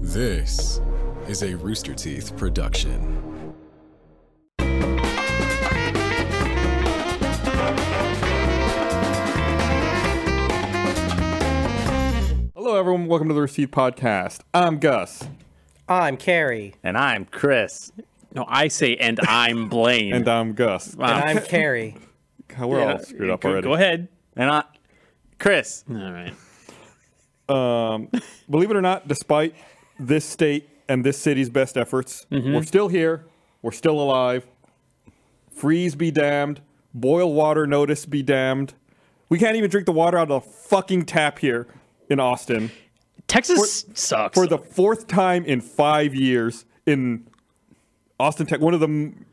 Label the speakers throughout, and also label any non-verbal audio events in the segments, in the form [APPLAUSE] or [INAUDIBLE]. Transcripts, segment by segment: Speaker 1: This is a Rooster Teeth production.
Speaker 2: Hello, everyone. Welcome to the Receipt Podcast. I'm Gus,
Speaker 3: I'm Carrie.
Speaker 4: And I'm Chris. No, I say, and I'm Blaine.
Speaker 2: and I'm Gus.
Speaker 4: Wow.
Speaker 3: And I'm Carrie.
Speaker 2: God, We're all screwed up
Speaker 4: go,
Speaker 2: already.
Speaker 4: Go ahead. And I, Chris. All right.
Speaker 2: Um, believe it or not, despite this state and this city's best efforts,
Speaker 4: Mm-hmm.
Speaker 2: we're still here. We're still alive. Freeze be damned. Boil water notice be damned. We can't even drink the water out of the fucking tap here in Austin
Speaker 5: Texas sucks.
Speaker 2: for the fourth time in five years in Austin, Tech, one of the m-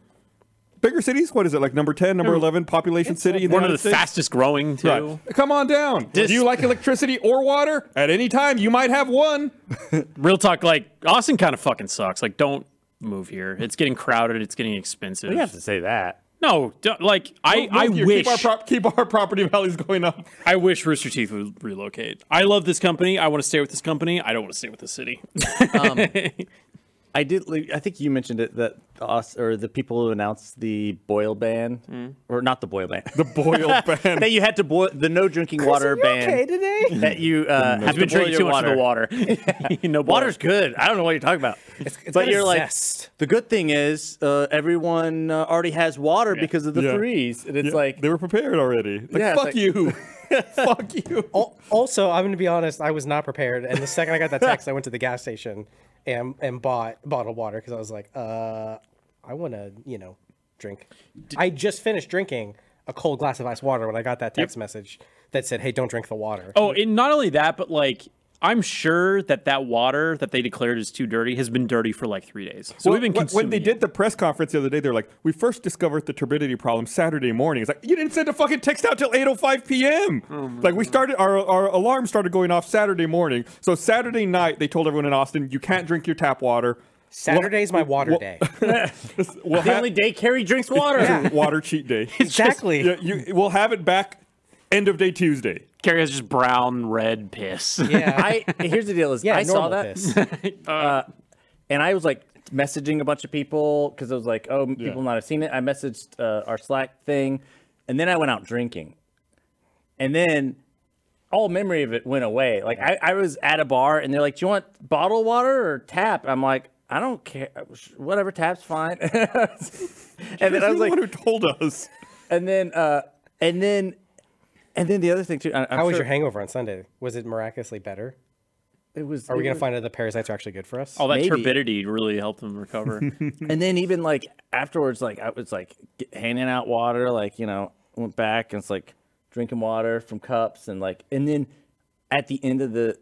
Speaker 2: bigger cities. What is it like? Number ten, number eleven population city. in
Speaker 4: One of
Speaker 2: United
Speaker 4: the
Speaker 2: States?
Speaker 4: fastest growing, too.
Speaker 2: Right. Come on down.
Speaker 4: Dis-
Speaker 2: Do you like electricity or water? At any time, you might have one.
Speaker 5: Real talk, like Austin kind of fucking sucks. Like, don't move here. It's getting crowded. It's getting expensive.
Speaker 4: You have to say that.
Speaker 5: No, don't- like I,
Speaker 2: Move
Speaker 5: I
Speaker 2: here.
Speaker 5: wish,
Speaker 2: Keep our, prop- keep our property values going up.
Speaker 5: I wish Rooster Teeth would relocate. I love this company. I want to stay with this company. I don't want to stay with the city. [LAUGHS]
Speaker 4: I did. leave- I think you mentioned it that us or the people who announced the boil ban, or not Hmm. the boil ban,
Speaker 2: The
Speaker 4: [LAUGHS]
Speaker 2: boil ban.
Speaker 4: that you had to boil the no drinking [LAUGHS] water ban.
Speaker 3: Okay today?
Speaker 4: That you uh, have
Speaker 5: I've
Speaker 4: to
Speaker 5: been
Speaker 4: boil
Speaker 5: drinking too
Speaker 4: your
Speaker 5: much
Speaker 4: water.
Speaker 5: of the water.
Speaker 4: [LAUGHS]
Speaker 5: no boil.
Speaker 4: Water's good. I don't know what you're talking about.
Speaker 3: it's
Speaker 4: but
Speaker 3: got a
Speaker 4: you're like
Speaker 3: zest.
Speaker 4: the good thing is uh, everyone uh, already has water because of the
Speaker 2: Yeah.
Speaker 4: freeze, and it's
Speaker 2: Yeah,
Speaker 4: like
Speaker 2: they were prepared already. Like,
Speaker 4: Yeah, it's
Speaker 2: fuck
Speaker 4: like-
Speaker 5: [LAUGHS]
Speaker 2: you. [LAUGHS] fuck you.
Speaker 3: [LAUGHS] Al- Also, I'm going to be honest, I was not prepared. And the second I got
Speaker 4: [LAUGHS]
Speaker 3: that text, I went to the gas station and, and bought bottled water because I was like, uh, I want to, you know, drink. I just finished drinking a cold glass of ice water when I got that text message that said, hey, don't drink the water.
Speaker 5: Oh, and not only that, but like I'm sure that that water that they declared is too dirty has been dirty for like three days. So we've been
Speaker 2: When-
Speaker 5: consuming
Speaker 2: when they
Speaker 5: it.
Speaker 2: did the press conference the other day, they're like, "We first discovered the turbidity problem Saturday morning." It's like you didn't send a fucking text out till 8:05 p.m.
Speaker 5: Oh,
Speaker 2: like we started our our alarm started going off Saturday morning. So Saturday night, they told everyone in Austin, "You can't drink your tap water."
Speaker 3: Saturday's my water
Speaker 4: [LAUGHS]
Speaker 2: well-
Speaker 3: day.
Speaker 2: We'll
Speaker 4: the
Speaker 2: ha-
Speaker 4: only day Carrie drinks water.
Speaker 5: [LAUGHS]
Speaker 4: [LAUGHS]
Speaker 2: water cheat day.
Speaker 3: exactly.
Speaker 2: Yeah, you, we'll have it back end of day [LAUGHS] Tuesday.
Speaker 5: Carrie has just brown
Speaker 2: [LAUGHS]
Speaker 5: red piss.
Speaker 3: Yeah.
Speaker 4: I here's the deal is
Speaker 3: yeah,
Speaker 4: I saw
Speaker 3: normal
Speaker 4: that [LAUGHS]
Speaker 3: piss.
Speaker 4: and I was like messaging a bunch of people because I was like, oh, people
Speaker 2: Yeah.
Speaker 4: not have seen it. I messaged uh, our Slack thing, and then I went out drinking, and then all memory of it went away. Like I, I was at a bar, and they're like, do you want bottled water or tap? I'm like, I don't care, whatever tap's fine. [LAUGHS] and then I
Speaker 2: You're
Speaker 4: was
Speaker 2: the
Speaker 4: like,
Speaker 2: one who told us.
Speaker 4: and then, uh, and then, and then the other thing too. I, I'm
Speaker 3: How was
Speaker 4: sure
Speaker 3: your hangover on Sunday? Was it miraculously better?
Speaker 4: It was.
Speaker 3: Are we going to find out the parasites are actually good for us?
Speaker 5: All that
Speaker 4: Maybe.
Speaker 5: turbidity really helped them recover.
Speaker 2: [LAUGHS]
Speaker 4: And then even like afterwards, like I was like g handing out water, like you know, went back and it's like drinking water from cups and like, and then at the end of the,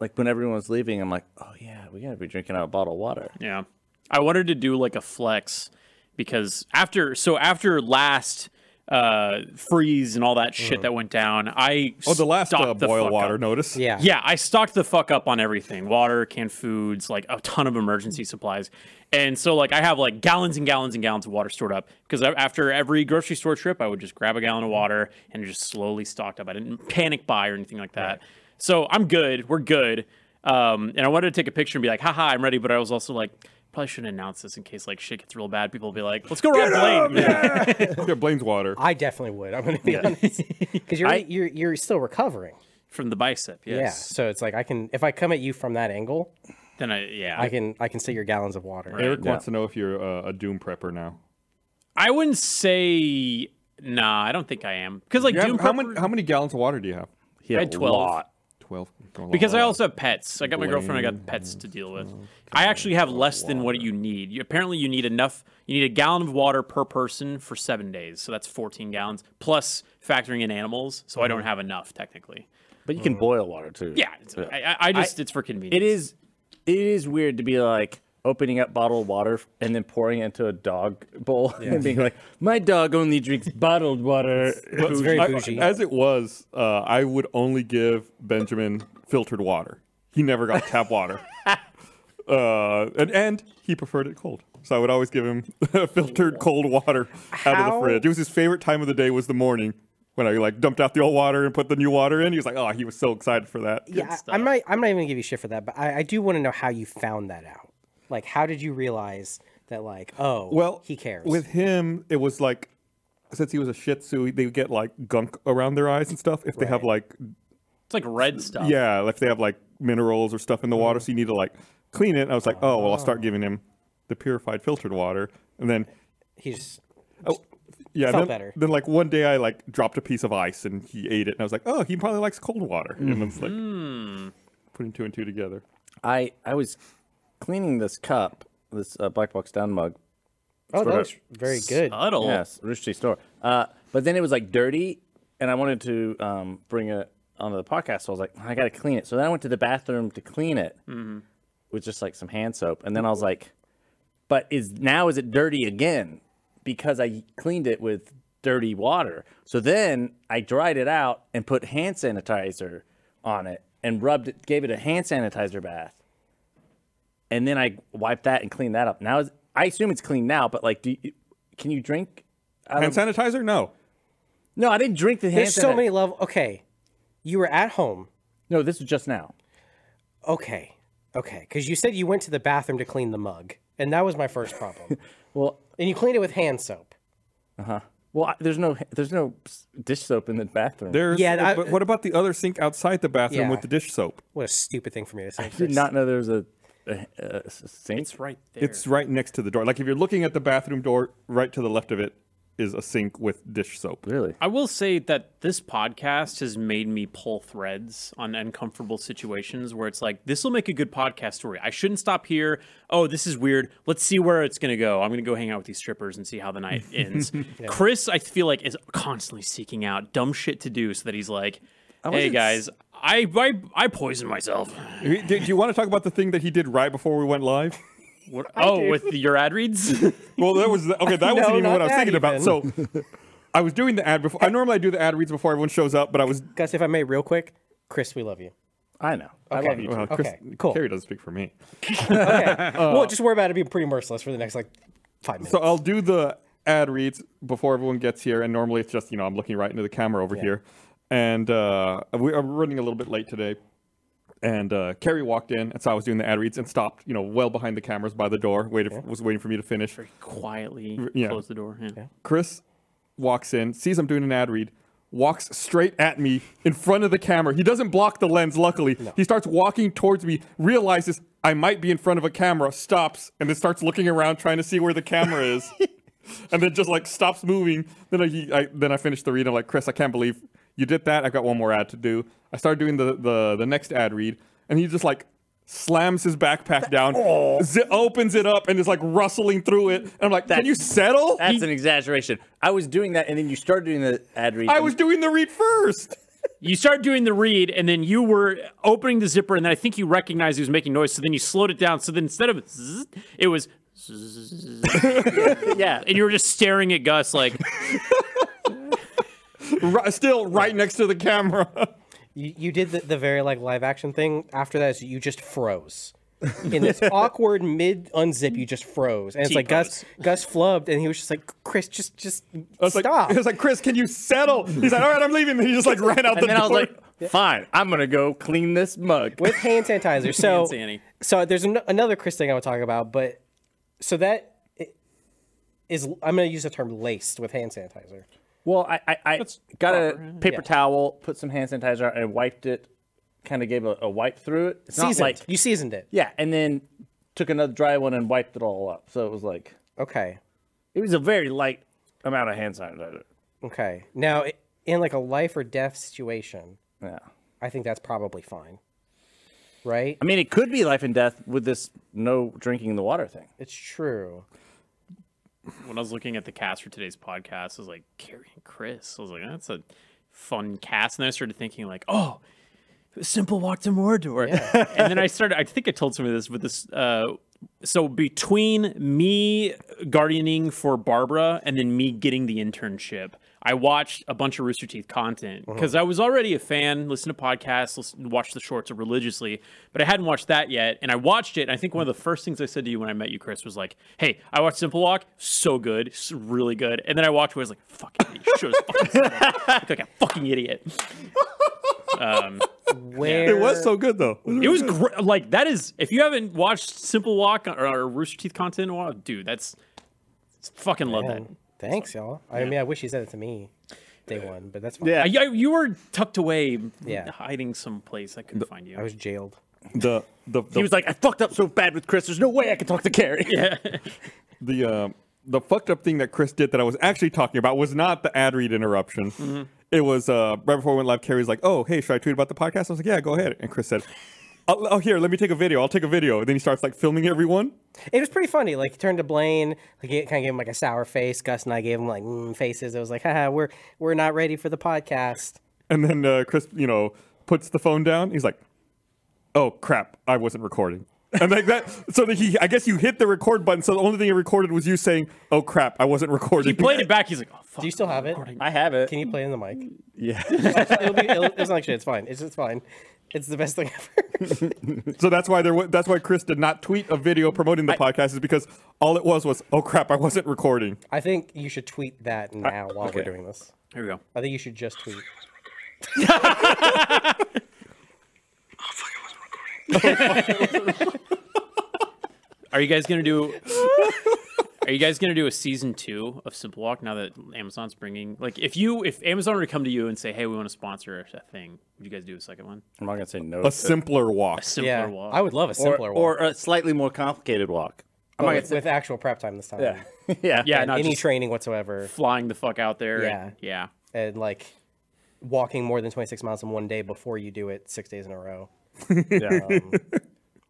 Speaker 4: like when everyone was leaving, I'm like, oh yeah, we gotta be drinking out of bottled water.
Speaker 5: Yeah. I wanted to do like a flex because after so after last uh freeze and all that shit that went down, I
Speaker 2: [LAUGHS] Oh, the last
Speaker 5: stocked
Speaker 2: uh,
Speaker 5: the
Speaker 2: boil
Speaker 5: fuck
Speaker 2: water
Speaker 5: up.
Speaker 2: notice.
Speaker 3: yeah.
Speaker 5: Yeah, I stocked the fuck up on everything. Water, canned foods, like a ton of emergency supplies. And so like I have like gallons and gallons and gallons of water stored up because I- after every grocery store trip, I would just grab a gallon of water and just slowly stocked up. I didn't panic buy or anything like that. So I'm good. We're good. Um, and I wanted to take a picture and be like, haha, I'm ready. But I was also like, probably shouldn't announce this in case like shit gets real bad. People will be like, let's go rob
Speaker 2: [LAUGHS]
Speaker 5: Blaine.
Speaker 2: yeah Blaine's water.
Speaker 5: [LAUGHS]
Speaker 3: I definitely would. I'm going to be honest because you're, you're you're still recovering.
Speaker 5: From the bicep,
Speaker 3: Yeah.
Speaker 5: yes.
Speaker 3: So it's like I can if I come at you from that angle,
Speaker 5: Then I yeah.
Speaker 3: I can I can see your gallons of water.
Speaker 2: Eric wants to know if you're uh, a doom prepper now.
Speaker 5: I wouldn't say nah, I don't think I am. Because like
Speaker 2: You have-
Speaker 5: Doom
Speaker 2: how
Speaker 5: Prepper-
Speaker 2: many how many gallons of water do you have?
Speaker 4: Yeah,
Speaker 5: I had 12.
Speaker 2: Twelve.
Speaker 5: Because I also have pets. I got my girlfriend. I got pets to deal with. I actually have less than what you need. You, apparently, you need enough. You need a gallon of water per person for seven days. So that's 14 gallons plus factoring in animals. So I don't have enough technically.
Speaker 4: but you can boil water too.
Speaker 5: Mm-hmm. Yeah, it's- I, I- I just it's for convenience.
Speaker 4: it is. It is weird to be like opening up bottled water and then pouring it into a dog bowl [LAUGHS] and being like, my dog only drinks bottled water.
Speaker 3: It's very
Speaker 2: I-
Speaker 3: bougie.
Speaker 2: as it was, uh, I would only give Benjamin filtered water. He never got tap
Speaker 3: [LAUGHS]
Speaker 2: water. Uh, and, and he preferred it cold, so I would always give him [LAUGHS] filtered cold water out of
Speaker 3: How-
Speaker 2: the fridge. It was his favorite time of the day was the morning when I like dumped out the old water and put the new water in. He was like, "Oh, he was so excited for that."
Speaker 3: yeah, I- I'm not. I'm not even gonna give you shit for that, but I, I do want to know how you found that out. Like, how did you realize that? Like, oh,
Speaker 2: Well,
Speaker 3: he cares.
Speaker 2: With him, it was like since he was a Shih Tzu, they would get like gunk around their eyes and stuff if they have like
Speaker 5: It's like red stuff.
Speaker 2: yeah, if they have like minerals or stuff in the
Speaker 3: Mm.
Speaker 2: water, so you need to like clean it. And I was like, oh well, I'll start giving him the purified filtered water, and then
Speaker 3: he's
Speaker 2: oh, yeah,
Speaker 3: Felt
Speaker 2: then,
Speaker 3: better.
Speaker 2: then like one day I like dropped a piece of ice and he ate it, and I was like, oh, he probably likes cold water, and it's like
Speaker 3: Mm-hmm.
Speaker 2: putting two and two together.
Speaker 4: I I was cleaning this cup, this uh, black box down mug.
Speaker 3: oh, that
Speaker 4: sorta
Speaker 3: was very good.
Speaker 5: Huddle.
Speaker 4: Yes, Rich store. Uh, but then it was like dirty, and I wanted to um, bring it onto the podcast. So I was like, I gotta clean it. So then I went to the bathroom to clean it with just like some hand soap, and then I was like, but is now is it dirty again because I cleaned it with dirty water? So then I dried it out and put hand sanitizer on it and rubbed it, gave it a hand sanitizer bath and then I wipe that and clean that up. Now is- I assume it's clean now, but like, do you, can you drink? out
Speaker 2: Hand
Speaker 4: of-
Speaker 2: sanitizer? No.
Speaker 4: no, I didn't drink the hand.
Speaker 3: There's so
Speaker 4: sanit-
Speaker 3: many level. Okay, you were at home.
Speaker 4: No, this was just now.
Speaker 3: Okay, okay, because you said you went to the bathroom to clean the mug, and that was my first problem.
Speaker 4: Well,
Speaker 3: and you cleaned it with hand soap.
Speaker 4: well, I, there's no there's no s- dish soap in the bathroom.
Speaker 2: There's,
Speaker 3: Yeah, I-
Speaker 2: but what about the other sink outside the bathroom
Speaker 3: Yeah.
Speaker 2: with the dish soap?
Speaker 3: What a stupid thing for me to say.
Speaker 4: did
Speaker 3: Chris.
Speaker 4: not know there was a, a, a s- sink.
Speaker 5: It's right there.
Speaker 2: It's right next to the door. Like if you're looking at the bathroom door, right to the left of it is a sink with dish soap.
Speaker 4: really
Speaker 5: I will say that this podcast has made me pull threads on uncomfortable situations where it's like, this will make a good podcast story. I shouldn't stop here. Oh, this is weird. Let's see where it's going to go. I'm going to go hang out with these strippers and see how the night ends. Chris, I feel like, is constantly seeking out dumb shit to do so that he's like, hey
Speaker 4: wasn't
Speaker 5: guys, I, I, I poisoned myself.
Speaker 2: Do, do you want to talk about the thing that he did right before we went live?
Speaker 5: What- oh, with your ad reads?
Speaker 2: Well, that was okay.
Speaker 3: [LAUGHS]
Speaker 2: That
Speaker 3: No,
Speaker 2: wasn't even
Speaker 3: not
Speaker 2: what I was
Speaker 3: that
Speaker 2: thinking about. So I was doing the ad before. I normally do the ad reads before everyone shows up, but I was.
Speaker 3: Gus, if I may, real quick, Chris,
Speaker 2: [LAUGHS]
Speaker 3: we love you.
Speaker 4: I know. I love you.
Speaker 2: Well,
Speaker 4: too.
Speaker 2: uh, Chris,
Speaker 3: Okay, cool.
Speaker 2: Carrie doesn't speak for me.
Speaker 3: Okay, well, just worry about it being pretty merciless for the next like five minutes.
Speaker 2: Uh, So I'll do the ad reads before everyone gets here, and normally it's just you know I'm looking right into the camera over here, and uh, we are running a little bit late today, and uh, Carrie walked in, and so I was doing the ad reads and stopped, you know, well behind the cameras by the door, waited, was waiting for me to finish.
Speaker 5: Quietly
Speaker 2: yeah.
Speaker 5: close the door. Yeah.
Speaker 2: Chris walks in, sees I'm doing an ad read, walks straight at me in front of the camera. He doesn't block the lens, luckily. He starts walking towards me, realizes I might be in front of a camera, stops, and then starts looking around trying to see where the camera is. and then just like stops moving. Then I, he, I then I finish the read. I'm like, Chris, I can't believe you did that. I've got one more ad to do. I started doing the the, the next ad read, and he just like slams his backpack down, zi- opens it up, and is like rustling through it. And I'm like, can you settle?
Speaker 4: That's an exaggeration. I was doing that, and then you started doing the ad read.
Speaker 2: I
Speaker 4: and-
Speaker 2: was doing the read first.
Speaker 5: You started doing the read, and then you were opening the zipper, and then I think you recognized he was making noise, so then you slowed it down. So then instead of zzz, it was, [LAUGHS]
Speaker 4: yeah.
Speaker 5: and you were just staring at Gus like,
Speaker 2: Ri- still right next to the camera. [LAUGHS]
Speaker 3: You, you did the, the very like live action thing after that is you just froze in [LAUGHS] this awkward mid unzip you just froze and it's like Gus Gus flubbed and he was just like Chris just just
Speaker 2: I was like, [LAUGHS]
Speaker 3: stop
Speaker 2: I was like, Chris, can you settle? He's like, all right, I'm leaving. He just like ran out the
Speaker 4: And then I was
Speaker 2: door.
Speaker 4: like, fine, I'm gonna go clean this mug.
Speaker 3: with hand sanitizer so
Speaker 5: sanny.
Speaker 3: so there's an, another Chris thing I would talk about but so that i- is I'm gonna use the term laced with hand sanitizer
Speaker 4: Well, I, I, I got a paper towel, put some hand sanitizer, out, and wiped it. Kind of gave a, a wipe through it. It's
Speaker 3: seasoned
Speaker 4: not like
Speaker 3: you seasoned it
Speaker 4: yeah, and then took another dry one and wiped it all up. So it was like
Speaker 3: okay
Speaker 4: it was a very light amount of hand sanitizer.
Speaker 3: okay now i- in like a life or death situation
Speaker 4: Yeah,
Speaker 3: I think that's probably fine right
Speaker 4: I mean it could be life and death with this no drinking the water thing.
Speaker 3: It's true.
Speaker 5: when I was looking at the cast for today's podcast, I was like, Carrie and Chris. I was like, that's a fun cast. And then I started thinking, like, oh, simple walk to Mordor. [LAUGHS] and then I started, I think I told somebody this, but this, uh, so between me guardianing for Barbara and then me getting the internship, I watched a bunch of Rooster Teeth content because I was already a fan, listened to podcasts, listened, watched the shorts religiously, but I hadn't watched that yet. And I watched it. And I think one of the first things I said to you when I met you, Chris, was like, "Hey, I watched Simple Walk, so good, it's really good." And then I watched, it, I was like, "Fucking idiot, show's fucking simple. Look like a fucking idiot."
Speaker 3: Where
Speaker 2: It
Speaker 3: [LAUGHS]
Speaker 2: was so good though.
Speaker 5: It was gr- like that is if you haven't watched Simple Walk or, or Rooster Teeth content in a while, dude, that's it's fucking love that.
Speaker 3: Thanks, y'all. I mean, I wish you said it to me day one, but that's fine.
Speaker 4: Yeah.
Speaker 5: Uh, yeah, you were tucked away,
Speaker 3: Yeah.
Speaker 5: hiding someplace. I couldn't find you.
Speaker 3: I was jailed.
Speaker 2: the the, the
Speaker 4: He was like, I fucked up so bad with Chris. There's no way I can talk to [LAUGHS] Carrie.
Speaker 2: the uh, the fucked up thing that Chris did that I was actually talking about was not the ad read interruption.
Speaker 4: Mm-hmm.
Speaker 2: It was uh, right before we went live. Carrie's like, "Oh, hey, should I tweet about the podcast?" I was like, "Yeah, go ahead." And Chris said, "Oh, oh, here, let me take a video. I'll take a video." And then he starts like filming everyone.
Speaker 3: It was pretty funny. Like, he turned to Blaine, like, kind of gave him like a sour face. Gus and I gave him like mm, faces. It was like, haha, we're we're not ready for the podcast.
Speaker 2: And then uh, Chris, you know, puts the phone down. He's like, "Oh crap, I wasn't recording." And like that, [LAUGHS] so that he, I guess you hit the record button. So the only thing he recorded was you saying, "Oh crap, I wasn't recording."
Speaker 5: he played it back. He's like, "Oh fuck."
Speaker 3: Do you still have it?
Speaker 4: I have it.
Speaker 3: Can you play in the mic? [LAUGHS]
Speaker 4: yeah.
Speaker 3: It'll be. It'll, it's not like shit. It's fine. It's it's fine. It's the best thing [LAUGHS] ever.
Speaker 2: So that's why there. wa- That's why Chris did not tweet a video promoting the podcast is because all it was was, "Oh crap, I wasn't recording."
Speaker 3: I think you should tweet that now while we're
Speaker 2: okay.
Speaker 3: doing this.
Speaker 5: Here we go.
Speaker 3: I think you should just tweet.
Speaker 5: Are you guys
Speaker 3: [LAUGHS]
Speaker 5: gonna do? Are you guys gonna do a season two of Simple Walk now that Amazon's bringing? Like, if you if Amazon were to come to you and say, "Hey, we want to sponsor a thing," would you guys do a second one?
Speaker 4: I'm not going to say no.
Speaker 2: A simpler walk.
Speaker 5: Simpler
Speaker 3: Yeah,
Speaker 5: walk.
Speaker 3: I would love a simpler
Speaker 4: or,
Speaker 3: one.
Speaker 4: or a slightly more complicated walk.
Speaker 3: but with, with actual prep time this time.
Speaker 4: Yeah. [LAUGHS] yeah.
Speaker 5: yeah,
Speaker 3: And
Speaker 5: not
Speaker 3: any
Speaker 5: just
Speaker 3: training whatsoever,
Speaker 5: flying the fuck out there. and- yeah.
Speaker 3: and like walking more than 26 miles in one day before you do it six days in a row.
Speaker 4: Yeah.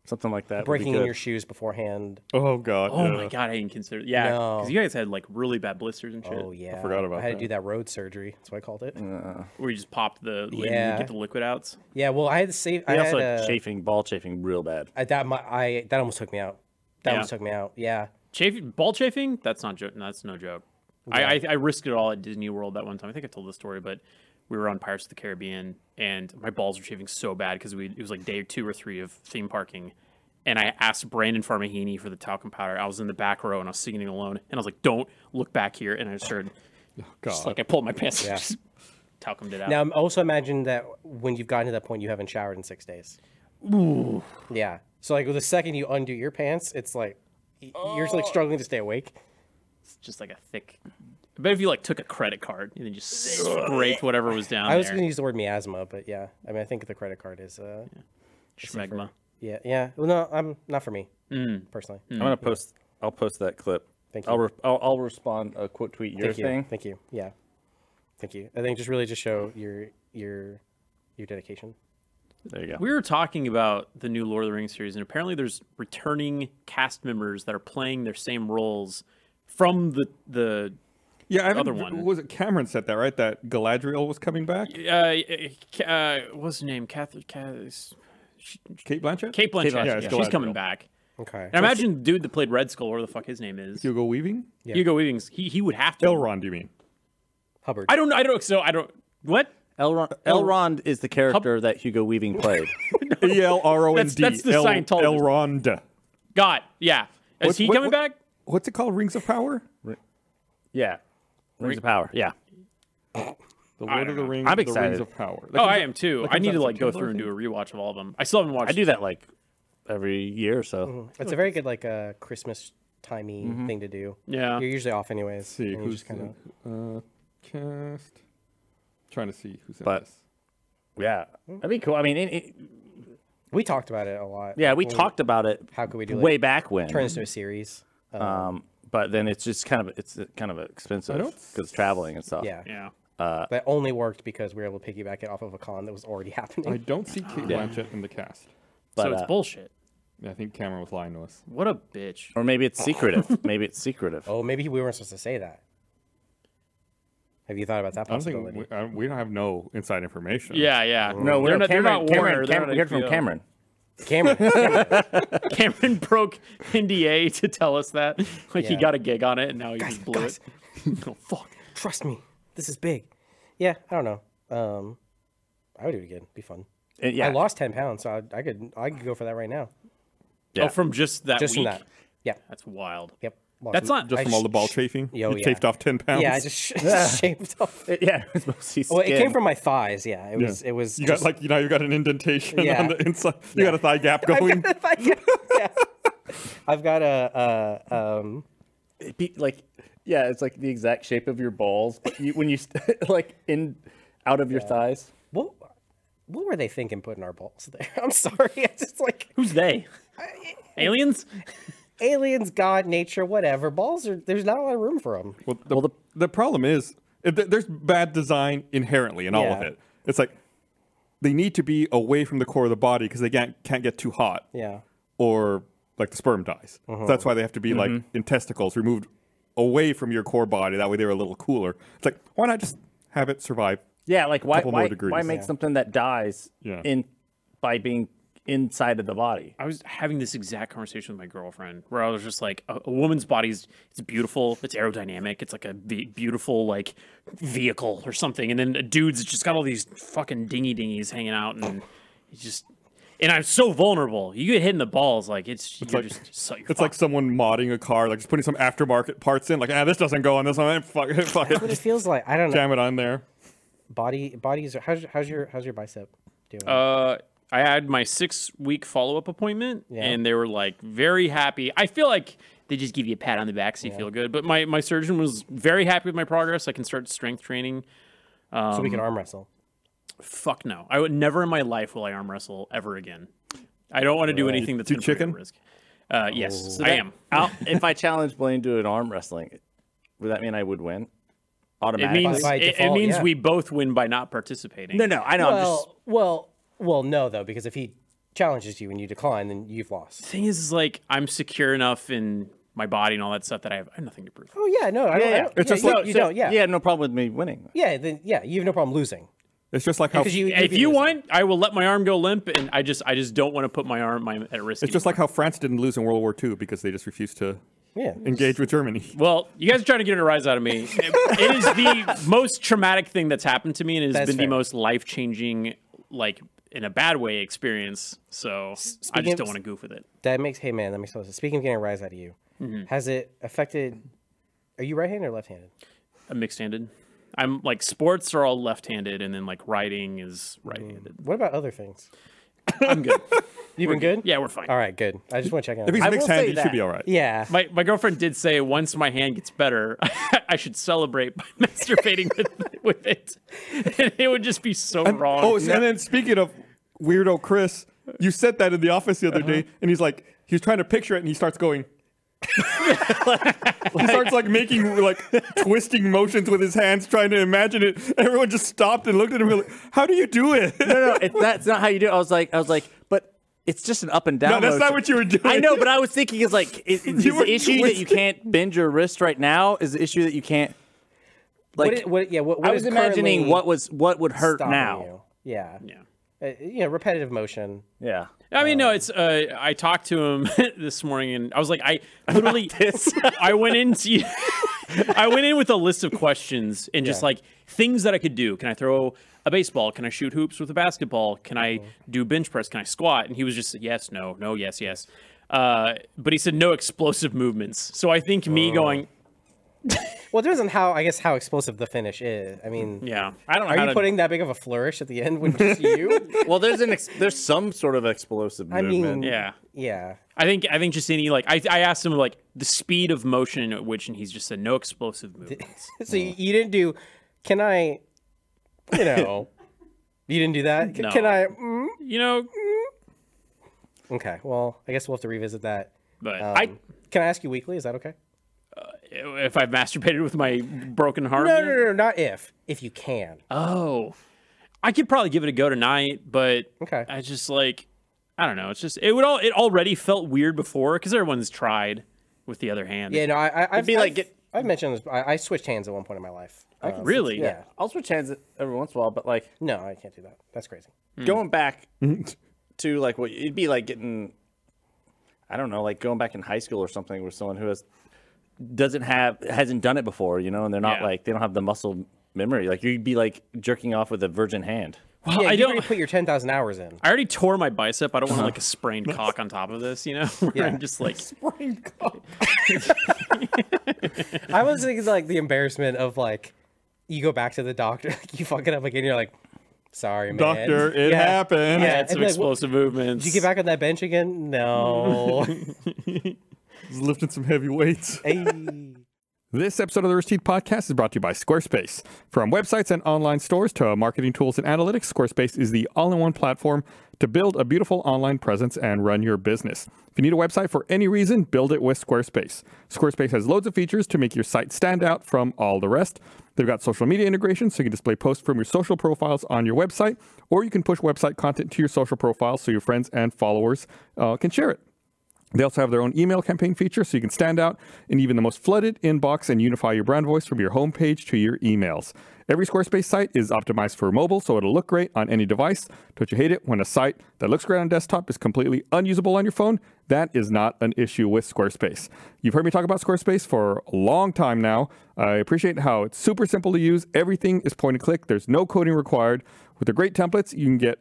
Speaker 4: Something like that.
Speaker 3: Breaking
Speaker 4: would
Speaker 3: in
Speaker 4: be
Speaker 3: your shoes beforehand.
Speaker 2: Oh god.
Speaker 5: Oh
Speaker 2: yeah.
Speaker 5: my god, I didn't consider. Yeah, because you guys had like really bad blisters and shit.
Speaker 3: Oh yeah,
Speaker 2: forgot about
Speaker 3: I had
Speaker 2: that.
Speaker 3: to do that road surgery. That's what I called it.
Speaker 5: Where you just popped the yeah.
Speaker 3: Yeah.
Speaker 5: get the liquid outs.
Speaker 3: Yeah, well, I had to save. I
Speaker 4: good. He
Speaker 3: had
Speaker 4: also had
Speaker 3: uh,
Speaker 4: chafing, ball chafing real bad.
Speaker 3: I, that my I that almost took me out. That almost took me out. Yeah.
Speaker 5: Chafing, ball chafing? That's not joke. That's no joke. I, I I risked it all at Disney World that one time. I think I told this story, but we were on Pirates of the Caribbean and my balls were chafing so bad because we it was like day two or three of theme parking, and I asked Brandon Farmahini for the talcum powder. I was in the back row and I was singing alone, and I was like, "Don't look back here," and I just started just
Speaker 2: God.
Speaker 5: like I pulled my pants, and just talcumed it out.
Speaker 3: Oh, Now, I'm also imagine that when you've gotten to that point, you haven't showered in six days. Ooh. Yeah. So like the second you undo your pants, it's like y- you're like struggling to stay awake.
Speaker 5: just like a thick. I bet if you like took a credit card and then just scraped whatever was down
Speaker 3: I was
Speaker 5: there,
Speaker 3: going to use the word miasma, but yeah. I mean, I think the credit card is. Uh,
Speaker 5: schmegma.
Speaker 3: yeah. Mm. Yeah. Well, no, I'm not for me personally.
Speaker 4: I'm going to post, I'll post that clip.
Speaker 3: Thank
Speaker 4: I'll,
Speaker 3: you.
Speaker 4: re- I'll, I'll respond, uh, quote tweet your
Speaker 3: Thank you.
Speaker 4: thing.
Speaker 3: Thank you. Yeah. Thank you. I think just really just show your your your dedication.
Speaker 4: There you go.
Speaker 5: We were talking about the new Lord of the Rings series, and apparently there's returning cast members that are playing their same roles from the the
Speaker 2: Yeah, I haven't-
Speaker 5: Other one.
Speaker 2: Was it Cameron said that right? That Galadriel was coming back.
Speaker 5: uh, uh, uh what's her name? Catherine, Cath,
Speaker 2: Kate Blanchett.
Speaker 5: Kate Blanchett.
Speaker 2: Blanchett,
Speaker 5: yeah,
Speaker 2: yeah,
Speaker 5: she's
Speaker 2: Galadriel.
Speaker 5: coming back.
Speaker 3: Okay.
Speaker 5: And imagine the dude that played Red Skull, whatever the fuck his name is,
Speaker 2: Hugo Weaving.
Speaker 5: Hugo Weavings. He he would have to.
Speaker 2: Elrond, you mean?
Speaker 3: Hubbard.
Speaker 5: I don't know. I don't. So I don't. What?
Speaker 4: Elrond, Elrond is the character that Hugo Weaving played.
Speaker 2: E L R O N D.
Speaker 5: That's- that's the
Speaker 2: El-
Speaker 5: Scientologist.
Speaker 2: Elrond.
Speaker 5: God. Yeah. Is
Speaker 2: What-
Speaker 5: he
Speaker 2: what-
Speaker 5: coming
Speaker 2: what-
Speaker 5: back?
Speaker 2: What's it called? Rings of Power.
Speaker 4: [LAUGHS] yeah. Rings of Power. Yeah.
Speaker 2: The Lord of the Rings.
Speaker 4: I'm
Speaker 2: the
Speaker 4: excited.
Speaker 2: Rings of Power.
Speaker 5: Oh, I am too. I
Speaker 2: comes
Speaker 5: need
Speaker 2: out
Speaker 5: to like go
Speaker 2: September,
Speaker 5: through
Speaker 2: I
Speaker 5: and do a rewatch of all of them. I still haven't watched.
Speaker 4: I do that like every year or so.
Speaker 3: It's a very good like uh, Christmas timey thing to do.
Speaker 5: Yeah.
Speaker 3: You're usually off anyways.
Speaker 2: see
Speaker 3: and you
Speaker 2: who's
Speaker 3: Oh, just kinda-
Speaker 2: kind of uh, cast. Trying to see who's in
Speaker 4: But-
Speaker 2: this.
Speaker 4: Yeah. That'd be cool. I mean, it, it-
Speaker 3: We talked about it a lot.
Speaker 4: yeah, we
Speaker 3: when
Speaker 4: talked about it
Speaker 3: How could we do
Speaker 4: way
Speaker 3: it?
Speaker 4: back when.
Speaker 3: Turn this into a series.
Speaker 4: Um, but then it's just kind of it's uh, kind of expensive
Speaker 2: don't
Speaker 4: because traveling and stuff.
Speaker 3: Yeah.
Speaker 5: Yeah.
Speaker 3: That only worked because we were able to piggyback it off of a con that was already [LAUGHS] happening.
Speaker 2: I don't see Kate Blanchett in the cast.
Speaker 5: so
Speaker 4: But,
Speaker 5: it's
Speaker 4: uh,
Speaker 5: bullshit.
Speaker 2: I think Cameron was lying to us.
Speaker 5: What a bitch.
Speaker 4: Or maybe it's
Speaker 3: [LAUGHS]
Speaker 4: secretive. maybe it's secretive.
Speaker 3: Oh, maybe we weren't supposed to say that. Have you thought about that
Speaker 2: I don't think
Speaker 3: possibility?
Speaker 2: we, I, we don't have no inside information.
Speaker 5: Yeah, yeah.
Speaker 4: No, we're
Speaker 5: they're
Speaker 4: Cameron,
Speaker 5: not. they're not
Speaker 4: Cameron, Cam-
Speaker 5: Warner. they're
Speaker 4: we
Speaker 5: not
Speaker 4: heard from
Speaker 5: HBO.
Speaker 4: Cameron.
Speaker 3: Cameron,
Speaker 5: Cameron broke [LAUGHS] NDA
Speaker 4: [LAUGHS]
Speaker 5: to tell us that. Like he
Speaker 3: Yeah.
Speaker 5: got a gig on it, [LAUGHS] and now he just blew
Speaker 3: guys.
Speaker 5: it. oh fuck.
Speaker 3: [LAUGHS] trust me. this is big. Yeah, I don't know. Um, I would do it again. It'd be fun.
Speaker 4: Uh, yeah.
Speaker 3: I lost ten pounds, so I, I could I could go for that right now.
Speaker 5: Oh, from just that
Speaker 3: Just
Speaker 5: week.
Speaker 3: from that. Yeah.
Speaker 5: That's wild.
Speaker 3: Yep. Lost
Speaker 5: That's
Speaker 3: some-
Speaker 5: not
Speaker 2: Just
Speaker 5: just
Speaker 2: from
Speaker 3: sh-
Speaker 2: all the ball
Speaker 3: sh-
Speaker 2: chafing.
Speaker 3: yo,
Speaker 2: you
Speaker 3: yeah.
Speaker 2: chafed off 10 pounds.
Speaker 3: Yeah, I just, [LAUGHS] just shaved off.
Speaker 4: It- [LAUGHS] yeah, it's mostly skin.
Speaker 3: Well, it came from my thighs. Yeah, it was. It was.
Speaker 2: You
Speaker 3: just-
Speaker 2: got like, you know, you got an indentation on
Speaker 3: Yeah.
Speaker 2: the
Speaker 3: [LAUGHS]
Speaker 2: inside. You got a thigh gap going.
Speaker 3: If [LAUGHS] I can- [LAUGHS] yeah. I've got a, a um,
Speaker 4: It'd be like yeah, it's like the exact shape of your balls, but you, when you st- [LAUGHS] like in out of your thighs.
Speaker 3: what what were they thinking putting our balls [LAUGHS] there? I'm sorry, I just like
Speaker 4: [LAUGHS]
Speaker 5: Who's they? Aliens?
Speaker 3: aliens, God, nature, whatever. Balls are there's not a lot of room for them.
Speaker 2: Well, the, the problem is if th- there's bad design inherently in all of
Speaker 3: Yeah.
Speaker 2: it. It's like they need to be away from the core of the body because they can't, can't get too hot
Speaker 3: Yeah,
Speaker 2: or like the sperm dies.
Speaker 4: Uh-huh.
Speaker 2: So that's why they have to be like
Speaker 4: Mm-hmm.
Speaker 2: in testicles removed away from your core body. That way they're a little cooler. It's like, why not just have it survive?
Speaker 4: Yeah, like why
Speaker 2: Couple more
Speaker 4: why,
Speaker 2: degrees.
Speaker 4: why make
Speaker 2: Yeah.
Speaker 4: something that dies
Speaker 2: Yeah.
Speaker 4: in by being inside of the body?
Speaker 5: I was having this exact conversation with my girlfriend where I was just like, a, a woman's body's it's beautiful, it's aerodynamic, it's like a be- beautiful like vehicle or something, and then a dude's just got all these fucking dingy dingies hanging out, and it's just, and I'm so vulnerable. You get hit in the balls, like it's, you're
Speaker 2: like-
Speaker 5: just so, you're
Speaker 2: It's like someone modding a car, like just putting some aftermarket parts in. Like, ah, this doesn't go on this one. [LAUGHS] Fuck it, fuck
Speaker 3: what
Speaker 2: it.
Speaker 3: it feels like. I don't know.
Speaker 2: Jam it on there.
Speaker 3: Body bodies. Are, how's your- how's your how's your bicep doing?
Speaker 5: Uh, I had my six week follow up appointment, and they were like very happy. I feel like they just give you a pat on the back so you feel good. But my, my surgeon was very happy with my progress. I can start strength training.
Speaker 3: so we can
Speaker 4: Um,
Speaker 3: arm wrestle.
Speaker 5: Fuck no, I would never in my life will I arm wrestle ever again. I don't want to do anything that's
Speaker 2: Do
Speaker 5: gonna put me at
Speaker 2: chicken?
Speaker 5: risk. Uh, yes, I
Speaker 4: that-
Speaker 5: am.
Speaker 3: [LAUGHS]
Speaker 4: I'll, if I challenge Blaine to an arm wrestling, would that mean I would win?
Speaker 5: It
Speaker 4: Automatically.
Speaker 5: means
Speaker 3: by
Speaker 5: it, it
Speaker 3: default,
Speaker 5: means
Speaker 3: yeah.
Speaker 5: we both win by not participating.
Speaker 4: no, no, I know. I'm
Speaker 3: well,
Speaker 4: just
Speaker 3: well, well, no though, because if he challenges you and you decline, then you've lost.
Speaker 5: thing is, is like I'm secure enough in my body and all that stuff that I have, I have nothing to prove.
Speaker 3: Oh yeah, no, I don't, I
Speaker 4: yeah.
Speaker 3: don't,
Speaker 4: It's
Speaker 3: yeah,
Speaker 4: just
Speaker 3: you,
Speaker 4: like-
Speaker 3: you
Speaker 4: so
Speaker 3: don't, yeah,
Speaker 4: You had no problem with me winning.
Speaker 3: yeah, then yeah, you have no problem losing
Speaker 2: It's just like how
Speaker 3: because you you'd
Speaker 5: if
Speaker 3: be
Speaker 5: you
Speaker 3: losing.
Speaker 5: want, I will let my arm go limp, and I just I just don't want to put my arm my, at risk.
Speaker 2: It's just like how France didn't lose in World War II because they just refused to
Speaker 3: yeah,
Speaker 2: engage with Germany.
Speaker 5: well, you guys are trying to get a rise out of me. it it is the most traumatic thing that's happened to me, and it has
Speaker 3: That's
Speaker 5: been
Speaker 3: fair.
Speaker 5: the most life changing, like in a bad way, experience. So I
Speaker 3: speaking
Speaker 5: just
Speaker 3: of-
Speaker 5: don't want to goof with it.
Speaker 3: That makes hey man, that makes sense. Speaking of getting a rise out of you,
Speaker 4: Mm-hmm.
Speaker 3: has it affected? Are you right-handed or left-handed?
Speaker 5: I'm mixed handed. I'm like sports are all left handed, and then like writing is right handed.
Speaker 3: What about other things? [LAUGHS]
Speaker 5: I'm good.
Speaker 3: You've been good.
Speaker 5: Yeah, we're fine.
Speaker 3: Mm. All right, good. I just want to check in.
Speaker 2: If
Speaker 3: on
Speaker 2: he's
Speaker 3: that.
Speaker 4: I
Speaker 2: mixed
Speaker 4: will say
Speaker 2: handed, he should
Speaker 4: that.
Speaker 2: be all right.
Speaker 3: Yeah,
Speaker 5: My, my girlfriend did say once my hand gets better, [LAUGHS] I should celebrate by [LAUGHS] masturbating with, with it. [LAUGHS] And it would just be so wrong.
Speaker 2: Oh, and then speaking of weirdo Chris, you said that in the office the other day, and he's like, he was trying to picture it, and he starts going. [LAUGHS] he starts like making like twisting motions with his hands, trying to imagine it. Everyone just stopped and looked at him. and were Like, How do you do it?
Speaker 4: No, no, it's, that's not how you do. it. I was like, I was like, but it's just an up and down.
Speaker 2: No, that's not
Speaker 4: motion.
Speaker 2: what you were doing.
Speaker 4: I know, but I was thinking is like, is,
Speaker 2: [LAUGHS]
Speaker 4: is
Speaker 2: You were
Speaker 4: the issue that you
Speaker 2: twisting.
Speaker 4: can't bend your wrist right now? Is the issue that you can't? Like,
Speaker 3: what, it- what, yeah. What, what
Speaker 4: I was
Speaker 3: is
Speaker 4: imagining
Speaker 3: currently
Speaker 4: what was what would hurt
Speaker 3: stopping
Speaker 4: now.
Speaker 3: you? Yeah, yeah.
Speaker 5: yeah.
Speaker 3: you know, repetitive motion.
Speaker 4: Yeah,
Speaker 5: I mean, no, it's. Uh, I talked to him [LAUGHS] this morning, and I was
Speaker 3: [LAUGHS]
Speaker 5: like, I literally, I went into, [LAUGHS] I went in with a list of questions and just like things that I could do. Can I throw a baseball? Can I shoot hoops with a basketball? Can I
Speaker 3: Uh-huh.
Speaker 5: do bench press? Can I squat? And he was just yes, no, no, yes, yes. Uh, but he said no explosive movements. So I think
Speaker 3: Oh.
Speaker 5: me going,
Speaker 3: Well, it depends on how I guess how explosive the finish is. I mean,
Speaker 5: yeah,
Speaker 4: I don't know.
Speaker 3: are
Speaker 4: how
Speaker 3: you
Speaker 4: to-
Speaker 3: putting that big of a flourish at the end when it's
Speaker 5: [LAUGHS]
Speaker 3: you?
Speaker 4: Well, there's an ex- there's some sort of explosive
Speaker 3: I
Speaker 4: movement.
Speaker 3: mean,
Speaker 5: yeah.
Speaker 3: yeah.
Speaker 5: I think I think just any like I, I asked him like the speed of motion at which, and he's just said no explosive movements.
Speaker 3: So you, you didn't do. Can I? You know, you didn't do that. C-
Speaker 5: No.
Speaker 3: Can I? mm?
Speaker 5: you know,
Speaker 3: Okay. Well, I guess we'll have to revisit that.
Speaker 5: but
Speaker 3: Um,
Speaker 5: I.
Speaker 3: can I ask you weekly? Is that okay?
Speaker 5: if I've masturbated with my broken heart.
Speaker 3: No, no, no, no, not if. If you can.
Speaker 5: Oh, I could probably give it a go tonight, but
Speaker 3: Okay.
Speaker 5: I just like I don't know. It's just it would all it already felt weird before because everyone's tried with the other hand.
Speaker 3: yeah, no, I, I, I've
Speaker 4: be like
Speaker 3: I've,
Speaker 4: get-
Speaker 3: I've mentioned this. I, I switched hands at one point in my life.
Speaker 5: Uh,
Speaker 3: Um,
Speaker 5: really?
Speaker 3: Yeah.
Speaker 4: I'll switch hands every once in a while, but like
Speaker 3: No, I can't do that. That's crazy.
Speaker 2: [LAUGHS]
Speaker 4: going back to like what it'd be like getting i don't know like going back in high school or something with someone who has doesn't have hasn't done it before you know and they're not
Speaker 5: Yeah.
Speaker 4: like they don't have the muscle memory. Like you'd be like jerking off with a virgin hand.
Speaker 5: Well,
Speaker 3: Yeah,
Speaker 5: I
Speaker 3: you
Speaker 5: don't.
Speaker 3: already put your ten thousand hours in.
Speaker 5: I already tore my bicep. I don't want like a sprained cock on top of this, you know. [LAUGHS] Where I'm just like,
Speaker 3: I was thinking like the embarrassment of like you go back to the doctor, [LAUGHS] like, you fuck it up again, you're like, sorry,
Speaker 2: [LAUGHS]
Speaker 3: man.
Speaker 2: Doctor, it
Speaker 3: Yeah.
Speaker 2: happened.
Speaker 5: I
Speaker 3: Yeah.
Speaker 5: had some
Speaker 3: and like, what-
Speaker 5: explosive movements.
Speaker 3: Did you get back on that bench
Speaker 2: [LAUGHS]
Speaker 3: again? No. [LAUGHS]
Speaker 2: He's lifting some heavy weights.
Speaker 3: Hey.
Speaker 2: This episode of the Rooster Teeth Podcast is brought to you by Squarespace. From websites and online stores to marketing tools and analytics, Squarespace is the all in one platform to build a beautiful online presence and run your business. If you need a website for any reason, build it with Squarespace. Squarespace has loads of features to make your site stand out from all the rest. They've got social media integration, so you can display posts from your social profiles on your website, or you can push website content to your social profiles so your friends and followers uh, can share it. They also have their own email campaign feature so you can stand out in even the most flooded inbox and unify your brand voice from your homepage to your emails. Every Squarespace site is optimized for mobile, so it'll look great on any device. Don't you hate it when a site that looks great on desktop is completely unusable on your phone? That is not an issue with Squarespace. You've heard me talk about Squarespace for a long time now. I appreciate how it's super simple to use. Everything is point and click, there's no coding required. With the great templates, you can get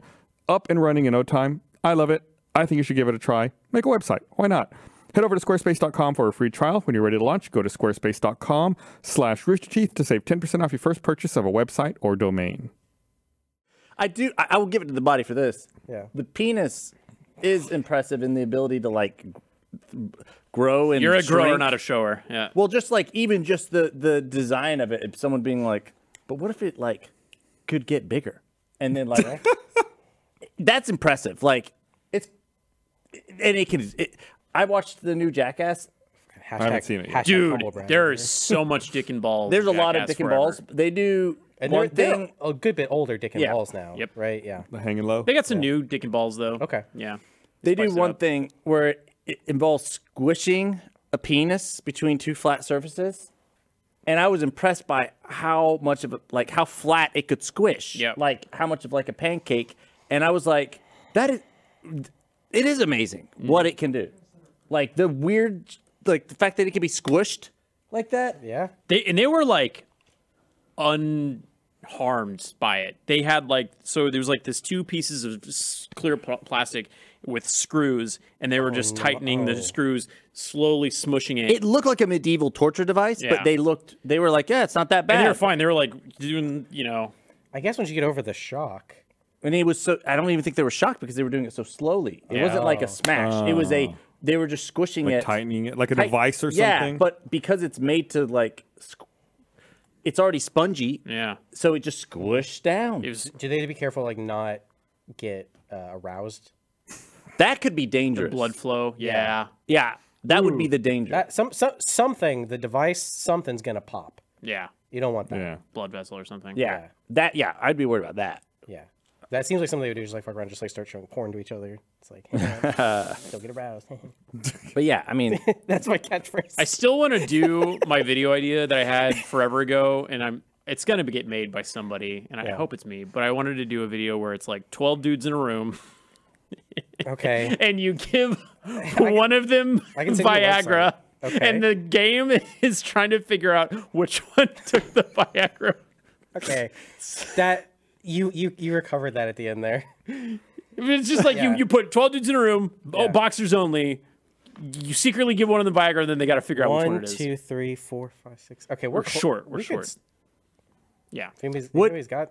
Speaker 2: up and running in no time. I love it. I think you should give it a try. Make a website. Why not? Head over to squarespace.com for a free trial. When you're ready to launch, go to squarespace.com slash roosterteeth to save 10% off your first purchase of a website or domain.
Speaker 4: [LAUGHS] I do. I, I will give it to the body for this.
Speaker 3: Yeah.
Speaker 4: The penis is impressive in the ability to like g- grow and
Speaker 5: You're a grower,
Speaker 4: shrink.
Speaker 5: not a shower. Yeah.
Speaker 4: Well, just like even just the the design of it, if someone being like, but what if it like could get bigger? And
Speaker 3: [LAUGHS]
Speaker 4: then like [LAUGHS] that's impressive. Like it's and it can. It, I watched the new Jackass.
Speaker 3: Hashtag,
Speaker 2: haven't seen it yet.
Speaker 3: hashtag
Speaker 5: Dude,
Speaker 3: humble brag.
Speaker 5: there is so much dick and balls.
Speaker 4: There's a
Speaker 5: in
Speaker 4: lot of
Speaker 5: Jackass
Speaker 4: dick and
Speaker 5: Forever.
Speaker 4: balls. They do
Speaker 3: and they're,
Speaker 4: one
Speaker 3: they're
Speaker 4: thing.
Speaker 3: a good bit older dick and
Speaker 4: Yeah.
Speaker 3: balls now.
Speaker 5: Yep.
Speaker 3: Right? Yeah.
Speaker 2: Hanging low.
Speaker 5: They got some new dick and balls though.
Speaker 3: Okay.
Speaker 5: Yeah.
Speaker 4: They do
Speaker 5: Spice it
Speaker 4: one
Speaker 5: up.
Speaker 4: thing where it- it involves squishing a penis between two flat surfaces. And I was impressed by how much of a, like how flat it could squish.
Speaker 5: Yeah.
Speaker 4: Like how much of like a pancake. And I was like, that is it is amazing
Speaker 5: Mm.
Speaker 4: what it can do. Like the weird like the fact that it can be squished [LAUGHS] like that.
Speaker 3: Yeah.
Speaker 5: They and they were like unharmed by it. They had like so there was like this two pieces of s- clear pl- plastic with screws, and they were just tightening the screws, slowly smushing it.
Speaker 4: It looked like a medieval torture device,
Speaker 5: Yeah.
Speaker 4: but they looked they were like, Yeah, it's not that bad.
Speaker 5: and they were fine. They were like doing, you know,
Speaker 3: I guess once you get over the shock.
Speaker 4: And it was so I don't even think they were shocked because they were doing it so slowly. It wasn't like a smash. It was a they were just squishing it.
Speaker 2: Tightening it Oh. like a
Speaker 4: Tight-
Speaker 2: device or
Speaker 4: Yeah,
Speaker 2: something.
Speaker 4: but because it's made to like squ- it's already spongy,
Speaker 5: yeah.
Speaker 4: so it just squished down.
Speaker 5: It was
Speaker 3: Do they need to be careful like not get uh, aroused?
Speaker 4: that could be dangerous.
Speaker 5: blood flow. Yeah.
Speaker 4: Yeah, that would be the danger.
Speaker 3: That Uh, some, some something the device something's gonna pop.
Speaker 5: Yeah.
Speaker 3: You don't want that.
Speaker 2: yeah.
Speaker 5: Blood vessel or something.
Speaker 4: yeah. that yeah, I'd be worried about that.
Speaker 3: Yeah. That seems like something they would do, just like fuck around, just like start showing porn to each other. It's like, hey,
Speaker 5: [LAUGHS]
Speaker 3: man, don't get aroused. [LAUGHS]
Speaker 4: But yeah,
Speaker 2: [LAUGHS]
Speaker 4: I mean,
Speaker 3: That's my catchphrase.
Speaker 5: I still want to do my video idea that I had forever ago, and I'm it's gonna be- get made by somebody, and I hope it's me. But I wanted to do a video where it's like twelve dudes in a room,
Speaker 3: okay.
Speaker 5: and you
Speaker 3: [LAUGHS]
Speaker 5: give one of them
Speaker 3: I can send you the
Speaker 5: Viagra,
Speaker 3: website. Okay.
Speaker 5: and the game [LAUGHS] is trying to figure out which [LAUGHS] one took the Viagra.
Speaker 3: Okay. That you you you recovered that at the end there.
Speaker 5: I mean, It's just like
Speaker 3: Yeah.
Speaker 5: you, you put twelve dudes in a room, oh
Speaker 3: Yeah.
Speaker 5: boxers only. You secretly give one of them Viagra, and then they got to figure out which one
Speaker 3: One,
Speaker 5: it is.
Speaker 3: two, three, four, five, six. Okay, we're, clo-
Speaker 5: short, we're
Speaker 3: we could
Speaker 5: short.
Speaker 3: s-
Speaker 5: Yeah.
Speaker 3: If anybody's, if
Speaker 4: What-
Speaker 3: anybody's got,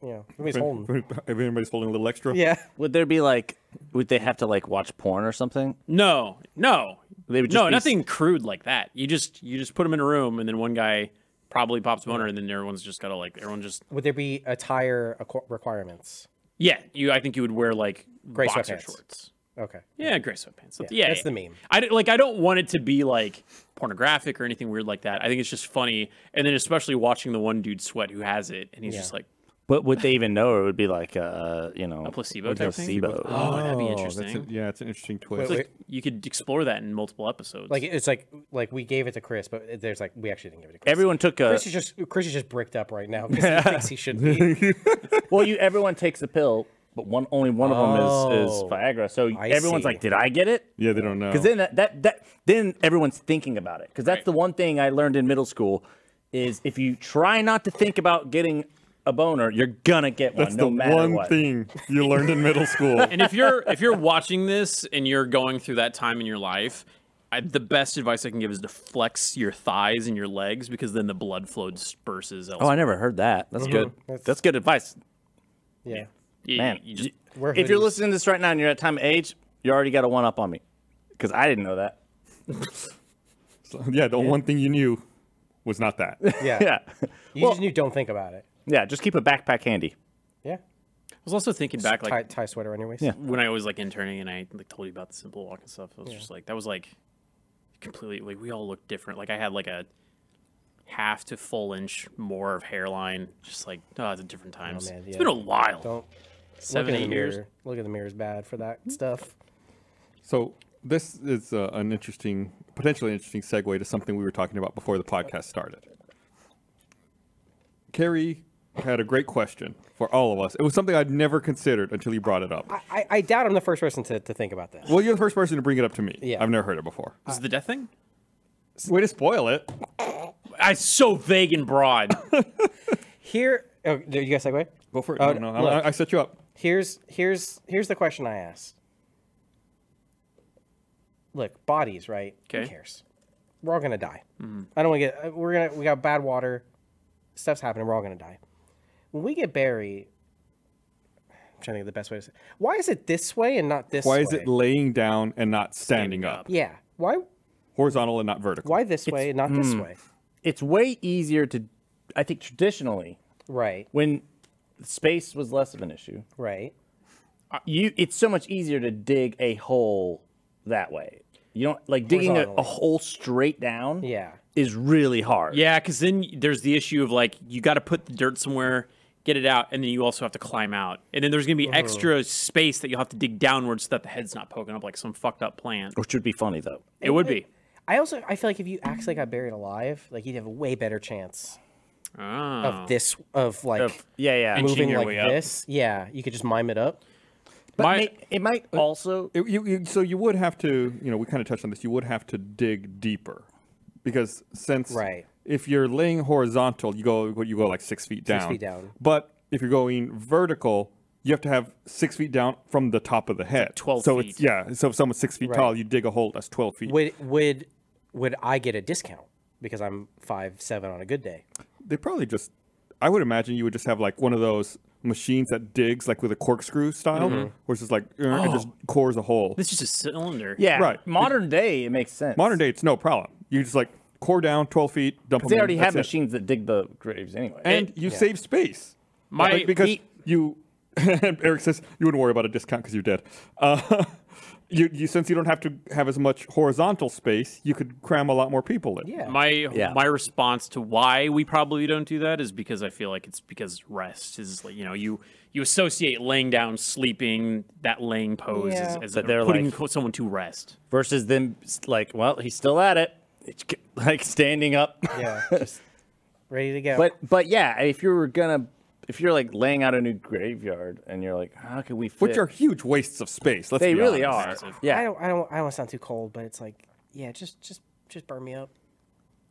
Speaker 3: you know, if anybody's holding.
Speaker 2: [LAUGHS] Everybody's holding a little extra.
Speaker 3: Yeah.
Speaker 4: would there be like would they have to like watch porn or something?
Speaker 5: No, no,
Speaker 4: They would just
Speaker 5: no,
Speaker 4: be-
Speaker 5: nothing crude like that. You just you just put them in a room, and then one guy probably pops a boner, and then everyone's just gotta like everyone just
Speaker 3: Would there be attire acqu- requirements?
Speaker 5: yeah. You, I think you would wear like
Speaker 3: Gray
Speaker 5: boxer
Speaker 3: sweatpants.
Speaker 5: shorts.
Speaker 3: Okay.
Speaker 5: Yeah, gray sweatpants. Yeah, yeah
Speaker 3: that's the
Speaker 5: yeah.
Speaker 3: meme.
Speaker 5: I don't- like. I don't want it to be like pornographic or anything weird like that. I think it's just funny, and then especially watching the one dude sweat who has it, and he's just like
Speaker 4: But would they even know? Or it would be like uh, you know, a
Speaker 5: placebo
Speaker 4: a
Speaker 5: type thing?
Speaker 4: placebo.
Speaker 5: oh, that'd be interesting.
Speaker 2: yeah, it's an interesting twist.
Speaker 3: Wait, wait.
Speaker 5: you could explore that in multiple episodes.
Speaker 3: Like [LAUGHS] it's like like we gave it to Chris, but there's like we actually didn't give it to Chris.
Speaker 4: Everyone took a
Speaker 3: Chris is just Chris is just bricked up right now
Speaker 5: [LAUGHS]
Speaker 3: because he thinks he should be.
Speaker 4: Well, you everyone takes a pill, but one only one of them is, is
Speaker 3: Oh.
Speaker 4: Viagra. So everyone's
Speaker 3: see.
Speaker 4: like, "Did I get it?"
Speaker 2: yeah, they don't know.
Speaker 4: Because then that, that that then everyone's thinking about it. Because that's the one thing I learned in middle school is if you try not to think about getting a boner, you're gonna get one
Speaker 2: That's
Speaker 4: uh, no
Speaker 2: the
Speaker 4: matter
Speaker 2: one
Speaker 4: what.
Speaker 2: thing you learned in
Speaker 4: [LAUGHS]
Speaker 2: middle school.
Speaker 5: And if you're if you're watching this and you're going through that time in your life, I, the best advice I can give is to flex your thighs and your legs because then the blood flow disperses.
Speaker 4: Oh, I
Speaker 5: Elsewhere.
Speaker 4: never heard that.
Speaker 2: Uh-huh.
Speaker 4: That's good. That's, good advice,
Speaker 3: Yeah.
Speaker 5: You-
Speaker 4: man.
Speaker 5: you just-
Speaker 3: We're
Speaker 4: if you're
Speaker 3: hoodies.
Speaker 4: listening to this right now and you're at time of age, you already got a one up on me because I didn't know that. [LAUGHS]
Speaker 2: yeah, the one thing you knew was not that.
Speaker 4: [LAUGHS]
Speaker 3: Yeah.
Speaker 4: Yeah,
Speaker 3: You just knew don't think about it.
Speaker 4: yeah. Just keep a backpack handy.
Speaker 3: Yeah.
Speaker 5: I was also thinking back
Speaker 3: tie,
Speaker 5: like
Speaker 3: tie sweater anyways.
Speaker 4: Yeah.
Speaker 5: when I was like interning and I like told you about the simple walk and stuff. I was just like that was like completely like we all looked different. Like I had like a half to full inch more of hairline. Just like oh, it's a different times.
Speaker 3: man,
Speaker 5: It's
Speaker 3: yeah.
Speaker 5: been a while.
Speaker 3: Don't
Speaker 5: Seven
Speaker 3: look in
Speaker 5: eight
Speaker 3: the
Speaker 5: years.
Speaker 3: mirror. Look in the mirror is bad for
Speaker 2: Mm-hmm.
Speaker 3: that stuff.
Speaker 2: So this is uh, an interesting, potentially interesting segue to something we were talking about before the podcast started. Carrie had a great question for all of us. It was something I'd never considered until you brought it up.
Speaker 3: I, I doubt I'm the first person to, to think about this.
Speaker 2: Well, you're the first person to bring it up to me.
Speaker 3: Yeah.
Speaker 2: I've never heard it before.
Speaker 5: Is it the death thing?
Speaker 2: Way to spoil it.
Speaker 5: I so vague and broad. [LAUGHS]
Speaker 3: Here, oh, did you guys segue?
Speaker 2: Go for it.
Speaker 3: Uh,
Speaker 2: no, no,
Speaker 3: look.
Speaker 2: I, I set you up.
Speaker 3: Here's here's here's the question I asked. Look, bodies, right? Who
Speaker 5: Okay. Mm-hmm.
Speaker 3: cares? We're all gonna die. I don't want to get. uh, We're gonna. We got bad water. Stuff's happening. We're all gonna die. When we get buried, I'm trying to think of the best way to say. Why is it this way and not this?
Speaker 2: Why is
Speaker 3: way?
Speaker 2: it laying down and not standing,
Speaker 5: Standing
Speaker 2: up?
Speaker 5: up.
Speaker 3: Yeah. Why?
Speaker 2: Horizontal and not vertical.
Speaker 3: Why this way and not this
Speaker 5: Mm.
Speaker 3: way?
Speaker 4: It's way easier to, I think, traditionally
Speaker 3: Right.
Speaker 4: when space was less of an issue.
Speaker 3: Right.
Speaker 2: Uh,
Speaker 4: you it's so much easier to dig a hole that way. You don't like digging a, a
Speaker 3: Horizontally.
Speaker 4: hole straight down.
Speaker 3: Yeah.
Speaker 4: is really hard.
Speaker 5: Yeah, because then there's the issue of like you got to put the dirt somewhere, get it out, and then you also have to climb out, and then there's gonna be
Speaker 3: Oh.
Speaker 5: extra space that you'll have to dig downwards so that the head's not poking up like some fucked up plant.
Speaker 3: Oh.
Speaker 4: which would be funny though.
Speaker 5: It
Speaker 3: [LAUGHS]
Speaker 5: would be.
Speaker 3: I also I feel like if you actually got buried alive, like you'd have a way better chance
Speaker 5: Ah.
Speaker 3: of this Uh-huh. of like
Speaker 4: Yeah, yeah.
Speaker 5: And-
Speaker 3: moving
Speaker 5: your
Speaker 3: like
Speaker 5: way up.
Speaker 3: this. Yeah, you could just mime it up.
Speaker 4: but
Speaker 5: my-
Speaker 4: may- it might also
Speaker 2: Uh, It- you- you- so you would have to, you know, we kind of touched on this. You would have to dig deeper, because since
Speaker 3: Right.
Speaker 2: if you're laying horizontal, you go you go like six feet down.
Speaker 3: feet down.
Speaker 2: But if you're going vertical, you have to have six feet down from the top of the head.
Speaker 5: 12
Speaker 2: so
Speaker 5: feet.
Speaker 2: It's, yeah. So if someone's six feet tall, you dig a hole that's twelve feet.
Speaker 3: Would would would I get a discount because I'm five seven on a good day?
Speaker 2: They probably just, I would imagine you would just have like one of those machines that digs like with a corkscrew style, where it's just like uh, it just cores a hole.
Speaker 5: It's just a cylinder.
Speaker 4: yeah.
Speaker 2: Right.
Speaker 4: Modern day, it makes sense.
Speaker 2: Modern day, it's no problem. You just like core down twelve feet, dump them.
Speaker 4: they
Speaker 2: in,
Speaker 4: already have
Speaker 2: that's it.
Speaker 4: machines that dig the graves anyway.
Speaker 2: and you save space.
Speaker 5: My-
Speaker 2: Like, because
Speaker 5: we-
Speaker 2: you, [LAUGHS] Eric says you wouldn't worry about a discount because you're dead. Uh, [LAUGHS] you, you since you don't have to have as much horizontal space, you could cram a lot more people in.
Speaker 3: Yeah.
Speaker 5: My my response to why we probably don't do that is because I feel like it's because rest is like you know you you associate laying down, sleeping, that laying pose
Speaker 3: Yeah.
Speaker 5: as, as
Speaker 4: But they're
Speaker 5: putting
Speaker 4: like-
Speaker 5: co- someone to rest.
Speaker 4: versus them s- like, well, he's still at it. It's g- [LAUGHS] like standing up. [LAUGHS]
Speaker 3: Yeah, just [LAUGHS] ready to go.
Speaker 4: But but yeah, if you were gonna if you're like laying out a new graveyard and you're like, how can we fit?
Speaker 2: which are huge wastes of space. Let's
Speaker 4: they
Speaker 2: be
Speaker 4: really
Speaker 2: honest.
Speaker 4: are.
Speaker 5: Massive.
Speaker 4: Yeah.
Speaker 3: I don't I don't I don't want to sound too cold, but it's like yeah, just just just burn me up.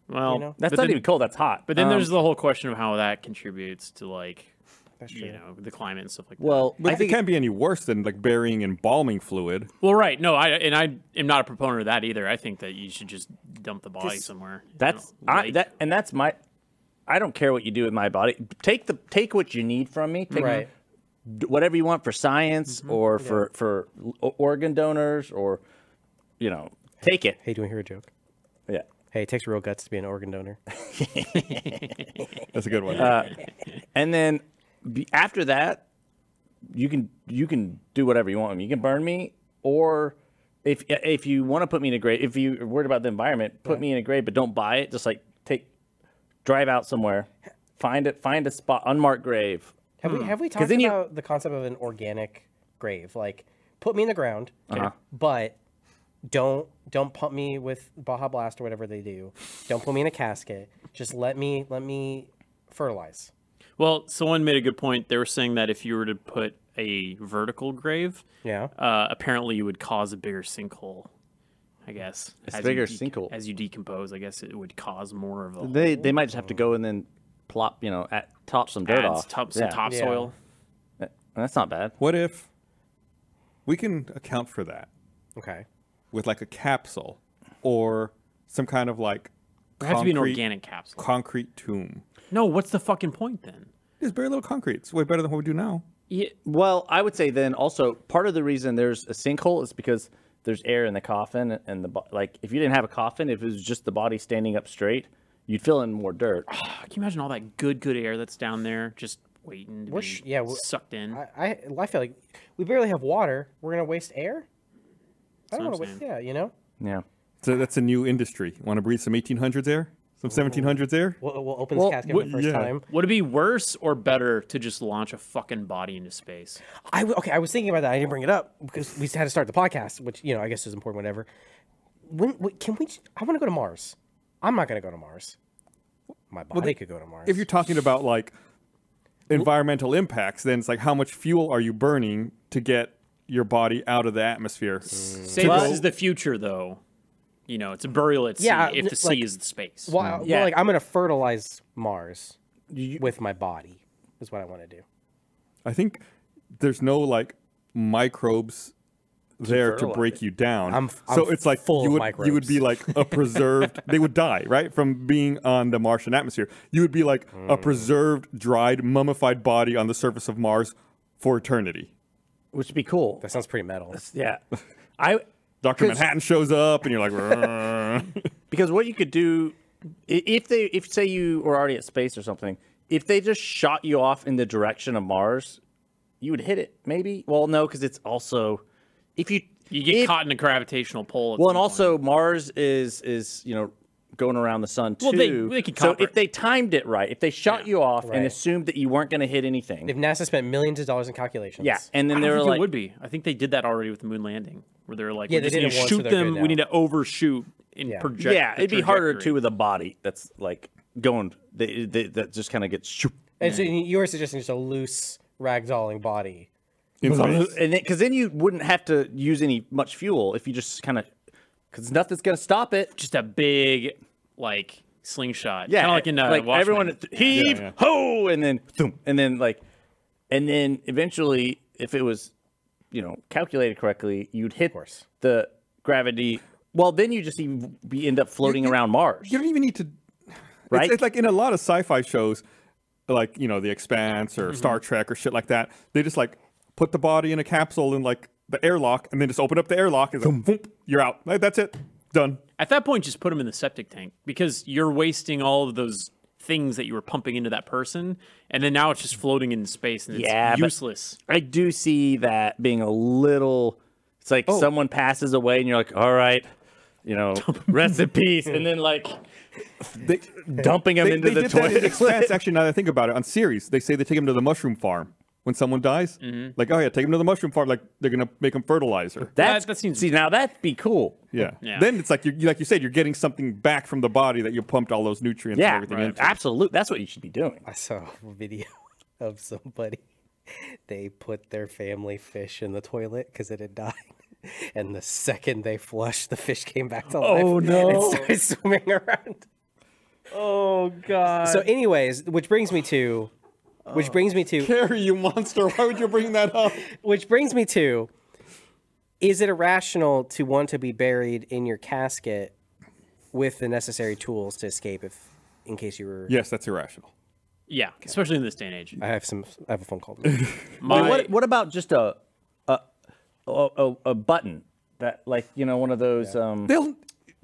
Speaker 5: Well,
Speaker 3: know?
Speaker 4: That's
Speaker 5: but
Speaker 4: not
Speaker 5: then-
Speaker 4: even cold. That's hot.
Speaker 5: But then
Speaker 4: Um,
Speaker 5: there's the whole question of how that contributes to like
Speaker 3: true.
Speaker 5: you know the climate and stuff like that.
Speaker 4: well,
Speaker 2: But
Speaker 4: I think
Speaker 2: it can't be any worse than like burying embalming fluid.
Speaker 5: Well, right. No, I and I am not a proponent of that either. I think that you should just dump the body
Speaker 4: This-
Speaker 5: somewhere. you
Speaker 4: that's
Speaker 5: know,
Speaker 4: I,
Speaker 5: like-
Speaker 4: that and that's my. I don't care what you do with my body. Take the take what you need from me. Take
Speaker 3: Right.
Speaker 4: d- whatever you want for science
Speaker 5: Mm-hmm.
Speaker 4: or for for o- organ donors or, you know, take it.
Speaker 3: Hey, do we hear a joke?
Speaker 4: Yeah.
Speaker 3: Hey, it takes real guts to be an organ donor.
Speaker 2: That's a good one.
Speaker 5: Uh,
Speaker 4: And then be, after that, you can you can do whatever you want. with me. You can burn me or. If, if you want to put me in a grave, if you're worried about the environment, put me in a grave, but don't buy it. Just like take, drive out somewhere, find it, find a spot, unmarked grave,
Speaker 3: Have we have we talked
Speaker 4: then you-
Speaker 3: about the concept of an organic grave? Like, put me in the ground, but don't don't pump me with Baja Blast or whatever they do. Don't put me in a casket. Just let me let me fertilize.
Speaker 5: well, someone made a good point. They were saying that if you were to put a vertical grave,
Speaker 3: Yeah.
Speaker 5: uh, apparently you would cause a bigger sinkhole. I guess.
Speaker 4: It's a
Speaker 5: you
Speaker 4: bigger
Speaker 5: dec-
Speaker 4: sinkhole.
Speaker 5: As you decompose, I guess it would cause more of a
Speaker 4: They they might just have to go and then plop, you know, at, top some dirt
Speaker 5: adds
Speaker 4: off.
Speaker 5: top, some
Speaker 4: Yeah.
Speaker 5: topsoil.
Speaker 4: That's not bad.
Speaker 2: What if we can account for that
Speaker 3: Okay.
Speaker 2: with like a capsule or some kind of like
Speaker 5: It has to be an
Speaker 2: concrete-
Speaker 5: organic capsule.
Speaker 2: concrete tomb?
Speaker 5: No, what's the fucking point then?
Speaker 2: Just bury a little concrete. It's way better than what we do now.
Speaker 5: Yeah,
Speaker 4: Well, I would say then also part of the reason there's a sinkhole is because there's air in the coffin and the bo- like. If you didn't have a coffin, if it was just the body standing up straight, you'd fill in more
Speaker 5: [SIGHS]
Speaker 4: dirt.
Speaker 5: can you imagine all that good, good air that's down there just waiting to
Speaker 3: We're
Speaker 5: be
Speaker 3: sh- yeah, we're-
Speaker 5: sucked in?
Speaker 3: I, I I feel like we barely have water. We're gonna waste air. I don't
Speaker 5: what
Speaker 3: want to
Speaker 5: I'm
Speaker 3: waste.
Speaker 5: saying.
Speaker 3: Yeah, you know.
Speaker 4: Yeah.
Speaker 2: So that's a new industry. Want to breathe some 1800s air? Some 1700s air?
Speaker 3: We'll, we'll open this
Speaker 5: Well,
Speaker 3: casket
Speaker 5: what-
Speaker 3: for the first
Speaker 2: yeah.
Speaker 3: time.
Speaker 5: Would it be worse or better to just launch a fucking body into space?
Speaker 3: I w- okay. I was thinking about that. I didn't bring it up because we had to start the podcast, which you know I guess is important. Whatever. When, wait, can we? j- I want to go to Mars. I'm not gonna go to Mars. My body could go to Mars.
Speaker 2: If you're talking about like environmental impacts, then it's like how much fuel are you burning to get your body out of the atmosphere?
Speaker 3: Mm.
Speaker 5: Say this is the future, though. You know, it's a burial at sea
Speaker 3: Yeah, n-
Speaker 5: if the sea
Speaker 3: like-
Speaker 5: is the space.
Speaker 3: well, I- well,
Speaker 4: Yeah.
Speaker 3: like I'm gonna fertilize Mars with my body. Is what I want to do.
Speaker 2: I think there's no like microbes there to
Speaker 4: fertilize
Speaker 2: break you down.
Speaker 3: I'm- I'm
Speaker 2: so it's like
Speaker 3: full
Speaker 2: you
Speaker 3: of
Speaker 2: would you would
Speaker 3: microbes.
Speaker 2: be like
Speaker 3: [LAUGHS]
Speaker 2: a preserved. they would die right from being on the Martian atmosphere. You would be like
Speaker 3: Mm.
Speaker 2: a preserved, dried, mummified body on the surface of Mars for eternity.
Speaker 4: Which would be cool.
Speaker 3: That sounds pretty metal.
Speaker 4: yeah. I
Speaker 2: Doctor
Speaker 4: 'Cause-
Speaker 2: Manhattan shows up, and you're like, [LAUGHS] "Rrrr."
Speaker 4: because what you could do i- if they if say you were already at space or something, if they just shot you off in the direction of Mars, you would hit it. Maybe. Well, no, because it's also if you
Speaker 5: you get
Speaker 4: if-
Speaker 5: caught in a gravitational pull. at
Speaker 4: Well,
Speaker 5: some
Speaker 4: and also Mars is is you know going around the sun too.
Speaker 5: Well, they- they could
Speaker 4: so
Speaker 5: cooperate.
Speaker 4: if they timed it right, if they shot you off
Speaker 3: Right.
Speaker 4: and assumed that you weren't going to hit anything,
Speaker 3: If NASA spent millions of dollars in calculations.
Speaker 4: yeah, and then
Speaker 5: point. I
Speaker 4: they
Speaker 5: don't
Speaker 4: were
Speaker 5: think
Speaker 4: like,
Speaker 5: it would be. I think they did that already with the moon landing, where they're like,
Speaker 3: Yeah,
Speaker 5: we
Speaker 3: they
Speaker 5: just
Speaker 3: did
Speaker 5: need
Speaker 3: it
Speaker 5: to
Speaker 3: once, so
Speaker 5: shoot
Speaker 3: they're
Speaker 5: them.
Speaker 3: good
Speaker 5: We
Speaker 3: now.
Speaker 5: need to overshoot and
Speaker 3: Yeah.
Speaker 5: project.
Speaker 4: yeah,
Speaker 5: the
Speaker 4: it'd be harder
Speaker 5: trajectory.
Speaker 4: too with a body that's like going they, they, that just kind of gets shoop.
Speaker 3: And so you were suggesting just a loose ragdolling body.
Speaker 2: In
Speaker 4: and
Speaker 2: space.
Speaker 4: then because then you wouldn't have to use any much fuel if you just kind of because nothing's going to stop it.
Speaker 5: Just a big, like slingshot.
Speaker 4: Yeah,
Speaker 5: kind of like in uh, Watchmen.
Speaker 4: everyone th- heave ho, and then thump, and then like, and then eventually, if it was, you know, calculated correctly, you'd hit
Speaker 3: course.
Speaker 4: the gravity. Well, then you just even be end up floating around Mars.
Speaker 2: you don't even need to
Speaker 4: Right?
Speaker 2: it's, it's like in a lot of sci-fi shows like you know the expanse or star trek or shit like that they just like put the body in a capsule in like the airlock and then just open up the airlock and it's like, boom, you're out like, that's it done
Speaker 5: At that point, just put them in the septic tank because you're wasting all of those things that you were pumping into that person, and then now it's just floating in space and it's
Speaker 4: Yeah, but-
Speaker 5: useless.
Speaker 4: I do see that being a little. It's like
Speaker 2: Oh.
Speaker 4: someone passes away, and you're like, all right. You know, rest in peace, and then like
Speaker 2: they,
Speaker 4: dumping them
Speaker 2: they,
Speaker 4: into
Speaker 2: they
Speaker 4: the
Speaker 2: did that in the
Speaker 4: toilet.
Speaker 2: expanse actually now that i think about it on series they say they take him to the mushroom farm when someone dies like oh yeah take him to the mushroom farm like they're gonna make him fertilizer
Speaker 4: That's,
Speaker 5: that seems-
Speaker 4: see now that'd be cool.
Speaker 2: yeah.
Speaker 5: Yeah.
Speaker 2: Then it's like you like you said, you're getting something back from the body that you pumped all those nutrients and
Speaker 4: Yeah,
Speaker 2: everything
Speaker 4: right.
Speaker 2: into.
Speaker 4: absolute. That's what you should be doing.
Speaker 3: I saw a [LAUGHS] video of somebody. They put their family fish in the toilet because it had died. [LAUGHS] And the second they flushed, the fish came back to life.
Speaker 4: Oh, no.
Speaker 3: And started [LAUGHS] swimming around.
Speaker 4: Oh god.
Speaker 3: So, anyways, which brings me to, which brings
Speaker 2: [LAUGHS]
Speaker 3: me to,
Speaker 2: Harry, you monster! Why would you bring that up?
Speaker 3: which brings me to, is it irrational to want to be buried in your casket with the necessary tools to escape if, in case you were?
Speaker 2: Yes, that's irrational.
Speaker 5: Yeah, especially in this day and age.
Speaker 3: I have some. I have a phone call.
Speaker 5: My,
Speaker 4: what what about just a a a, a, a button that like you know one of those um
Speaker 2: They'll.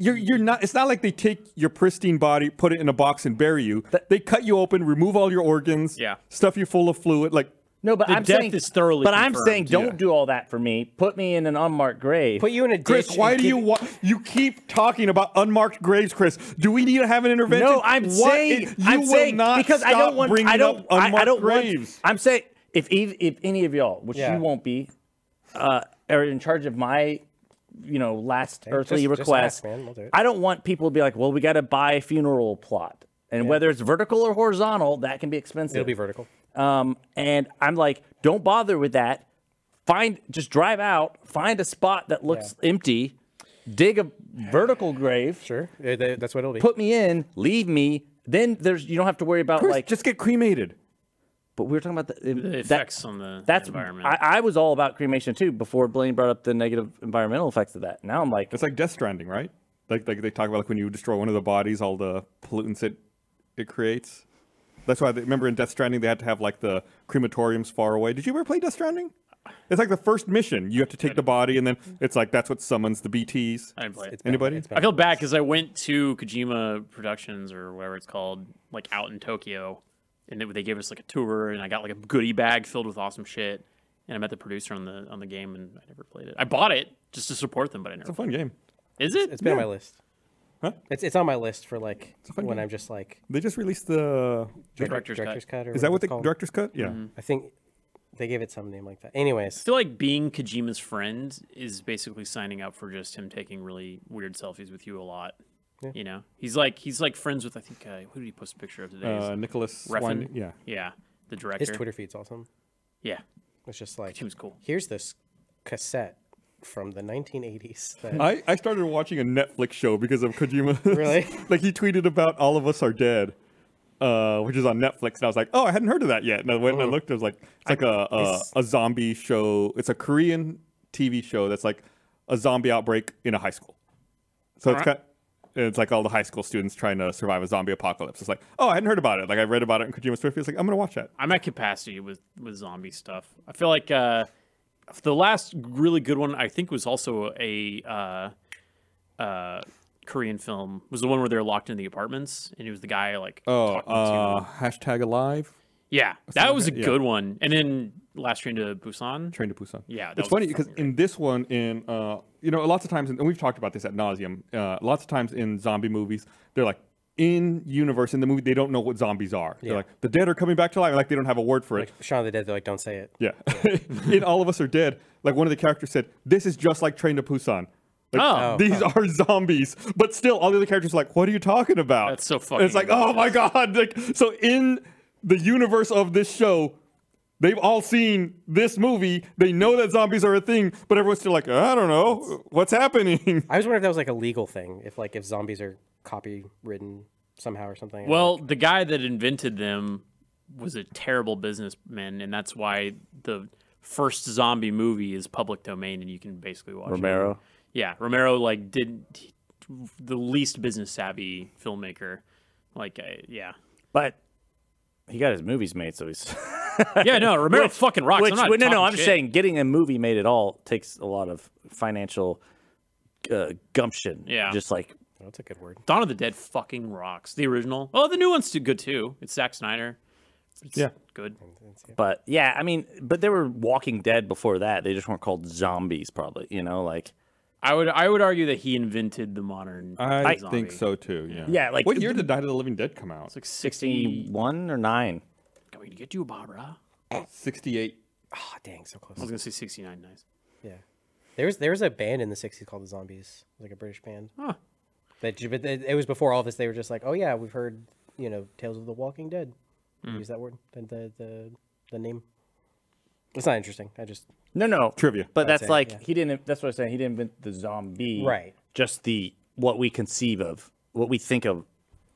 Speaker 2: You're, you're not. It's not like they take your pristine body, put it in a box, and bury you. they cut you open, remove all your organs,
Speaker 5: Yeah.
Speaker 2: stuff you full of fluid. Like
Speaker 4: no but
Speaker 5: The
Speaker 4: I'm
Speaker 5: death
Speaker 4: saying
Speaker 5: is thoroughly
Speaker 4: but I'm
Speaker 5: confirmed,
Speaker 4: saying don't
Speaker 2: yeah.
Speaker 4: do all that for me put me in an unmarked grave
Speaker 3: Put you in a ditch.
Speaker 2: Chris, why
Speaker 3: and
Speaker 2: do
Speaker 3: give-
Speaker 2: you want? You keep talking about unmarked graves, Chris. Do we need to have an intervention?
Speaker 4: no I'm
Speaker 2: What
Speaker 4: saying
Speaker 2: is- you
Speaker 4: I'm
Speaker 2: will
Speaker 4: saying
Speaker 2: not
Speaker 4: because I
Speaker 2: stop
Speaker 4: don't want
Speaker 2: bringing
Speaker 4: I don't
Speaker 2: up
Speaker 4: I,
Speaker 2: unmarked
Speaker 4: I don't
Speaker 2: graves.
Speaker 4: want I'm saying if ev- if any of y'all which
Speaker 3: Yeah.
Speaker 4: you won't be uh are in charge of my you know last earthly
Speaker 3: just- just
Speaker 4: request
Speaker 3: ask, man. We'll do it.
Speaker 4: I don't want people to be like well we got to buy a funeral plot and whether it's vertical or horizontal that can be expensive
Speaker 3: It'll be vertical.
Speaker 4: Um, and I'm like, don't bother with that. Find just drive out, find a spot that looks empty, dig a vertical grave,
Speaker 3: Sure. Uh, th- That's what it'll be.
Speaker 4: put me in, leave me. Then there's you don't have to worry about
Speaker 2: Chris,
Speaker 4: like.
Speaker 2: just get cremated.
Speaker 4: but we were talking about the,
Speaker 5: The
Speaker 4: that-
Speaker 5: effects on the
Speaker 4: that's
Speaker 5: environment.
Speaker 4: I, I was all about cremation too before Blaine brought up the negative environmental effects of that. Now I'm like,
Speaker 2: It's like Death Stranding, right? Like like they talk about like when you destroy one of the bodies, all the pollutants it it creates. That's why they, remember in Death Stranding they had to have like the crematoriums far away. Did you ever play Death Stranding? It's like the first mission. You have to take the body, and then it's like that's what summons the BTS.
Speaker 5: I didn't play it.
Speaker 2: Anybody?
Speaker 5: I feel bad because I went to Kojima Productions or whatever it's called, like out in Tokyo, and they, they gave us like a tour, and I got like a goodie bag filled with awesome shit, and I met the producer on the on the game, and I never played it. I bought it just to support them, but I never.
Speaker 2: It's a fun game.
Speaker 5: Is it?
Speaker 3: It's been on my list. Huh? It's it's on my list for like when I'm just like
Speaker 2: They just released the.
Speaker 5: director's cut.
Speaker 3: director's cut. or
Speaker 2: Is that
Speaker 3: whatever
Speaker 2: what
Speaker 3: it's
Speaker 2: the
Speaker 3: called.
Speaker 2: director's cut? Yeah.
Speaker 3: I think they gave it some name like that. Anyways,
Speaker 5: I feel like being Kojima's friend is basically signing up for just him taking really weird selfies with you a lot. You know, he's like he's like friends with I think uh, who did he post a picture of today?
Speaker 2: Uh, Nicholas.
Speaker 5: Refn?
Speaker 2: Winding- yeah.
Speaker 5: yeah, the director.
Speaker 3: his Twitter feed's awesome.
Speaker 5: Yeah,
Speaker 3: It's just like
Speaker 5: he was cool.
Speaker 3: here's this cassette from the 1980s. That,
Speaker 2: I, I started watching a Netflix show because of Kojima. [LAUGHS]
Speaker 3: Really? [LAUGHS]
Speaker 2: like he tweeted about All of Us Are Dead, uh, which is on Netflix, and I was like, oh, I hadn't heard of that yet. And I went
Speaker 5: Uh-huh.
Speaker 2: and I looked. It was like it's like a, a a zombie show. It's a Korean TV show that's like a zombie outbreak in a high school. So it's kind. It's like all the high school students trying to survive a zombie apocalypse. It's like, oh, I hadn't heard about it. Like I read about it in Kojima's Twitter. It's like I'm gonna watch that.
Speaker 5: I'm at capacity with with zombie stuff. I feel like uh, the last really good one I think was also a uh, uh, Korean film was the one where they're locked in the apartments and it was the guy like
Speaker 2: Oh,
Speaker 5: talking
Speaker 2: uh,
Speaker 5: to
Speaker 2: hashtag alive.
Speaker 5: yeah that was a
Speaker 2: yeah.
Speaker 5: good one. And then Last Train to Busan.
Speaker 2: Train to Busan.
Speaker 5: Yeah, that
Speaker 2: it's
Speaker 5: was
Speaker 2: funny because in this one, in uh, you know, lots of times, and we've talked about this at nauseum. Uh, lots of times in zombie movies, they're like in universe in the movie, they don't know what zombies are. They're like the dead are coming back to life, like they don't have a word for it.
Speaker 3: Shaun of the Dead, they're like, don't say it.
Speaker 2: yeah, [LAUGHS] in All of Us Are Dead, like one of the characters said, "This is just like Train to Busan." Like,
Speaker 5: Oh.
Speaker 2: these are zombies, but still, all the other characters are like, "What are you talking about?"
Speaker 5: That's so
Speaker 2: And it's like,
Speaker 5: fucking
Speaker 2: oh my god! Like, so in the universe of this show, they've all seen this movie. They know that zombies are a thing, but everyone's still like, I don't know what's happening.
Speaker 3: I was wondering if that was like a legal thing. If like if zombies are copywritten somehow or something.
Speaker 5: Well, the guy that invented them was a terrible businessman, and that's why the first zombie movie is public domain, and you can basically watch it.
Speaker 4: Romero.
Speaker 5: Yeah, Romero like did the least business savvy filmmaker. Like, uh, yeah,
Speaker 4: but he got his movies made, so he's.
Speaker 5: yeah, [LAUGHS] no, Romero fucking rocks.
Speaker 4: [LAUGHS] Which,
Speaker 5: I'm not
Speaker 4: well, no, no,
Speaker 5: talking
Speaker 4: I'm
Speaker 5: shit.
Speaker 4: saying getting a movie made at all takes a lot of financial uh, gumption.
Speaker 5: Yeah.
Speaker 4: Just like
Speaker 3: Oh, that's a good word.
Speaker 5: Dawn of the Dead fucking rocks. The original. Oh, the new one's too good too. It's Zack Snyder. It's
Speaker 2: Yeah.
Speaker 5: good.
Speaker 4: But yeah, I mean, but they were Walking Dead before that. They just weren't called zombies, probably. You know, like
Speaker 5: I would I would argue that he invented the modern. zombie.
Speaker 2: so too. Yeah.
Speaker 4: Yeah, like-
Speaker 2: what year did Night of the Living Dead come out?
Speaker 5: It's like sixty.
Speaker 4: one or nine.
Speaker 5: Coming to get you, Barbara.
Speaker 2: Sixty-eight.
Speaker 3: Ah, dang, so
Speaker 5: I was
Speaker 3: close.
Speaker 5: gonna say sixty nine. Nice.
Speaker 3: Yeah. There was there was a band in the '60s called the Zombies, like a British band.
Speaker 5: Huh.
Speaker 3: That ju- but it it was before all this. They were just like, oh yeah, we've heard you know Tales of the Walking Dead. Use that word. The, the the the name. It's not interesting. I just
Speaker 4: No, no
Speaker 2: Trivia.
Speaker 4: But that's,
Speaker 3: it,
Speaker 4: like
Speaker 3: yeah.
Speaker 4: he didn't. That's what I was saying. He didn't invent the zombie,
Speaker 3: Right.
Speaker 4: Just the what we conceive of, what we think of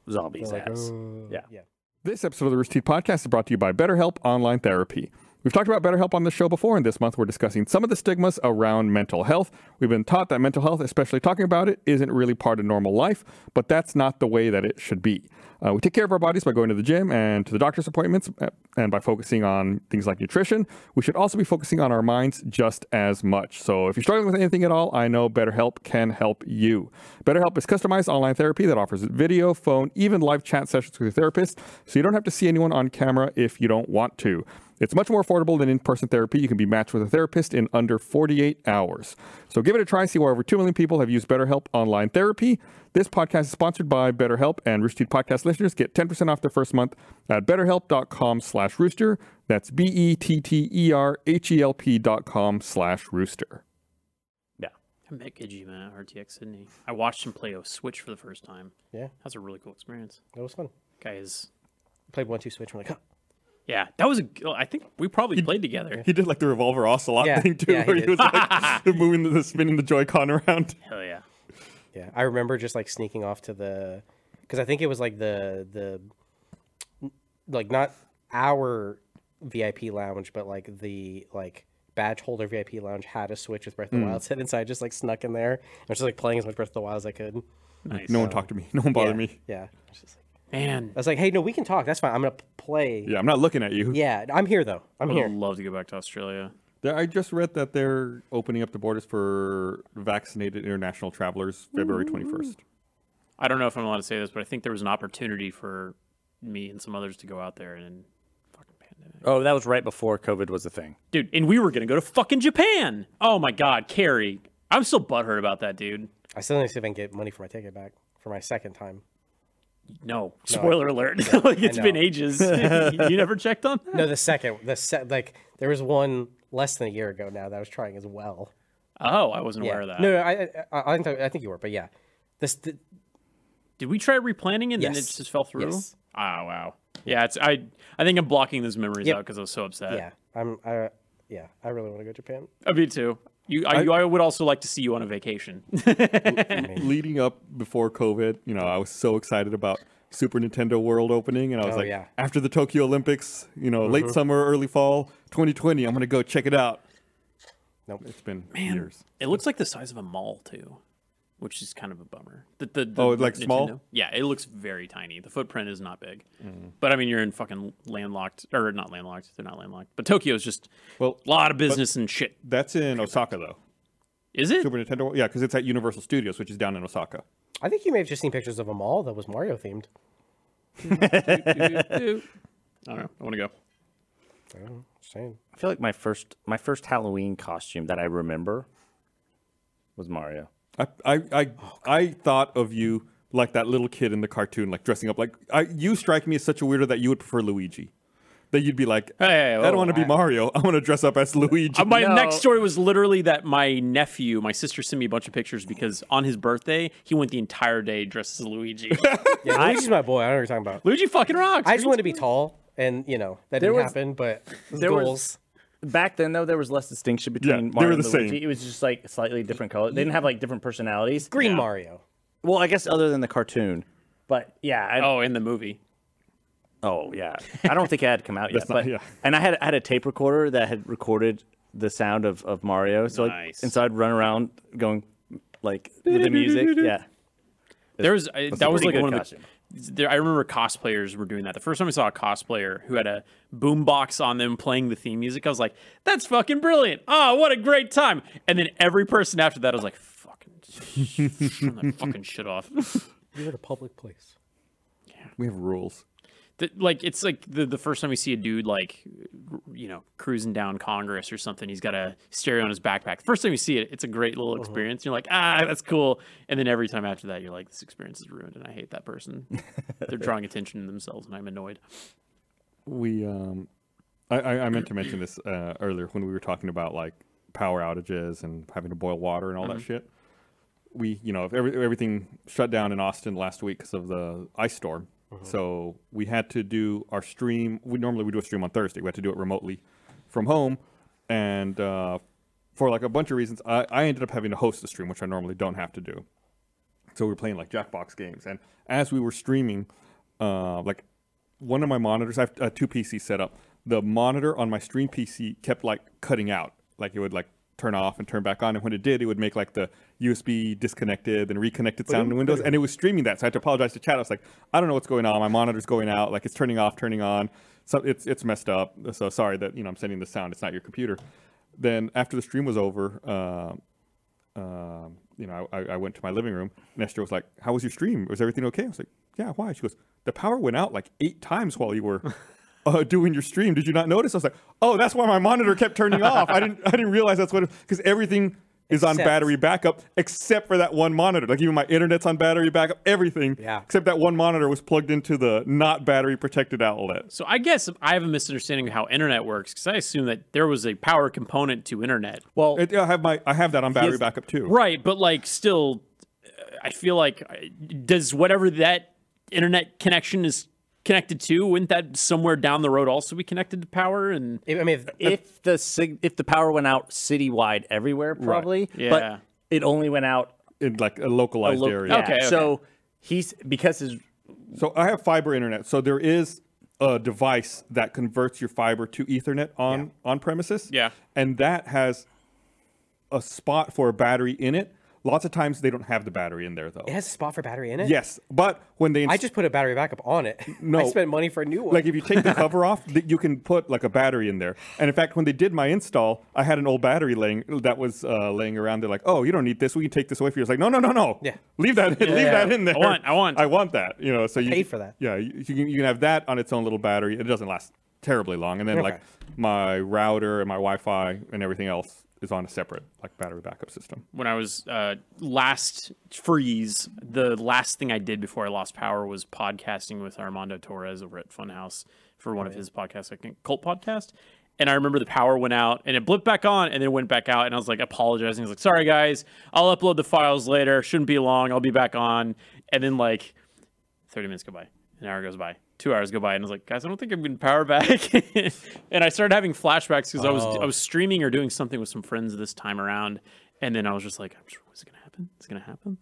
Speaker 4: zombies as. yeah.
Speaker 3: "Oh." yeah.
Speaker 2: This episode of the Rooster Teeth Podcast is brought to you by BetterHelp Online Therapy. We've talked about BetterHelp on the show before, and this month we're discussing some of the stigmas around mental health. We've been taught that mental health, especially talking about it, isn't really part of normal life, but that's not the way that it should be. Uh, we take care of our bodies by going to the gym and to the doctor's appointments uh, and by focusing on things like nutrition. We should also be focusing on our minds just as much. So if you're struggling with anything at all, I know BetterHelp can help you. BetterHelp is customized online therapy that offers video, phone, even live chat sessions with your therapist, so you don't have to see anyone on camera if you don't want to. It's much more affordable than in person therapy. You can be matched with a therapist in under 48 hours. So give it a try. See why over 2 million people have used BetterHelp online therapy. This podcast is sponsored by BetterHelp, and Rooster Teeth podcast listeners get 10% off their first month at betterhelp.com slash rooster. That's B E T T E R H E L P dot com slash rooster.
Speaker 4: Yeah.
Speaker 5: I met Kojima at RTX Sydney. I watched him play a Switch for the first time.
Speaker 3: Yeah.
Speaker 5: That was a really cool experience.
Speaker 3: That was fun.
Speaker 5: Guy is,
Speaker 3: Played one two switch. and We're like, huh.
Speaker 5: yeah, that was a. g- I think we probably played together.
Speaker 2: He did like the revolver ocelot
Speaker 3: Yeah,
Speaker 2: thing too,
Speaker 3: yeah, he
Speaker 2: where he
Speaker 3: [LAUGHS] did.
Speaker 2: was like moving the, spinning the Joy-Con around.
Speaker 5: Hell yeah.
Speaker 3: Yeah, I remember just like sneaking off to the, because I think it was like the the, like not our VIP lounge, but like the like badge holder VIP lounge had a switch with Breath of the Wild set inside. Just like snuck in there. I was just like playing as much Breath of the Wild as I could.
Speaker 5: Nice.
Speaker 2: No one talked to me. No one bothered
Speaker 3: yeah.
Speaker 2: me.
Speaker 3: Yeah. I was, just like,
Speaker 5: Man,
Speaker 3: I was like, hey, no, we can talk. That's fine. I'm gonna p- play.
Speaker 2: Yeah, I'm not looking at you.
Speaker 3: Yeah, I'm here though. I'm
Speaker 5: I would
Speaker 3: here.
Speaker 5: love to go back to Australia.
Speaker 2: There- I just read that they're opening up the borders for vaccinated international travelers February
Speaker 3: Mm-hmm.
Speaker 2: 21st.
Speaker 5: I don't know if I'm allowed to say this, but I think there was an opportunity for me and some others to go out there and fucking pandemic.
Speaker 4: Oh, that was right before COVID was a thing.
Speaker 5: Dude, and we were gonna go to fucking Japan. Oh my god, Carrie. I'm still butthurt about that, dude.
Speaker 3: I still need to see if I can get money for my ticket back for my second time.
Speaker 5: No. Spoiler alert. [LAUGHS] like it's been
Speaker 3: know. [LAUGHS]
Speaker 5: ages. you never checked on that?
Speaker 3: No, the second, the se- like there was one less than a year ago now that I was trying as well.
Speaker 5: Oh, I wasn't
Speaker 3: Yeah.
Speaker 5: aware of that.
Speaker 3: No, no, I, I, I think I think you were, but yeah, this the,
Speaker 5: Did we try replanning and then it
Speaker 3: Yes.
Speaker 5: just fell through?
Speaker 3: Yes.
Speaker 5: Ah, wow. Yeah, it's I I think I'm blocking those memories out because I was so upset.
Speaker 3: yeah, I'm, I, yeah, I really want to go to Japan.
Speaker 5: Uh, me too. You I, you, I would also like to see you on a vacation. [LAUGHS]
Speaker 2: Leading up before COVID, you know, I was so excited about Super Nintendo World opening, and I was
Speaker 3: Oh,
Speaker 2: like,
Speaker 3: yeah.
Speaker 2: after the Tokyo Olympics, you know, late summer, early fall 2020, I'm gonna go check it out.
Speaker 3: Nope.
Speaker 2: It's been years.
Speaker 5: it looks like the size of a mall too, which is kind of a bummer. The, the, the
Speaker 2: Oh, like small? Mm.
Speaker 5: Nintendo- Yeah, it looks very tiny. The footprint is not big. But I mean, you're in fucking landlocked or not landlocked. They're not landlocked. But Tokyo's just
Speaker 2: Well,
Speaker 5: a lot of business and shit.
Speaker 2: that's in Osaka though.
Speaker 5: Is it?
Speaker 2: Super Nintendo, World- yeah, because it's at Universal Studios, which is down in Osaka.
Speaker 3: I think you may have just seen pictures of a mall that was Mario themed.
Speaker 5: I don't know. I want to go.
Speaker 3: Same.
Speaker 4: I feel like my first my first Halloween costume that I remember was Mario.
Speaker 2: I I I, I thought of you like that little kid in the cartoon, like dressing up like I, you strike me as such a weirdo that you would prefer Luigi. That you'd be like,
Speaker 5: Hey,
Speaker 2: I don't
Speaker 5: oh,
Speaker 2: want to be Mario. I want to dress up as Luigi.
Speaker 5: Uh, my
Speaker 4: No.
Speaker 5: next story was literally that my nephew, my sister sent me a bunch of pictures because on his birthday, he went the entire day dressed as Luigi.
Speaker 2: [LAUGHS]
Speaker 3: Yeah, Luigi's my boy. I don't know what you're talking about.
Speaker 5: Luigi fucking rocks.
Speaker 3: I just wanted to be tall, and you know that didn't
Speaker 4: was-
Speaker 3: happen, but
Speaker 4: there was-
Speaker 3: goals.
Speaker 4: Back then, though, there was less distinction between
Speaker 2: Yeah, they
Speaker 4: Mario
Speaker 2: were
Speaker 4: and
Speaker 2: the
Speaker 4: Luigi.
Speaker 2: same.
Speaker 4: It was just like slightly different color. They didn't have like different personalities.
Speaker 3: Green Mario.
Speaker 4: Well, I guess other than the cartoon, but yeah, I,
Speaker 5: Oh, in the movie.
Speaker 4: Oh yeah, [LAUGHS] I don't think it had come out yet.
Speaker 2: not-
Speaker 4: but
Speaker 2: yeah.
Speaker 4: and I had I had a tape recorder that had recorded the sound of, of Mario. So
Speaker 5: Nice.
Speaker 4: like, and so I'd run around going like with the [LAUGHS] music. Yeah,
Speaker 5: There was I, that
Speaker 4: a
Speaker 5: was like
Speaker 4: pretty
Speaker 5: one
Speaker 4: good
Speaker 5: of the. There, I remember cosplayers were doing that. The first time I saw a cosplayer who had a boombox on them playing the theme music, I was like, "That's fucking brilliant! Oh, what a great time!" And then every person after that, I was like, "Fucking [LAUGHS] turn that fucking shit off."
Speaker 3: You're at a public place.
Speaker 2: we have rules.
Speaker 5: the, like it's like the, the first time we see a dude like you know cruising down congress or something he's got a stereo on his backpack the first time you see it it's a great little experience you're like ah that's cool and then every time after that you're like this experience is ruined and i hate that person they're drawing attention to themselves and i'm annoyed
Speaker 2: We um, I, I, I meant to mention this uh, earlier when we were talking about like power outages and having to boil water and all that shit. We, you know, if every, everything shut down in Austin last week because of the ice storm. So we had to do our stream. We normally we do a stream on Thursday. We had to do it remotely from home, and uh, for like a bunch of reasons, I, I ended up having to host the stream, which I normally don't have to do. so we were playing like Jackbox games, and as we were streaming, uh, like one of my monitors, I have uh, two PCs set up. The monitor on my stream PC kept like cutting out, like it would like turn off and turn back on, and when it did, it would make like the USB disconnected and reconnected sound in Windows, and it was streaming that. So I had to apologize to chat. I was like, I don't know what's going on. My monitor's going out, like it's turning off, turning on. So it's it's messed up. So sorry that you know I'm sending the sound. It's not your computer. Then after the stream was over. Uh, um, you know, I, I went to my living room. and Esther was like, "How was your stream? Was everything okay?" I was like, "Yeah." Why? She goes, "The power went out like eight times while you were uh, doing your stream. Did you not notice?" I was like, "Oh, that's why my monitor kept turning off. I didn't. I didn't realize that's what because everything." Is on
Speaker 3: Except-
Speaker 2: battery backup, except for that one monitor. Like even my internet's on battery backup, everything.
Speaker 3: Yeah.
Speaker 2: Except that one monitor was plugged into the not battery protected outlet.
Speaker 5: so i guess i have a misunderstanding of how internet works because i assume that there was a power component to internet
Speaker 4: well,
Speaker 2: It, I have my I have that on battery backup too.
Speaker 5: right but like still uh, i feel like uh, does whatever that internet connection is connected to wouldn't that somewhere down the road also be connected to power and
Speaker 3: I mean, if,
Speaker 4: if the sig- if the power went out citywide everywhere, probably.
Speaker 5: Yeah.
Speaker 4: But it only went out
Speaker 2: in like a localized
Speaker 4: Look-
Speaker 2: area.
Speaker 4: yeah,
Speaker 5: Okay, okay.
Speaker 4: So he's because his
Speaker 2: So I have fiber internet. So there is a device that converts your fiber to Ethernet on on premises.
Speaker 5: Yeah.
Speaker 2: And that has a spot for a battery in it. Lots of times they don't have the battery in there though.
Speaker 3: It has a spot for battery in it.
Speaker 2: Yes, but when they
Speaker 3: I just put a battery backup on it.
Speaker 2: No.
Speaker 3: I spent money for a new one.
Speaker 2: like if you take the cover off, th- you can put like a battery in there. And in fact, when they did my install, I had an old battery laying that was uh, laying around. They're like, "Oh, you don't need this. We can take this away for you." It's like, "No, no, no, no.
Speaker 3: Yeah.
Speaker 2: leave that. In, leave that in there.
Speaker 5: I want- I want.
Speaker 2: I want that. You know, so you
Speaker 3: paid for that.
Speaker 2: Yeah, you, you can you can have that on its own little battery. It doesn't last terribly long. And then like my router and my Wi-Fi and everything else is on a separate like battery backup system.
Speaker 5: when I was uh, last freeze, the last thing I did before I lost power was podcasting with Armando Torres over at Funhouse for one of his podcasts, I think Cult Podcast. And I remember the power went out and it blipped back on and then went back out. And I was like apologizing. I was like, sorry guys, I'll upload the files later. Shouldn't be long. I'll be back on. And then like 30 minutes go by. An hour goes by. Two hours go by. And I was like, guys, I don't think I'm getting power back. [LAUGHS] and I started having flashbacks because I was I was streaming or doing something with some friends this time around. And then I was just like, I'm sure what's gonna happen? It's gonna happen.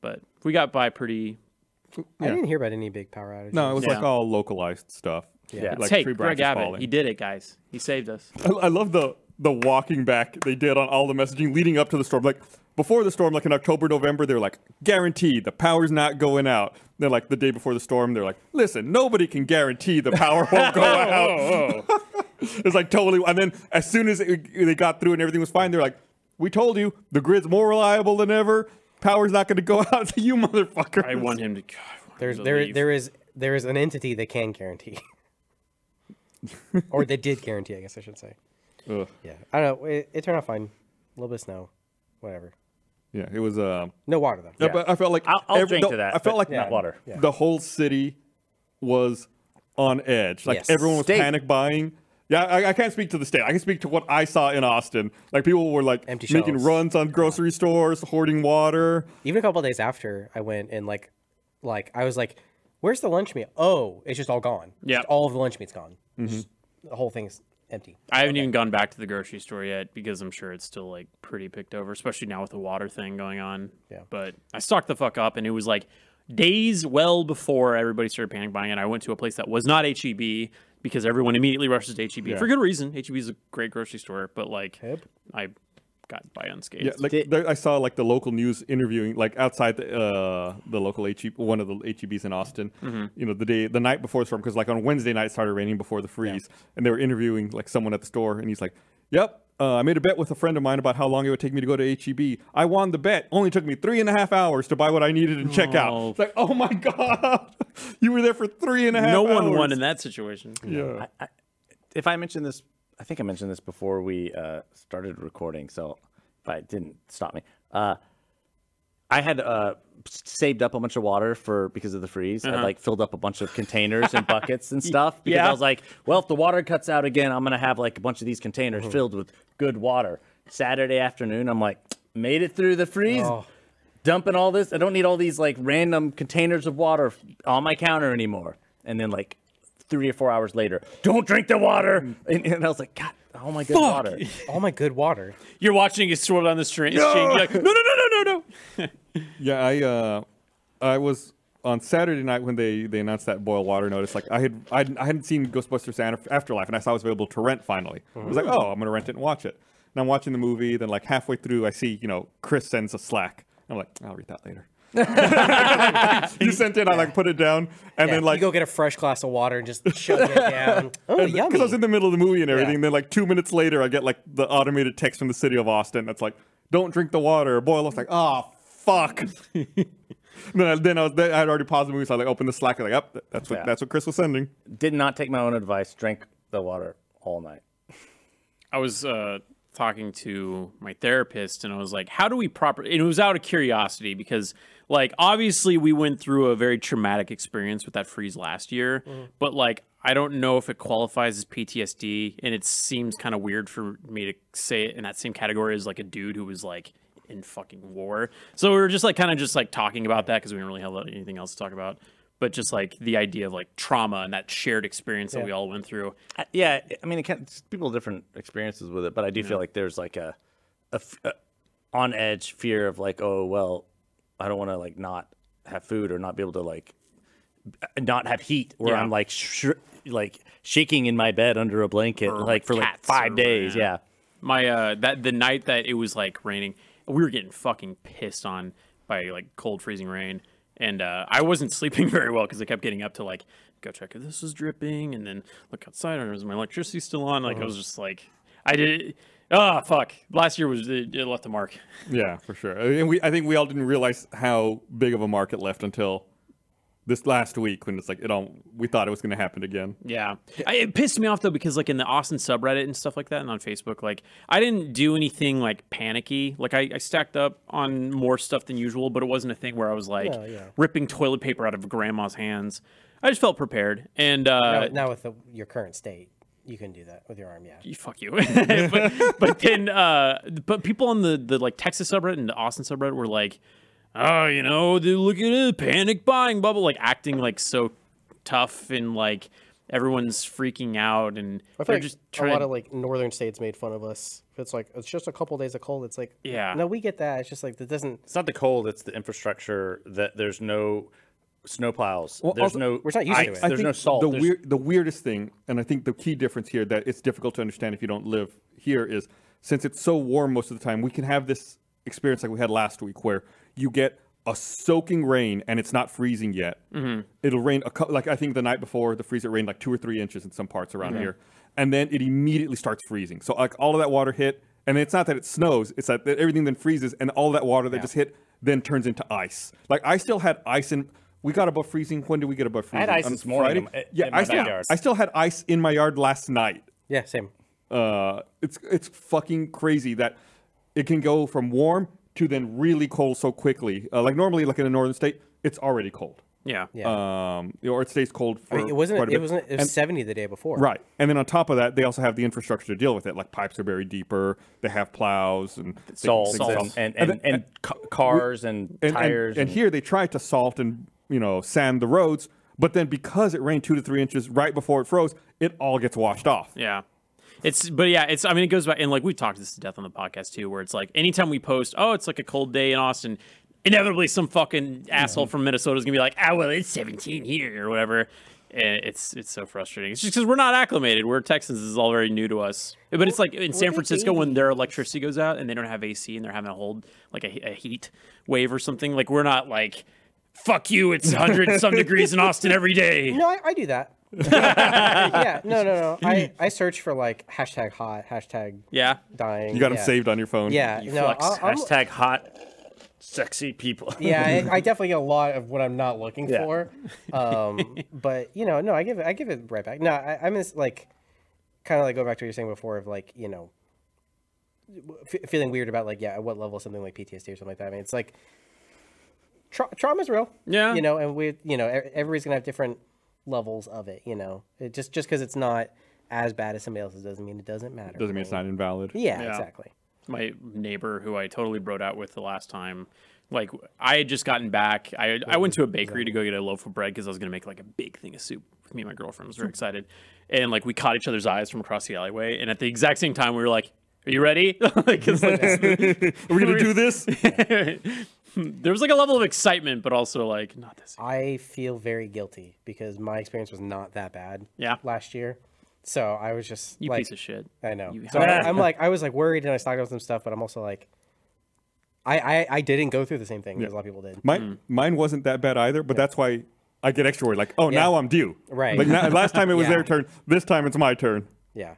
Speaker 5: But we got by pretty
Speaker 3: I didn't hear about any big power outages.
Speaker 2: No, it was like
Speaker 5: Yeah.
Speaker 2: all localized stuff. Yeah, like
Speaker 5: hey,
Speaker 2: tree
Speaker 5: Greg
Speaker 2: branches
Speaker 5: Abbott,
Speaker 2: falling.
Speaker 5: he did it, guys. He saved us.
Speaker 2: I, I love the the walking back they did on all the messaging leading up to the storm. Like before the storm, like in October, November, they're like, guaranteed the power's not going out. Then like the day before the storm, they're like, listen, nobody can guarantee the power won't go out. it's like totally. And then as soon as it, they got through and everything was fine, they're like, we told you the grid's more reliable than ever. Power's not going to go [LAUGHS] out to you, motherfucker.
Speaker 5: I want him to God, I want
Speaker 3: There's
Speaker 5: him to
Speaker 3: there
Speaker 5: leave.
Speaker 3: there is there is an entity that can
Speaker 2: [LAUGHS]
Speaker 3: guarantee, or that did guarantee. I guess I should say.
Speaker 2: Ugh.
Speaker 3: Yeah, I don't know. It, it turned out fine. A little bit of snow, whatever.
Speaker 2: Yeah, it was. Uh,
Speaker 3: No water though.
Speaker 2: Yeah. But I felt like
Speaker 4: I'll- I'll
Speaker 2: every-
Speaker 4: drink
Speaker 2: the-
Speaker 4: to that,
Speaker 2: I felt
Speaker 4: but
Speaker 2: like
Speaker 4: not water. Yeah.
Speaker 2: The whole city was on edge. Like
Speaker 3: Yes.
Speaker 2: everyone was
Speaker 4: State.
Speaker 2: panic buying. Yeah, I, I can't speak to the state. I can speak to what I saw in Austin. Like people were like
Speaker 3: Empty
Speaker 2: making
Speaker 3: shelves.
Speaker 2: runs on grocery stores, hoarding water.
Speaker 3: Even a couple of days after I went and like, like I was like, "Where's the lunch meat? Oh, it's just all gone.
Speaker 5: Yeah.
Speaker 3: Just all of the lunch meat's gone.
Speaker 2: Mm-hmm.
Speaker 3: Just- the whole thing's empty.
Speaker 5: I haven't even gone back to the grocery store yet because I'm sure it's still like pretty picked over, especially now with the water thing going on.
Speaker 3: Yeah.
Speaker 5: But I stocked the fuck up and it was like days well before everybody started panic buying and I went to a place that was not HEB because everyone immediately rushes to HEB for good reason. HEB is a great grocery store, but like I got by unscathed.
Speaker 2: Yeah, like
Speaker 4: Did-
Speaker 2: there, I saw like the local news interviewing like outside the uh, the local HEB, one of the HEBs in Austin.
Speaker 5: Mm-hmm.
Speaker 2: You know, the day the night before the storm because like on Wednesday night it started raining before the freeze, and they were interviewing like someone at the store, and he's like, "Yep." Uh, I made a bet with a friend of mine about how long it would take me to go to HEB. I won the bet. Only took me three and a half hours to buy what I needed and check out.
Speaker 5: Oh.
Speaker 2: It's like, oh my [LAUGHS] god, you were there for three and a half.
Speaker 5: no one
Speaker 2: hours.
Speaker 5: won in that situation.
Speaker 2: Yeah.
Speaker 4: if I mentioned this, I think I mentioned this before we uh, started recording. So if I didn't, stop me. Uh, I had uh, s- saved up a bunch of water for because of the freeze. I like filled up a bunch of containers and buckets and stuff because I
Speaker 5: Yeah.
Speaker 4: was like, well, if the water cuts out again, I'm gonna have like a bunch of these containers filled with good water. Saturday afternoon, I'm like, made it through the freeze. Dumping all this, I don't need all these like random containers of water on my counter anymore. And then like three or four hours later, don't drink the water. And, and I was like, God, oh my good water.
Speaker 3: All my good water.
Speaker 5: You're watching it swirl down the stream. No! You're like, no, no, no, no, no, no.
Speaker 2: [LAUGHS] Yeah, I uh, I was on Saturday night when they, they announced that boil water notice. Like I had I'd, I hadn't seen Ghostbusters Af- Afterlife, and I saw it was available to rent finally. I was like, oh, I'm gonna rent it and watch it. And I'm watching the movie. Then like halfway through, I see you know Chris sends a Slack. I'm like, I'll read that later. [LAUGHS] you sent it. I like put it down, [LAUGHS] and
Speaker 3: Yeah,
Speaker 2: then like
Speaker 3: you go get a fresh glass of water and just shove
Speaker 2: [LAUGHS]
Speaker 3: it down. Oh, yummy.
Speaker 2: because I was in the middle of the movie and everything.
Speaker 3: Yeah.
Speaker 2: Then like two minutes later, I get like the automated text from the city of Austin that's like, "Don't drink the water, boil." I was like, "Ah, fuck." [LAUGHS] then I, then I was then I had already paused the movie, so I like opened the Slack. Like, up, that's what
Speaker 4: Yeah.
Speaker 2: that's what Chris was sending.
Speaker 4: Did not take my own advice, drank the water all night.
Speaker 5: I was uh, talking to my therapist, and I was like, "How do we proper?" And it was out of curiosity because, like, obviously we went through a very traumatic experience with that freeze last year, but like, I don't know if it qualifies as PTSD, and it seems kind of weird for me to say it in that same category as like a dude who was like in fucking war. So we were just like kind of just like talking about that because we didn't really have anything else to talk about. But just like the idea of like trauma and that shared experience that we all went through.
Speaker 4: I- yeah, I mean, it can, people have different experiences with it, but I do feel like there's like a, a f- a- on edge fear of like, oh well, I don't want to like not have food or not be able to like b- not have heat, where
Speaker 5: Yeah.
Speaker 4: I'm like sh- like shaking in my bed under a blanket, like for like
Speaker 5: cats
Speaker 4: five
Speaker 5: or-
Speaker 4: days.
Speaker 5: yeah.
Speaker 4: Yeah.
Speaker 5: My uh that the night that it was like raining, we were getting fucking pissed on by like cold freezing rain. And uh, I wasn't [LAUGHS] sleeping very well because I kept getting up to like go check if this is dripping, and then look outside and is my electricity still on? Like I was just like, I did. Ah, fuck! Last year was it, it left a mark.
Speaker 2: Yeah, for sure. And we, I think we all didn't realize how big of a market left until this last week when it's like it all. We thought it was going to happen again.
Speaker 5: Yeah, I, it pissed me off though because like in the Austin subreddit and stuff like that, and on Facebook, like I didn't do anything like panicky. Like I, I stacked up on more stuff than usual, but it wasn't a thing where I was like
Speaker 3: Yeah, yeah.
Speaker 5: ripping toilet paper out of grandma's hands. I just felt prepared, and
Speaker 3: now,
Speaker 5: uh,
Speaker 3: now with the, your current state, you can do that with your arm. Yeah.
Speaker 5: you- fuck you. [LAUGHS] but, but then, uh, but people on the the like Texas subreddit and the Austin subreddit were like, oh, you know, they look at it, panic buying bubble, like acting like so tough and like everyone's freaking out and
Speaker 3: I feel
Speaker 5: they're
Speaker 3: like
Speaker 5: just
Speaker 3: a
Speaker 5: trying.
Speaker 3: lot of like northern states made fun of us. It's like it's just a couple days of cold. It's like
Speaker 5: Yeah.
Speaker 3: no, we get that. It's just like that doesn't.
Speaker 4: It's not the cold; it's the infrastructure that there's no snow piles. there's
Speaker 2: also-
Speaker 4: no
Speaker 3: We're not used to
Speaker 4: ice,
Speaker 3: it.
Speaker 2: I
Speaker 4: There's
Speaker 2: think
Speaker 4: no salt.
Speaker 2: The,
Speaker 4: there's-
Speaker 2: weir- the weirdest thing, and I think the key difference here that it's difficult to understand if you don't live here is since it's so warm most of the time, we can have this experience like we had last week where you get a soaking rain and it's not freezing yet. It'll rain a cou- like I think the night before the freeze it rained like two or three inches in some parts around here, and then it immediately starts freezing. So like all of that water hit, and it's not that it snows; it's that everything then freezes, and all that water that just hit then turns into ice. Like I still had ice in. We got above freezing. When did we get above freezing?
Speaker 4: I had ice
Speaker 2: on
Speaker 4: this morning
Speaker 2: Friday.
Speaker 4: in-
Speaker 2: yeah,
Speaker 4: in my
Speaker 2: I still,
Speaker 4: backyard.
Speaker 2: I still had ice in my yard last night.
Speaker 3: Yeah, same.
Speaker 2: Uh, it's it's fucking crazy that it can go from warm to then really cold so quickly. Uh, like normally, like in a northern state, it's already cold.
Speaker 5: yeah,
Speaker 3: Yeah.
Speaker 2: Um, or it stays cold for
Speaker 3: I mean, it wasn't.
Speaker 2: quite a
Speaker 3: It
Speaker 2: bit.
Speaker 3: wasn't. It was
Speaker 2: And-
Speaker 3: seventy the day before.
Speaker 2: Right. And then on top of that, they also have the infrastructure to deal with it. Like pipes are buried deeper. They have plows and they can
Speaker 4: salt
Speaker 2: fix
Speaker 5: salt.
Speaker 2: this.
Speaker 4: and and, and, and, ca- cars and,
Speaker 2: and, and-
Speaker 4: tires
Speaker 2: And, here they tried to salt and you know sand the roads, but then because it rained two to three inches right before it froze, it all gets washed off.
Speaker 5: Yeah. It's but yeah, it's I mean it goes back and like we've talked this to death on the podcast too, where it's like anytime we post, oh, it's like a cold day in Austin, inevitably some fucking asshole from Minnesota is gonna be like, ah, well, it's 17 here or whatever. And it's it's so frustrating. It's just because we're not acclimated. We're Texans. This is all very new to us. But it's like in San
Speaker 3: the
Speaker 5: Francisco when their electricity goes out and they don't have AC and they're having a whole like a, a heat wave or something. Like we're not like, fuck you. It's
Speaker 3: [LAUGHS]
Speaker 5: 100 some degrees in Austin every day.
Speaker 3: No, I, I do that. [LAUGHS] yeah. No, no, no. I I search for like hashtag hot hashtag
Speaker 5: Yeah.
Speaker 3: dying.
Speaker 2: You got
Speaker 3: yeah.
Speaker 2: them saved on your phone.
Speaker 3: Yeah. No.
Speaker 4: flex.
Speaker 3: I, I'm,
Speaker 4: hashtag hot, sexy people. [LAUGHS]
Speaker 3: yeah, I, I definitely get a lot of what I'm not looking
Speaker 4: Yeah.
Speaker 3: for. Um, but you know, no, I give it, I give it right back. No, I, I'm just like, kind of like going back to what you were saying before of like, you know, f- feeling weird about like, yeah, at what level something like PTSD or something like that. I mean, it's like tra- trauma's real.
Speaker 5: Yeah.
Speaker 3: You know, and we, you know, e- everybody's gonna have different levels of it. You know, it just just because it's not as bad as somebody else's doesn't mean it doesn't matter.
Speaker 2: Doesn't mean it's not invalid.
Speaker 3: Yeah, exactly.
Speaker 5: my neighbor who I totally broed out with the last time. Like I had just gotten back. I I went to a bakery to go get a loaf of bread because I was gonna make like a big thing of soup with me and my girlfriend. I was very excited, and like we caught each other's eyes from across the alleyway, and at the exact same time we were like, "Are you ready?" [LAUGHS] like, it's like [LAUGHS]
Speaker 2: We're gonna do this.
Speaker 5: there was like a level of excitement, but also like not this.
Speaker 3: I feel very guilty because my experience was not that bad.
Speaker 5: Yeah.
Speaker 3: Last year, so I was just
Speaker 5: You
Speaker 3: like,
Speaker 5: piece of shit.
Speaker 3: I know.
Speaker 5: You-
Speaker 3: So I, am like, I was like worried, and I stocked up some stuff, but I'm also like, I I, I didn't go through the same thing as a lot of people did.
Speaker 2: Mine, mine wasn't that bad either, but that's why I get extra worried. Like, oh, now I'm due.
Speaker 3: Right.
Speaker 2: Like now, last time it was
Speaker 3: [LAUGHS] Yeah.
Speaker 2: their turn. This time it's my turn.
Speaker 3: Yeah.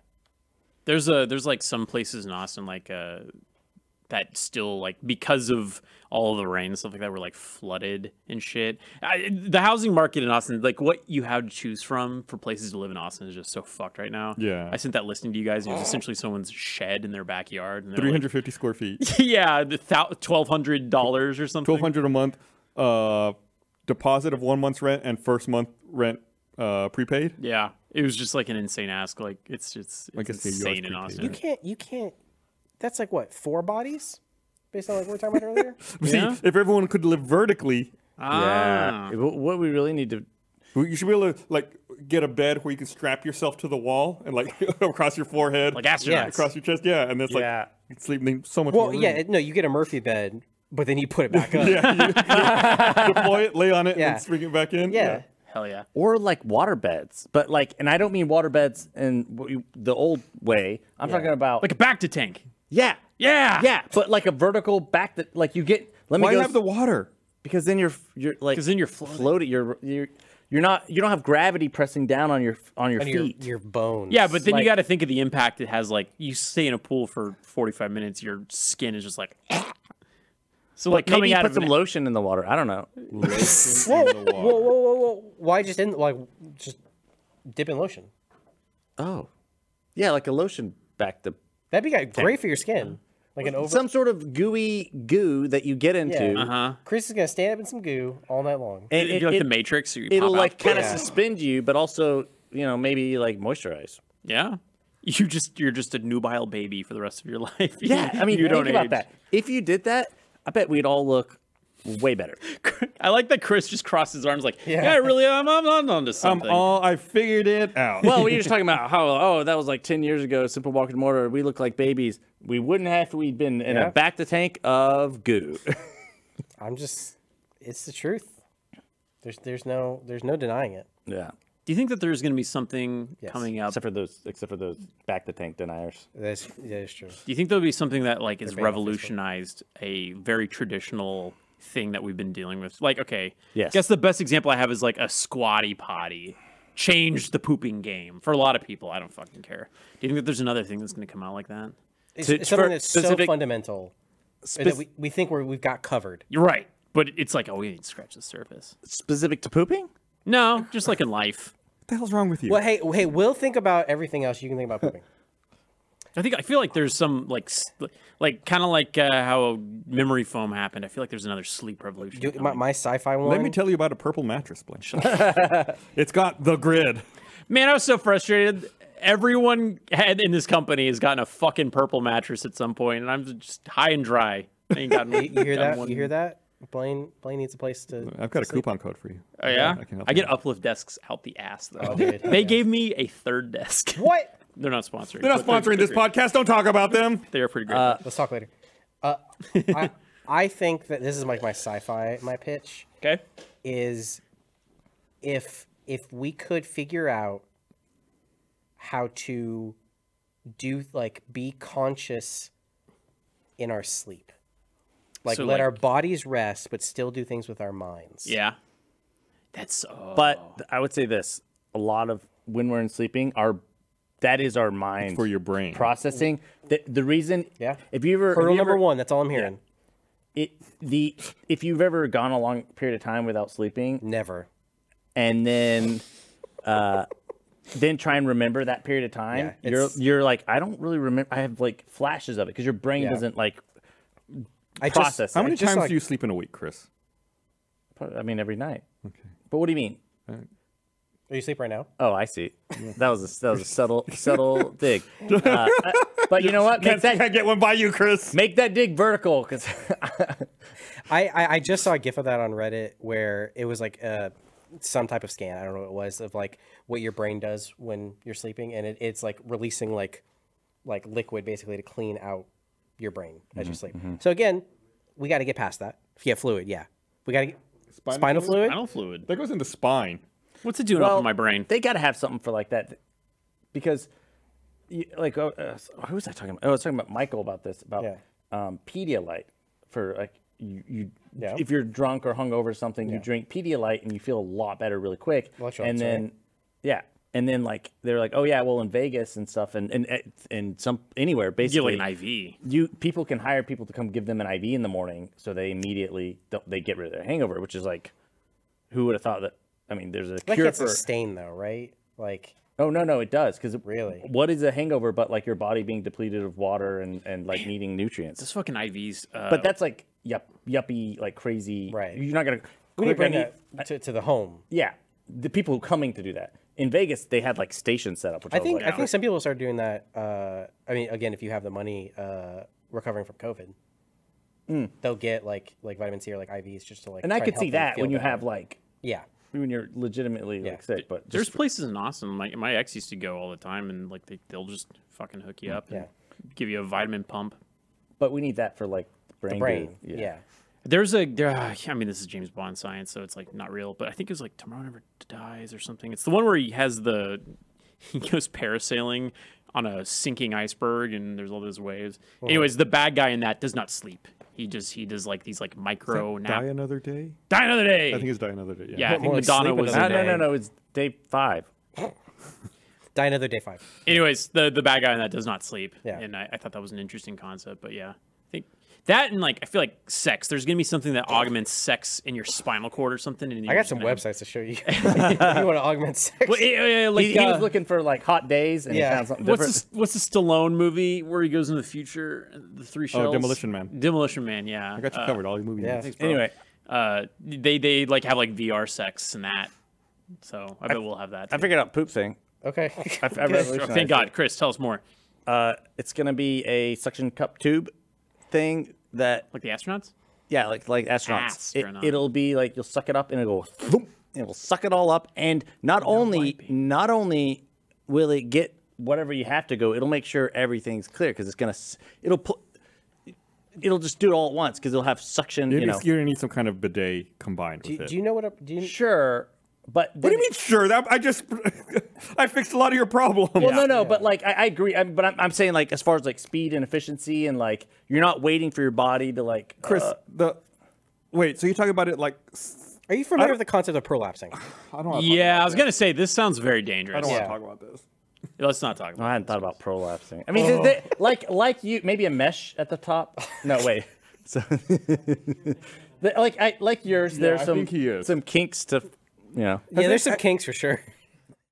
Speaker 5: There's a there's like some places in Austin like uh that still like because of all the rain and stuff like that were like flooded and shit. I, the housing market in Austin, like what you have to choose from for places to live in Austin, is just so fucked right now.
Speaker 2: Yeah.
Speaker 5: I sent that listing to you guys. And it was essentially someone's shed in their backyard. And they're
Speaker 2: Three
Speaker 5: like,
Speaker 2: hundred fifty square feet,
Speaker 3: [LAUGHS]
Speaker 5: [LAUGHS] yeah, the twelve hundred dollars or something.
Speaker 2: twelve hundred a month, uh, deposit of one month's rent and first month rent uh, prepaid.
Speaker 5: Yeah, it was just like an insane ask. Like it's it's, it's
Speaker 2: guess the US
Speaker 5: insane in
Speaker 2: prepaid.
Speaker 5: Austin.
Speaker 3: You can't. You can't. That's like what four bodies, based on like what we were talking about
Speaker 5: [LAUGHS]
Speaker 3: earlier.
Speaker 2: [LAUGHS] See,
Speaker 5: Yeah.
Speaker 2: if everyone could live vertically,
Speaker 5: Ah.
Speaker 4: What we really need to
Speaker 2: Well, You should be able to like get a bed where you can strap yourself to the wall and like [LAUGHS] across your forehead,
Speaker 5: Like
Speaker 2: [LAUGHS]
Speaker 5: astronauts.
Speaker 2: across your chest. Yeah, and it's like
Speaker 4: Yeah.
Speaker 2: you sleep in so much.
Speaker 3: Well,
Speaker 2: more room.
Speaker 3: yeah, no, you get a Murphy bed, but then you put it
Speaker 5: [LAUGHS]
Speaker 3: back up. yeah.
Speaker 2: [LAUGHS] deploy it, lay on it,
Speaker 3: Yeah.
Speaker 2: and spring it back in.
Speaker 5: Hell yeah.
Speaker 4: or like water beds, but like, and I don't mean water beds in what you- the old way. I'm talking about
Speaker 5: Like a back to tank.
Speaker 4: yeah,
Speaker 5: Yeah.
Speaker 4: yeah, but like a vertical back that like you get. Let me
Speaker 2: Why
Speaker 4: go
Speaker 2: have the water?
Speaker 4: because then you're you're like
Speaker 5: 'Cause then you're floating.
Speaker 4: floating. You're you're you're not you don't have gravity pressing down on your on your
Speaker 3: And your,
Speaker 4: feet.
Speaker 3: your bones.
Speaker 5: Yeah, but then
Speaker 4: like-
Speaker 5: you got to think of the impact it has. Like you stay in a pool for 45 minutes, your skin is just like. [LAUGHS] So like
Speaker 4: Maybe
Speaker 5: coming
Speaker 4: you
Speaker 5: out
Speaker 4: put
Speaker 5: of
Speaker 4: some
Speaker 5: an- [LAUGHS]
Speaker 4: lotion in the water. I don't know.
Speaker 3: Whoa, whoa, whoa, whoa, whoa! Why just in like just dip in lotion?
Speaker 4: Oh, yeah, like a lotion back the
Speaker 3: That'd be got- great for your skin, like an over.
Speaker 4: some sort of gooey goo that you get into.
Speaker 3: Yeah. Chris is gonna stand up in some goo all night long.
Speaker 4: And
Speaker 5: It'd
Speaker 4: it,
Speaker 5: be like
Speaker 4: it,
Speaker 5: the Matrix. You
Speaker 4: it'll
Speaker 5: pop out.
Speaker 4: like kind of
Speaker 3: Yeah.
Speaker 4: suspend you, but also you know maybe like moisturize.
Speaker 5: yeah. You just you're just a nubile baby for the rest of your [LAUGHS] life.
Speaker 4: Yeah, Hmm, I mean,
Speaker 5: you
Speaker 4: think
Speaker 5: don't
Speaker 4: about
Speaker 5: age.
Speaker 4: that. If you did that, I bet we'd all look way better.
Speaker 5: I like that Chris just crossed his arms like, yeah,
Speaker 3: Yeah.
Speaker 5: really, I'm I'm, I'm onto
Speaker 2: I'm
Speaker 5: something.
Speaker 2: all. I figured it out.
Speaker 4: [LAUGHS] Well, we were [LAUGHS] just talking about how oh that was like ten years ago. Simple Walker and Mortar. We look like babies. We wouldn't have if we'd been in
Speaker 3: Yeah.
Speaker 4: a back to tank of goo. [LAUGHS]
Speaker 3: I'm just, it's the truth. There's there's no there's no denying it.
Speaker 4: yeah.
Speaker 5: Do you think that there's going to be something coming
Speaker 4: [LAUGHS]
Speaker 5: up?
Speaker 4: Except for those, except for those back to tank deniers.
Speaker 3: That's that is true.
Speaker 5: Do you think there'll be something that like is
Speaker 3: banned on Facebook.
Speaker 5: revolutionized a very traditional thing that we've been dealing with? Like, okay,
Speaker 4: Yes.
Speaker 5: guess the best example I have is like a squatty potty changed the pooping game for a lot of people. I don't fucking care. Do you think that there's another thing that's going to come out like that?
Speaker 3: It's,
Speaker 4: To-
Speaker 3: it's something
Speaker 4: for
Speaker 3: that's so
Speaker 4: specific-
Speaker 3: fundamental or that we, we think we're, we've got covered.
Speaker 5: You're right, but it's like, oh, we didn't scratch the surface.
Speaker 4: Specific to pooping?
Speaker 5: No, just like in life.
Speaker 2: what the hell's wrong with you?
Speaker 3: Well, hey, hey, we'll think about everything else. You can think about [LAUGHS] pooping.
Speaker 5: I think I feel like there's some like s- like kind of like uh, how memory foam happened. I feel like there's another sleep revolution.
Speaker 3: Do, my,
Speaker 5: coming.
Speaker 3: my sci-fi one.
Speaker 2: Let me tell you about a purple mattress,
Speaker 5: [LAUGHS]
Speaker 2: Blanche. it's got the grid.
Speaker 5: Man, I was so frustrated. Everyone had in this company has gotten a fucking purple mattress at some point, and I'm just high and dry. I ain't gotten,
Speaker 3: you
Speaker 5: [LAUGHS]
Speaker 3: hear that? You hear that? Blaine Blaine needs a place to.
Speaker 2: I've got a coupon code for you.
Speaker 5: Oh, yeah,
Speaker 2: I can help
Speaker 5: I, get
Speaker 2: you.
Speaker 5: uplift desks out the ass though.
Speaker 3: good.
Speaker 5: they gave me a third desk.
Speaker 3: What?
Speaker 5: They're not sponsoring.
Speaker 2: They're not
Speaker 5: but
Speaker 2: sponsoring this
Speaker 5: they're great.
Speaker 2: podcast. Don't talk about them.
Speaker 5: They are pretty great.
Speaker 3: Let's talk later. Uh, I, I think that this is like my sci-fi. My pitch
Speaker 5: okay.
Speaker 3: is if if we could figure out how to do like be conscious in our sleep, like
Speaker 5: So,
Speaker 3: let
Speaker 5: like-
Speaker 3: our bodies rest but still do things with our minds.
Speaker 5: Yeah. That's uh,
Speaker 4: But th- I would say this: a lot of when we're in sleeping, our that is our mind
Speaker 2: For your brain.
Speaker 4: processing. The, the reason,
Speaker 3: Yeah.
Speaker 4: If you ever,
Speaker 3: Hurdle
Speaker 4: have you
Speaker 3: number
Speaker 4: ever-
Speaker 3: one. That's all I'm hearing.
Speaker 4: it, the if you've ever gone a long period of time without sleeping
Speaker 3: Never.
Speaker 4: and then uh then try and remember that period of time
Speaker 3: Yeah,
Speaker 4: you're
Speaker 3: it's-
Speaker 4: you're like i don't really remember i have like flashes of it because your brain
Speaker 3: Yeah.
Speaker 4: doesn't like
Speaker 3: I just-
Speaker 4: process
Speaker 2: How
Speaker 4: it.
Speaker 2: many
Speaker 3: just
Speaker 2: times
Speaker 3: like-
Speaker 2: do you sleep in a week, Chris?
Speaker 4: Probably- i mean every night okay but what do you mean
Speaker 3: Are you asleep right now?
Speaker 4: oh i see that was a that was
Speaker 3: [LAUGHS]
Speaker 4: a subtle subtle dig uh, uh, but you know what make
Speaker 2: Can I
Speaker 4: that
Speaker 2: get one by you, Chris?
Speaker 4: make that dig vertical [LAUGHS] because
Speaker 3: I, I I just saw a gif of that on Reddit where it was like uh some type of scan. I don't know what it was of like what your brain does when you're sleeping, and it, it's like releasing like like liquid basically to clean out your brain as you sleep. So again, we got to get past that. Yeah, fluid. Yeah, we got to get spinal, fluid.
Speaker 5: spinal fluid.
Speaker 2: That goes in the spine.
Speaker 5: What's it doing up
Speaker 4: Well,
Speaker 5: in my brain?
Speaker 4: They got to have something for like that, because, you, like, uh, uh, who was I talking about? Oh, I was talking about Michael about this about
Speaker 3: Yeah.
Speaker 4: um, Pedialyte for like you, you
Speaker 3: Yeah.
Speaker 4: if you're drunk or hungover or something, you drink Pedialyte and you feel a lot better really quick.
Speaker 3: Electrolytes,
Speaker 4: and then,
Speaker 3: right?
Speaker 4: yeah, and then like they're like, oh yeah, well in Vegas and stuff and and and some anywhere
Speaker 5: You get
Speaker 4: basically.
Speaker 5: like an IV.
Speaker 4: you people can hire people to come give them an IV in the morning, so they immediately don't, they get rid of their hangover, which is like, who would have thought that? I mean, there's a
Speaker 3: Like
Speaker 4: cure
Speaker 3: it's
Speaker 4: for
Speaker 3: a stain though, right? Like
Speaker 4: Oh no, no, it does because
Speaker 3: Really?
Speaker 4: what is a hangover but like your body being depleted of water and and like needing nutrients?
Speaker 5: This fucking IVs. Uh,
Speaker 4: But that's like yup, yuppie, like crazy.
Speaker 3: Oh. Right.
Speaker 4: You're not gonna.
Speaker 3: we need to bring
Speaker 4: gonna-
Speaker 3: that to, to the home.
Speaker 4: Yeah, the people coming to do that in Vegas, they had like stations set up. Which I,
Speaker 3: I think
Speaker 4: was
Speaker 3: I
Speaker 4: like,
Speaker 3: think some people start doing that. Uh, I mean, again, if you have the money, uh, recovering from COVID, they'll get like like vitamin C or like IVs just to like.
Speaker 4: Mm. and I
Speaker 3: try
Speaker 4: could
Speaker 3: help
Speaker 4: see
Speaker 3: them
Speaker 4: that
Speaker 3: feel
Speaker 4: when you
Speaker 3: better.
Speaker 4: have like
Speaker 3: yeah.
Speaker 4: when you're legitimately like sick, but
Speaker 5: There's
Speaker 4: just
Speaker 5: places in Austin. My, my ex used to go all the time, and like they they'll just fucking hook you up. and Give you a vitamin pump.
Speaker 4: but we need that for like brain. goo.
Speaker 3: brain. Yeah.
Speaker 5: There's a there. I mean, this is James Bond science, so it's like not real. But I think it was like Tomorrow Never Dies or something. It's the one where he has the [LAUGHS] he goes parasailing on a sinking iceberg, and there's all those waves. Anyways, the bad guy in that does not sleep. He just he does like these like micro nap.
Speaker 2: Die another day.
Speaker 5: Die another day.
Speaker 2: I think it's die another day.
Speaker 5: yeah, I think
Speaker 3: more like
Speaker 5: Madonna
Speaker 3: sleep
Speaker 5: was in
Speaker 4: No,
Speaker 3: another
Speaker 5: that.
Speaker 4: no, no, no. It's day five.
Speaker 3: Die another day five.
Speaker 5: Anyways, the the bad guy in that does not sleep.
Speaker 3: Yeah.
Speaker 5: And I, I thought that was an interesting concept, but yeah. I think that and like I feel like sex. There's gonna be something that augments sex in your spinal cord or something. And
Speaker 3: I got
Speaker 4: [LAUGHS]
Speaker 3: some websites to show you. [LAUGHS] if you want to augment sex?
Speaker 5: Well, yeah, yeah, like,
Speaker 4: He, he
Speaker 5: uh,
Speaker 4: was looking for like hot days, and
Speaker 3: Yeah.
Speaker 4: he found something
Speaker 5: what's
Speaker 4: different.
Speaker 5: this, what's the Stallone movie where he goes in the future? The three shells.
Speaker 2: Oh, Demolition Man.
Speaker 5: Demolition Man. Yeah.
Speaker 2: I got you covered. All your movie
Speaker 3: yeah.
Speaker 2: needs.
Speaker 4: Anyway,
Speaker 5: Uh, they they like have like VR sex and that. So I bet we'll have that.
Speaker 4: I figured out poop thing. [LAUGHS]
Speaker 3: Okay.
Speaker 4: I, I revolutionized
Speaker 5: Thank
Speaker 4: it.
Speaker 5: God, Chris. Tell us more.
Speaker 4: Uh, it's gonna be a suction cup tube thing that,
Speaker 5: Like the astronauts.
Speaker 4: yeah, like like astronauts.
Speaker 5: Astronaut.
Speaker 4: It, will be like you'll suck it up and it'll go, thump, and it'll suck it all up. And not only not only will it get whatever you have to go, it'll make sure everything's clear because it's gonna s- it'll put. It'll just do it all at once because it'll have suction.
Speaker 2: You're
Speaker 4: You know,
Speaker 2: gonna- you're gonna need some kind of bidet combined
Speaker 3: [LAUGHS] do,
Speaker 2: with it.
Speaker 3: do you know what? a- Do you,
Speaker 4: sure, but
Speaker 2: what do you mean? Sure, that I just [LAUGHS] I fixed a lot of your problems.
Speaker 4: Well, no, no, but like I, I agree, I'm, but I'm, I'm saying like as far as like speed and efficiency and like you're not waiting for your body to like uh,
Speaker 2: Chris,
Speaker 3: uh,
Speaker 2: the wait. So you're talking about it like s-
Speaker 3: are you familiar with the concept of prolapsing?
Speaker 2: I don't. Wanna
Speaker 5: Yeah, I was gonna say this sounds very dangerous.
Speaker 2: I don't want
Speaker 3: Yeah.
Speaker 2: to talk about this.
Speaker 5: Let's not talk about.
Speaker 4: I hadn't thought about prolapsing. I mean,
Speaker 2: Oh.
Speaker 4: th- th- like like you, maybe a mesh at the top. No,
Speaker 2: [LAUGHS]
Speaker 4: wait. So, The- like I like yours, there's
Speaker 2: I
Speaker 4: some
Speaker 2: think he is.
Speaker 4: some kinks to, you know.
Speaker 3: yeah, there's some kinks for sure.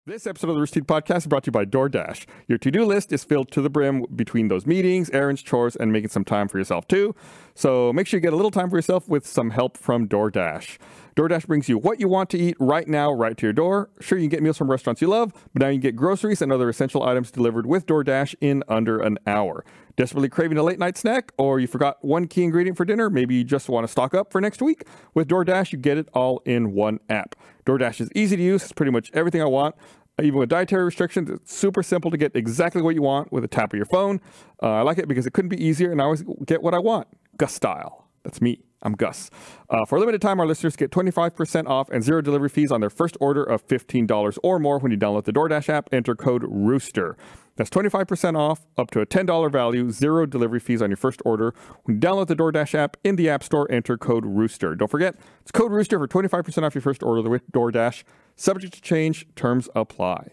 Speaker 2: This episode of the Rooster Teeth Podcast is brought to you by DoorDash. Your to-do list is filled to the brim between those meetings, errands, chores, and making some time for yourself too. So make sure you get a little time for yourself with some help from DoorDash. DoorDash brings you what you want to eat right now, right to your door. Sure, you can get meals from restaurants you love, but now you can get groceries and other essential items delivered with DoorDash in under an hour. Desperately craving a late night snack, or you forgot one key ingredient for dinner? Maybe you just want to stock up for next week? With DoorDash, you get it all in one app. DoorDash is easy to use, it's pretty much everything I want. Even with dietary restrictions, it's super simple to get exactly what you want with a tap of your phone. Uh, I like it because it couldn't be easier, and I always get what I want. Gus style. That's me. I'm Gus. Uh, for a limited time, our listeners get 25% off and zero delivery fees on their first order of $15 or more when you download the DoorDash app. Enter code Rooster. That's 25% off, up to a $10 value, zero delivery fees on your first order. When you download the DoorDash app in the App Store, enter code Rooster. Don't forget, it's code Rooster for 25% off your first order with DoorDash. Subject to change, terms apply.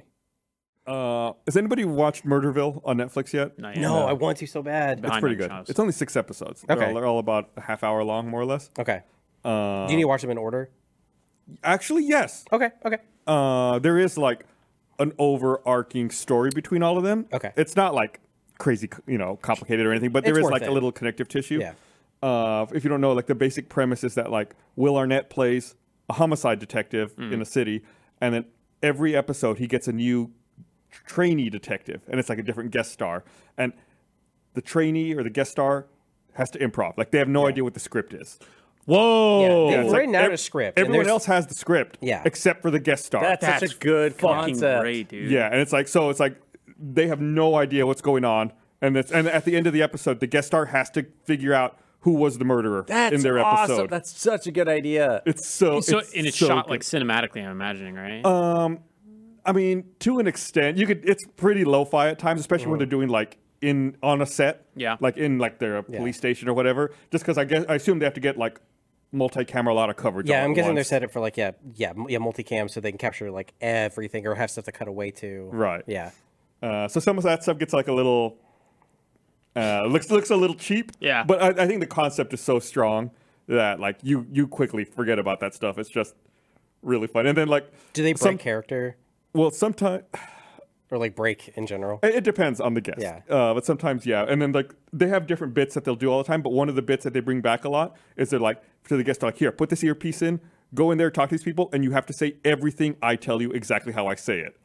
Speaker 2: Uh, has anybody watched Murderville on Netflix yet?
Speaker 5: Not yet.
Speaker 4: Oh,
Speaker 3: No, I want to so bad.
Speaker 5: Behind
Speaker 2: Pretty
Speaker 5: Mike's
Speaker 2: good.
Speaker 5: house.
Speaker 2: It's only six episodes.
Speaker 3: Okay.
Speaker 2: They're all, they're all about a half hour long, more or less.
Speaker 3: Okay.
Speaker 4: Uh,
Speaker 3: do you need to watch them in order?
Speaker 2: Actually, yes.
Speaker 3: Okay. Okay.
Speaker 2: Uh, there is like an overarching story between all of them.
Speaker 3: Okay.
Speaker 2: It's not like crazy, you know, complicated or anything, but there
Speaker 3: It's
Speaker 2: is
Speaker 3: worth
Speaker 2: like
Speaker 3: it.
Speaker 2: a little connective tissue.
Speaker 3: Yeah.
Speaker 2: Uh, if you don't know, like the basic premise is that like Will Arnett plays a homicide detective
Speaker 3: Mm.
Speaker 2: in a city, and then every episode he gets a new trainee detective, and it's like a different guest star, and the trainee or the guest star has to improv. Like they have no idea what the script is.
Speaker 5: Whoa.
Speaker 3: Yeah,
Speaker 2: Yeah, it's
Speaker 3: they've written out
Speaker 2: ev-
Speaker 3: a script. and
Speaker 2: Everyone
Speaker 3: there's-
Speaker 2: else has the script,
Speaker 3: Yeah.
Speaker 2: except for the guest star.
Speaker 4: such a good
Speaker 5: fucking
Speaker 4: concept.
Speaker 5: great, dude.
Speaker 2: Yeah, and it's like so it's like they have no idea what's going on, and it's and at the end of the episode, the guest star has to figure out who was the murderer
Speaker 4: That's
Speaker 2: in their
Speaker 4: awesome.
Speaker 2: episode.
Speaker 4: That's such a
Speaker 2: [LAUGHS]
Speaker 4: good idea.
Speaker 2: it's so
Speaker 5: So
Speaker 2: it's
Speaker 5: and it's
Speaker 2: so
Speaker 5: shot
Speaker 2: good. Uh,
Speaker 5: like cinematically. I'm imagining, right?
Speaker 2: I mean to an extent you could it's pretty lo-fi at times, especially when they're doing like in on a set,
Speaker 5: Yeah.
Speaker 2: like in like their police station or whatever. Just because I guess I assume they have to get like multi-camera a lot of coverage. all
Speaker 3: Yeah, I'm
Speaker 2: at
Speaker 3: guessing
Speaker 2: once.
Speaker 3: they're set up for like yeah, yeah, m- yeah, multicam, so they can capture like everything or have stuff to cut away to.
Speaker 2: Right.
Speaker 3: Yeah.
Speaker 2: Uh, so some of that stuff gets like a little uh, looks looks a little cheap.
Speaker 5: Yeah.
Speaker 2: But I, I think the concept is so strong that like you you quickly forget about that stuff. It's just really fun. And then like
Speaker 3: Do they break
Speaker 2: Some-
Speaker 3: character
Speaker 2: well sometimes
Speaker 3: or like break in general?
Speaker 2: it it depends on the guest.
Speaker 3: Yeah.
Speaker 2: Uh, but sometimes yeah. And then like they have different bits that they'll do all the time. But one of the bits that they bring back a lot is they're like to the guest like here put this earpiece in. Go in there, talk to these people, and you have to say everything I tell you exactly how I say it.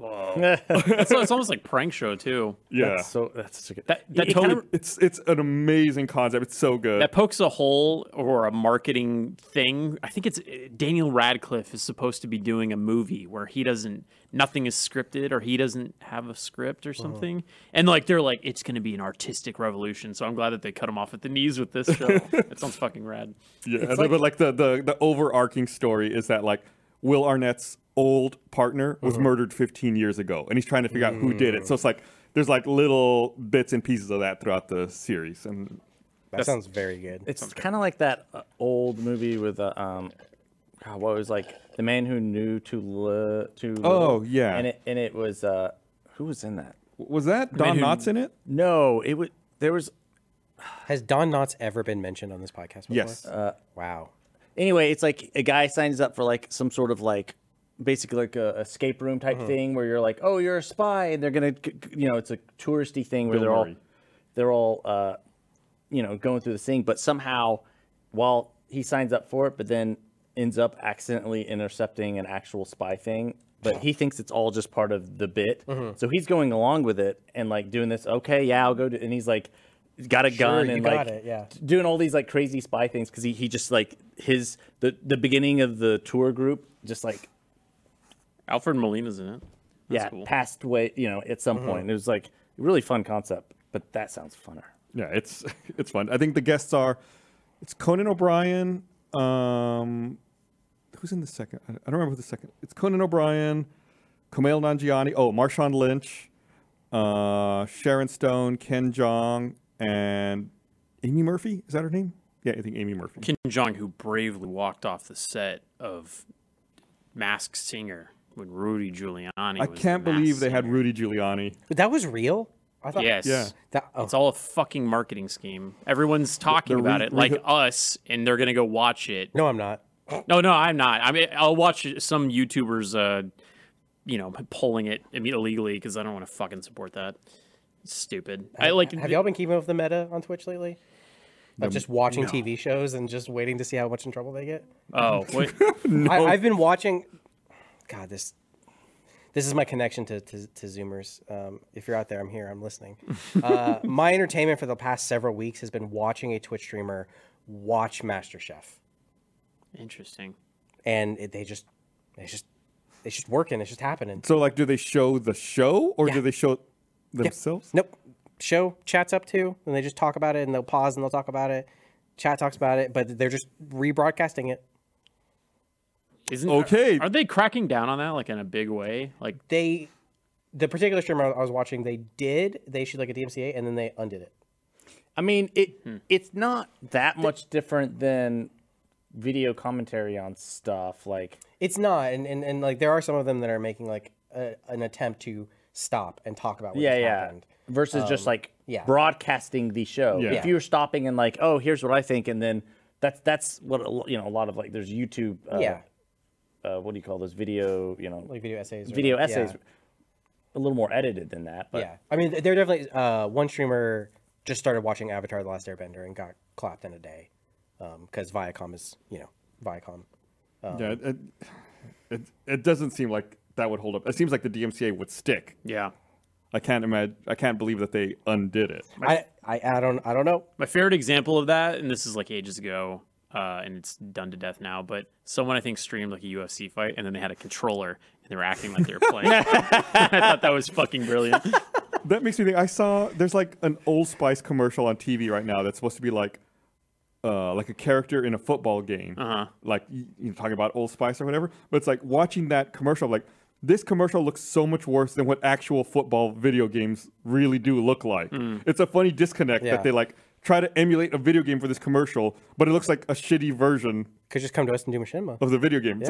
Speaker 5: It's, it's almost like prank
Speaker 2: [LAUGHS]
Speaker 5: show too.
Speaker 2: Yeah.
Speaker 4: So that's such a good.
Speaker 5: That that
Speaker 4: it
Speaker 5: totally
Speaker 4: kinda-
Speaker 2: it's it's an amazing concept. It's so good.
Speaker 5: that pokes a hole or a marketing thing. I think it's uh, Daniel Radcliffe is supposed to be doing a movie where he doesn't nothing is scripted or he doesn't have a script
Speaker 2: Uh-huh.
Speaker 5: or something. And like they're like it's going to be an artistic revolution. So I'm glad that they cut him off at the knees with this
Speaker 2: [LAUGHS]
Speaker 5: show. that sounds fucking rad.
Speaker 2: Yeah, and then, but like the, the the overarching story is that like Will Arnett's old partner was murdered 15 years ago, and he's trying to figure out who did it. So it's like there's like little bits and pieces of that throughout the series, and
Speaker 3: That sounds very good.
Speaker 4: It's kind of like that uh, old movie with uh, um, God, what was like the man who knew to li- to
Speaker 2: Oh, yeah.
Speaker 4: and it and it was uh, who was in that?
Speaker 2: was that Don
Speaker 5: who-
Speaker 2: Knotts in it?
Speaker 4: No, it was there was
Speaker 3: Has Don Knotts ever been mentioned on this podcast before?
Speaker 2: Yes.
Speaker 3: wow.
Speaker 4: anyway, it's like a guy signs up for like some sort of like basically like a escape room type thing where you're like, oh, you're a spy, and they're gonna, c- c- you know, it's a touristy thing where
Speaker 2: Bill
Speaker 4: they're
Speaker 2: Murray.
Speaker 4: all they're all uh, you know going through this thing, but somehow while he signs up for it, but then ends up accidentally intercepting an actual spy thing. But he thinks it's all just part of the bit,
Speaker 3: Mm-hmm.
Speaker 4: so he's going along with it and like doing this. Okay, yeah, I'll go. Do, and he's like, got a gun
Speaker 3: you
Speaker 4: and
Speaker 3: got
Speaker 4: like
Speaker 3: it, yeah.
Speaker 4: doing all these like crazy spy things because he, he just like his the the beginning of the tour group just like
Speaker 5: Alfred Molina's in it. That's
Speaker 4: yeah
Speaker 5: cool.
Speaker 4: passed away you know at some
Speaker 3: Mm-hmm.
Speaker 4: point it was like a really fun concept but that sounds funner
Speaker 2: Yeah, it's [LAUGHS] it's fun. I think the guests are it's Conan O'Brien. Um, who's in the second? I I don't remember the second. It's Conan O'Brien, Kumail Nanjiani. Oh, Marshawn Lynch, uh, Sharon Stone, Ken Jong, and Amy Murphy. Is that her name? Yeah, I think Amy Murphy.
Speaker 5: Kim Jong who bravely walked off the set of Masked Singer when Rudy Giuliani.
Speaker 2: I
Speaker 5: was the
Speaker 2: can't
Speaker 5: Masked
Speaker 2: believe they had
Speaker 5: Singer.
Speaker 2: Rudy Giuliani.
Speaker 3: But that was real? I thought
Speaker 5: Yes.
Speaker 2: Yeah.
Speaker 3: that oh,
Speaker 5: It's all a fucking marketing scheme. Everyone's talking
Speaker 2: the re-
Speaker 5: about it,
Speaker 2: re-
Speaker 5: like us, and they're gonna go watch it.
Speaker 3: no, I'm not.
Speaker 5: No, no, I'm not. I mean, I'll watch some YouTubers, uh, you know, pulling it imme- illegally because I don't want to fucking support that. Stupid. I like.
Speaker 3: Have y'all been keeping up with the meta on Twitch lately? Of just watching TV shows and just waiting to see how much in trouble they get. [LAUGHS]
Speaker 5: Oh, wait.
Speaker 3: I, I've been watching. God, this this is my connection to to, to Zoomers. Um, if you're out there, I'm here. I'm listening. Uh, my entertainment for the past several weeks has been watching a Twitch streamer watch MasterChef,
Speaker 5: interesting.
Speaker 3: and it, they just they just it's just working. It's just happening.
Speaker 2: So, like, do they show the show or do they show themselves?
Speaker 3: Nope. Show chats up too, and they just talk about it, and they'll pause and they'll talk about it. Chat talks about it, but they're just rebroadcasting it.
Speaker 5: Isn't
Speaker 2: Okay.
Speaker 5: Are, are they cracking down on that like in a big way? Like,
Speaker 3: They, the particular streamer I was watching, they did. They issued like a DMCA, and then they undid it.
Speaker 4: i mean it
Speaker 3: Hmm.
Speaker 4: it's not that much different than video commentary on stuff like
Speaker 3: It's not, and, and and like there are some of them that are making like a, an attempt to stop and talk about what
Speaker 4: yeah
Speaker 3: just
Speaker 4: yeah
Speaker 3: happened.
Speaker 4: versus just like
Speaker 3: Um, yeah.
Speaker 4: broadcasting the show if
Speaker 2: Yeah.
Speaker 4: you're stopping and like oh here's what i think and then that's that's what a lo- you know a lot of like there's youtube uh,
Speaker 3: yeah,
Speaker 4: uh, what do you call those video you know
Speaker 3: like video essays. or-
Speaker 4: video
Speaker 3: yeah,
Speaker 4: essays a little more edited than that
Speaker 3: Yeah, I
Speaker 4: but
Speaker 3: mean, they're definitely. Uh, one streamer just started watching Avatar: The Last Airbender and got clapped in a day, because Viacom is you know Viacom.
Speaker 2: Yeah, it, it, it, it doesn't seem like that would hold up. It seems like the DMCA would stick.
Speaker 5: yeah.
Speaker 2: I can't imagine. I can't believe that they undid it.
Speaker 3: I, I I don't I don't know.
Speaker 5: My favorite example of that, and this is like ages ago, uh, and it's done to death now, but someone I think streamed like a UFC fight, and then they had a controller, and they were acting like they were playing. [LAUGHS] I thought that was fucking brilliant.
Speaker 2: That makes me think. I saw there's like an Old Spice commercial on TV right now that's supposed to be like, uh, like a character in a football game, uh-huh. like you know, talking about Old Spice or whatever. But it's like watching that commercial, like this commercial looks so much worse than what actual football video games really do look like. It's a funny disconnect
Speaker 3: Yeah.
Speaker 2: that they like try to emulate a video game for this commercial, but it looks like a shitty version
Speaker 3: Could just come to us and do
Speaker 4: [LAUGHS]
Speaker 3: machinima.
Speaker 2: of the video game. It's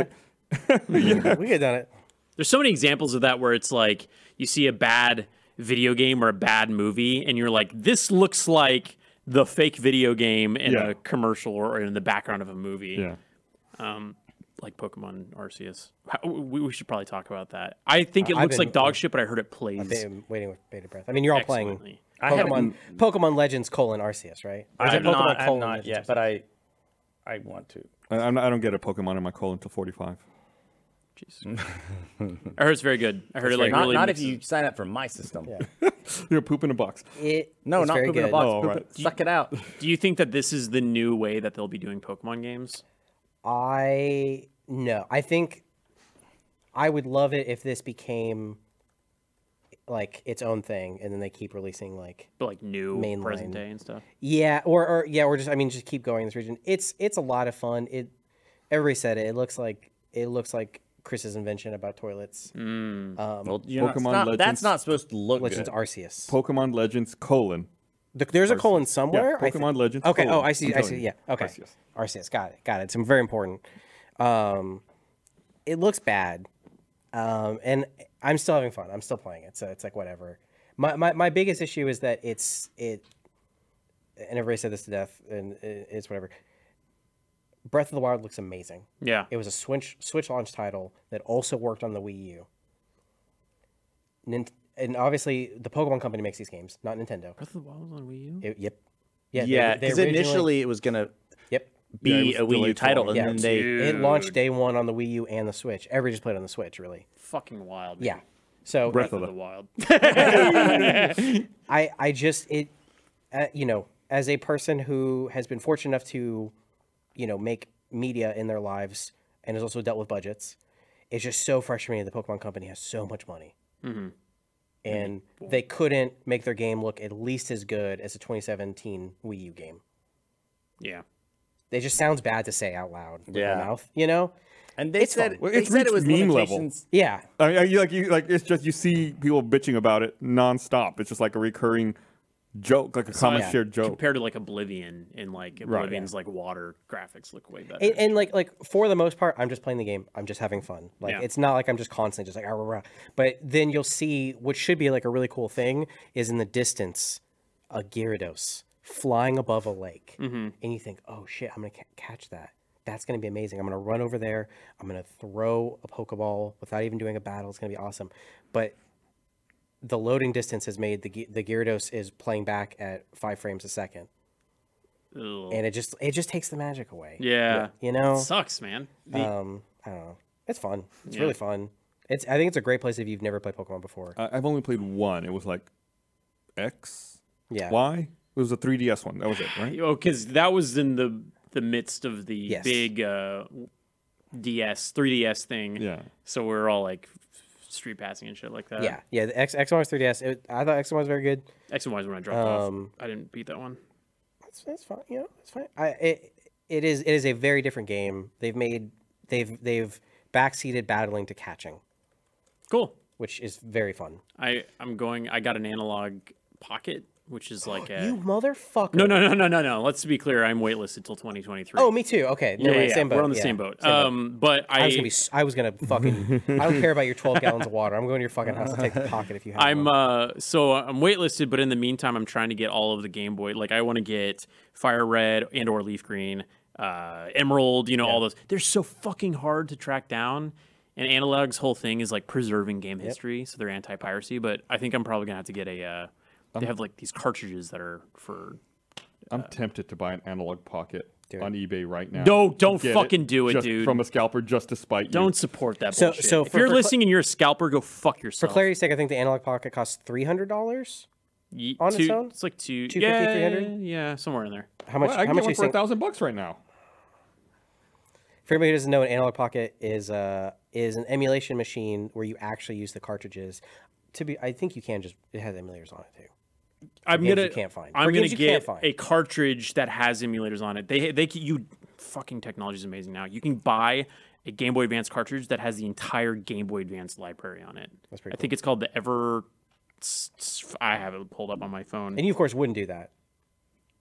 Speaker 2: like,
Speaker 3: we could have done it.
Speaker 5: There's so many examples of that where it's like you see a bad video game or a bad movie, and you're like, this looks like the fake video game in
Speaker 2: Yeah.
Speaker 5: a commercial or in the background of a movie.
Speaker 2: Yeah.
Speaker 5: like Pokemon Arceus. How- We, we should probably talk about that. I think it
Speaker 3: I've
Speaker 5: looks
Speaker 3: been-
Speaker 5: like dog shit, but I heard it plays.
Speaker 3: Ba- um, waiting with bated breath. I mean, you're all playing
Speaker 5: excellently.
Speaker 3: Pokemon Pokemon Legends colon Arceus, right? Or is
Speaker 4: I'm
Speaker 3: it Pokemon
Speaker 4: not, I'm
Speaker 3: colon
Speaker 4: not
Speaker 3: Legends
Speaker 4: yet,
Speaker 3: or
Speaker 4: but I, I want to.
Speaker 2: I, I'm not, I don't get a Pokemon in my colon until 45.
Speaker 5: Jeez. I heard it's very good. I heard it like
Speaker 4: not,
Speaker 5: really.
Speaker 4: not if
Speaker 5: mixes-
Speaker 4: you sign up for my system.
Speaker 2: You're poop in a box.
Speaker 3: It
Speaker 4: No,
Speaker 3: it's
Speaker 4: not
Speaker 3: very
Speaker 4: poop in a
Speaker 3: good.
Speaker 4: box.
Speaker 2: Oh,
Speaker 4: poop
Speaker 2: right.
Speaker 4: it- suck it out.
Speaker 5: Do you think that this is the new way that they'll be doing Pokemon games?
Speaker 3: I no. I think I would love it if this became like its own thing, and then they keep releasing like
Speaker 5: But like new
Speaker 3: Mainline.
Speaker 5: present day and stuff.
Speaker 3: yeah, or or yeah, or just I mean just keep going in this region. It's it's a lot of fun. It everybody said it. It looks like it looks like Chris's invention about toilets.
Speaker 4: Well, you're not-
Speaker 2: Pokemon
Speaker 4: not-
Speaker 2: Legends-
Speaker 4: that's not supposed to look
Speaker 3: Legends
Speaker 4: good.
Speaker 3: Arceus.
Speaker 2: Pokemon Legends colon.
Speaker 3: The- there's a colon somewhere. I thi-
Speaker 2: Pokemon Legends
Speaker 3: Okay.
Speaker 2: colon.
Speaker 3: Oh, I see.
Speaker 2: I'm
Speaker 3: I
Speaker 2: telling
Speaker 3: see.
Speaker 2: you.
Speaker 3: Yeah. Okay.
Speaker 2: Arceus.
Speaker 3: Arceus. Got it. Got it. It's very important. Um, it looks bad, um, and I'm still having fun. I'm still playing it, so it's like whatever. My my, my biggest issue is that it's it, and everybody said this to death, and it- it's whatever. Breath of the Wild looks amazing.
Speaker 5: Yeah.
Speaker 3: It was a Switch Switch launch title that also worked on the Wii U. Nin- and obviously, the Pokemon Company makes these games, not Nintendo.
Speaker 5: Breath of the Wild was on Wii U.
Speaker 3: It- yep. Yeah. they-
Speaker 4: yeah,
Speaker 3: they
Speaker 4: because
Speaker 3: originally-
Speaker 4: initially it was gonna
Speaker 3: Yep.
Speaker 2: it
Speaker 4: be
Speaker 2: was
Speaker 4: a Wii U
Speaker 2: delayed for a
Speaker 4: title,
Speaker 2: while.
Speaker 4: and
Speaker 3: Yeah,
Speaker 4: then they
Speaker 3: It launched day one on the Wii U and the Switch. Everybody just played on the Switch, really.
Speaker 5: Fucking wild. man.
Speaker 3: Yeah. So
Speaker 2: Breath of
Speaker 5: Breath
Speaker 2: the
Speaker 5: of the
Speaker 2: [LAUGHS]
Speaker 5: Wild.
Speaker 3: I, I just it, uh, you know, as a person who has been fortunate enough to, you know, make media in their lives and has also dealt with budgets, it's just so frustrating. that The Pokemon Company has so much money, mm-hmm. and they couldn't make their game look at least as good as the 2017 Wii U game.
Speaker 5: yeah.
Speaker 3: It just sounds bad to say out loud with
Speaker 4: Yeah.
Speaker 3: your mouth, you know?
Speaker 4: and they
Speaker 3: fine.
Speaker 4: said
Speaker 2: Well,
Speaker 4: they
Speaker 2: it's
Speaker 4: said
Speaker 2: reached
Speaker 4: it was
Speaker 2: meme level.
Speaker 4: limitations.
Speaker 3: Yeah,
Speaker 2: I mean, you- like you like it's just you see people bitching about it nonstop. It's just like a recurring joke, like a common
Speaker 5: yeah.
Speaker 2: shared joke.
Speaker 5: Compared to like Oblivion and like Oblivion's like water graphics look way better.
Speaker 3: and, and, like like for the most part, I'm just playing the game. I'm just having fun. Like
Speaker 5: Yeah.
Speaker 3: it's not like I'm just constantly just like rah, rah, rah. But then you'll see what should be like a really cool thing is in the distance, a Gyarados flying above a lake,
Speaker 5: Mm-hmm.
Speaker 3: and you think, oh shit, I'm gonna ca- catch that. That's gonna be amazing. I'm gonna run over there. I'm gonna throw a Pokeball without even doing a battle. It's gonna be awesome. But the loading distance has made the Gy- the Gyarados is playing back at five frames a second,
Speaker 5: Ugh.
Speaker 3: and it just it just takes the magic away.
Speaker 5: yeah.
Speaker 3: You know,
Speaker 5: Sucks, man.
Speaker 3: um, I don't know. It's fun. It's really fun. It's. I think it's a great place if you've never played Pokemon before.
Speaker 2: I, I've only played one. It was like X,
Speaker 3: yeah.
Speaker 2: Y. It was a 3DS one. That was it,
Speaker 3: [SIGHS]
Speaker 2: right?
Speaker 5: Oh, because that was in the the midst of the
Speaker 3: Yes.
Speaker 5: big uh, DS, 3DS thing.
Speaker 2: Yeah.
Speaker 5: So we are all like street passing and shit like that.
Speaker 3: Yeah. Yeah. The X XY was 3DS. It, I thought XY was very good.
Speaker 5: X and Y is when I dropped
Speaker 3: Um,
Speaker 5: off. I didn't beat that one.
Speaker 3: It's, it's fine. You know, it's fine. I. It, it is. It is a very different game. They've made. They've. They've backseated battling to catching,
Speaker 5: Cool.
Speaker 3: which is very fun.
Speaker 5: I I'm going. I got an analog pocket,
Speaker 3: [GASPS]
Speaker 5: which is like a.
Speaker 3: You motherfucker.
Speaker 5: No, no, no, no, no, no. Let's be clear. I'm waitlisted till 2023.
Speaker 3: Oh, me too. Okay. No,
Speaker 5: yeah,
Speaker 3: way,
Speaker 5: yeah,
Speaker 3: Same boat.
Speaker 5: We're on the
Speaker 3: yeah.
Speaker 5: same boat. um, but I,
Speaker 3: I was gonna be. s- I was gonna fucking. I don't care about your 12 gallons
Speaker 5: [LAUGHS]
Speaker 3: of water. I'm going to your fucking house to take the pocket if you have.
Speaker 5: I'm
Speaker 3: one.
Speaker 5: uh, so I'm waitlisted, but in the meantime, I'm trying to get all of the Game Boy. Like I want to get Fire Red and or Leaf Green, uh, Emerald. You know all those. They're so fucking hard to track down. And Analog's whole thing is like preserving game history, so they're anti-piracy. But I think I'm probably gonna have to get a. Uh,
Speaker 3: Um,
Speaker 5: they have like these cartridges that are for.
Speaker 2: I'm tempted to buy an analog pocket on eBay right now.
Speaker 5: No, don't
Speaker 2: Get
Speaker 5: fucking do it,
Speaker 2: just
Speaker 5: dude.
Speaker 2: From a scalper just to spite you.
Speaker 5: Don't support that
Speaker 3: So-
Speaker 5: bullshit.
Speaker 3: so
Speaker 5: if
Speaker 3: for-
Speaker 5: you're
Speaker 3: for cl-
Speaker 5: listening and you're a scalper, go fuck yourself.
Speaker 3: For clarity's sake, I think the analog pocket costs three hundred dollars.
Speaker 5: Ye-
Speaker 3: on its
Speaker 5: two-
Speaker 3: own?
Speaker 5: It's like two,
Speaker 3: 250,
Speaker 5: yeah,
Speaker 3: 300?
Speaker 5: yeah, somewhere in there.
Speaker 3: How much?
Speaker 2: Well, I
Speaker 3: how
Speaker 2: can
Speaker 3: much
Speaker 2: get
Speaker 3: do
Speaker 2: one
Speaker 3: you
Speaker 2: for a
Speaker 3: think?
Speaker 2: thousand bucks right now.
Speaker 3: For anybody who doesn't know, an analog pocket is uh, is an emulation machine where you actually use the cartridges. To be, I think you can just it has emulators on it too.
Speaker 5: I'm
Speaker 3: games you
Speaker 5: gonna
Speaker 3: can't find.
Speaker 5: I'm
Speaker 3: For
Speaker 5: gonna
Speaker 3: games you can't
Speaker 5: get
Speaker 3: find.
Speaker 5: a cartridge that has emulators on it. They they can, you fucking technology is amazing now. You can buy a Game Boy Advance cartridge that has the entire Game Boy Advance library on it. That's
Speaker 3: pretty
Speaker 5: I think it's called the Ever. s- s- I have it pulled up on my phone.
Speaker 3: And you, of course, wouldn't do that.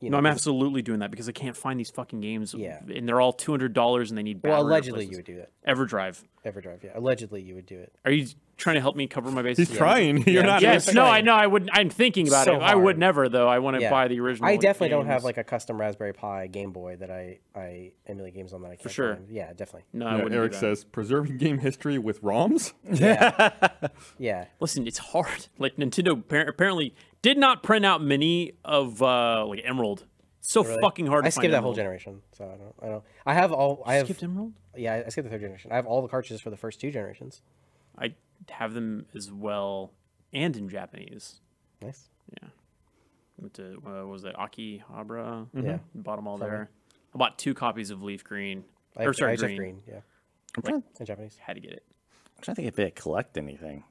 Speaker 5: no, I'm absolutely doing that because I can't find these fucking games.
Speaker 3: Yeah.
Speaker 5: and they're all two hundred dollars, and they need.
Speaker 3: Well,
Speaker 5: battery
Speaker 3: allegedly you would
Speaker 5: replacements.
Speaker 3: do that.
Speaker 5: EverDrive.
Speaker 3: EverDrive, yeah. Allegedly you would do it.
Speaker 5: Are you trying to help me cover my bases?
Speaker 2: He's trying. [LAUGHS] You're not.
Speaker 5: Yes, no, I know. I would. I'm thinking about
Speaker 3: So
Speaker 5: it. I would
Speaker 3: hard.
Speaker 5: never, though. I want to
Speaker 3: Yeah.
Speaker 5: buy the original.
Speaker 3: I definitely don't have
Speaker 5: games.
Speaker 3: like a custom Raspberry Pi Game Boy that I I emulate games on that I can't. For
Speaker 5: sure.
Speaker 3: Yeah, definitely.
Speaker 5: No, I
Speaker 2: Yeah,
Speaker 5: wouldn't do
Speaker 2: Eric
Speaker 5: that.
Speaker 2: says preserving game history with ROMs.
Speaker 3: Yeah.
Speaker 5: Listen, it's [LAUGHS] hard. Like Nintendo appar- apparently did not print out many of uh, like Emerald so fucking hard.
Speaker 3: I
Speaker 5: to find
Speaker 3: skipped that whole
Speaker 5: Emerald.
Speaker 3: generation, so I don't. I don't. I have all. I have.
Speaker 5: Skipped Emerald.
Speaker 3: Yeah, I- I skipped the third generation. I have all the cartridges for the first two generations.
Speaker 5: I have them as well, and in Japanese.
Speaker 3: Nice.
Speaker 5: Went to uh, what was that Akihabara?
Speaker 3: Mm-hmm. Yeah.
Speaker 5: bought them all there. I bought two copies of Leaf Green.
Speaker 3: I
Speaker 5: or
Speaker 3: have, I
Speaker 5: sorry,
Speaker 3: just have
Speaker 5: green.
Speaker 3: green. Yeah,
Speaker 4: I'm trying,
Speaker 3: in Japanese.
Speaker 5: Had to get it.
Speaker 4: I'm trying to think if they collect anything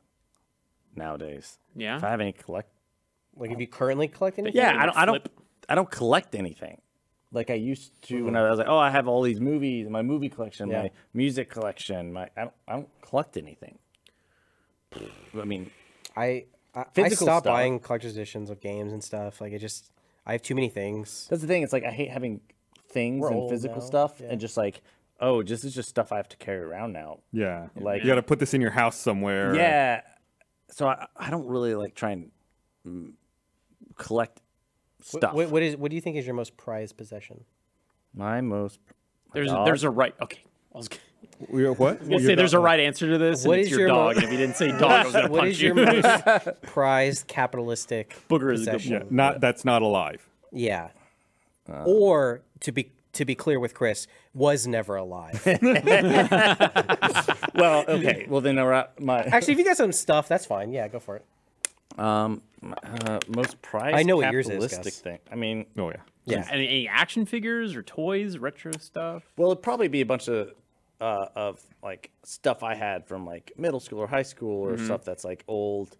Speaker 4: nowadays.
Speaker 5: Yeah?
Speaker 4: If I have any collect.
Speaker 3: Like, if you currently collect anything,
Speaker 4: Yeah,
Speaker 5: they
Speaker 4: I
Speaker 5: would
Speaker 4: don't. I don't.
Speaker 5: flip.
Speaker 4: I don't collect anything. Like I used to when I was like, oh, I have all these movies, my movie collection,
Speaker 3: Yeah.
Speaker 4: my music collection, my. I don't. I don't collect anything. I mean,
Speaker 3: I I, I
Speaker 4: Physical
Speaker 3: stopped
Speaker 4: stuff.
Speaker 3: buying collector's editions of games and stuff. Like, it just I have too many things.
Speaker 4: that's the thing. It's like I hate having things and
Speaker 3: old
Speaker 4: physical
Speaker 3: now,
Speaker 4: stuff, and just like, oh, this is just stuff I have to carry around now.
Speaker 2: Yeah.
Speaker 4: Like-
Speaker 2: you got to put this in your house somewhere.
Speaker 4: Yeah. So I, I don't really like try and mm, collect stuff.
Speaker 3: What, what is? What do you think is your most prized
Speaker 5: [LAUGHS]
Speaker 3: possession?
Speaker 4: My most.
Speaker 5: There's
Speaker 4: dog.
Speaker 5: there's a right. Okay, I was gonna
Speaker 2: We- What?
Speaker 5: I was gonna say there's a right answer to this.
Speaker 3: What
Speaker 5: and it's
Speaker 3: is your
Speaker 5: your
Speaker 3: mo-
Speaker 5: dog? and if you didn't say dog, I was
Speaker 3: [LAUGHS]
Speaker 5: gonna
Speaker 3: What
Speaker 5: punch
Speaker 3: is your
Speaker 5: you.
Speaker 3: most prized capitalistic
Speaker 5: Booger is a good
Speaker 3: possession?
Speaker 2: Yeah, not that's not alive.
Speaker 3: Yeah.
Speaker 5: Uh.
Speaker 3: or to be to be clear with Chris, was never alive.
Speaker 5: [LAUGHS]
Speaker 4: Well, okay. [LAUGHS] Well, then uh, my
Speaker 3: Actually, if you got some stuff, that's fine. Yeah, go for it.
Speaker 4: um uh, most prized.
Speaker 3: I know what yours is,
Speaker 4: capitalistic
Speaker 3: Gus.
Speaker 4: thing. I mean,
Speaker 2: Oh yeah.
Speaker 3: Yeah.
Speaker 5: [LAUGHS] Any, any action figures or toys, retro stuff?
Speaker 4: well, it'd probably be a bunch of uh, of like stuff I had from like middle school or high school
Speaker 3: Mm-hmm.
Speaker 4: or stuff that's like old.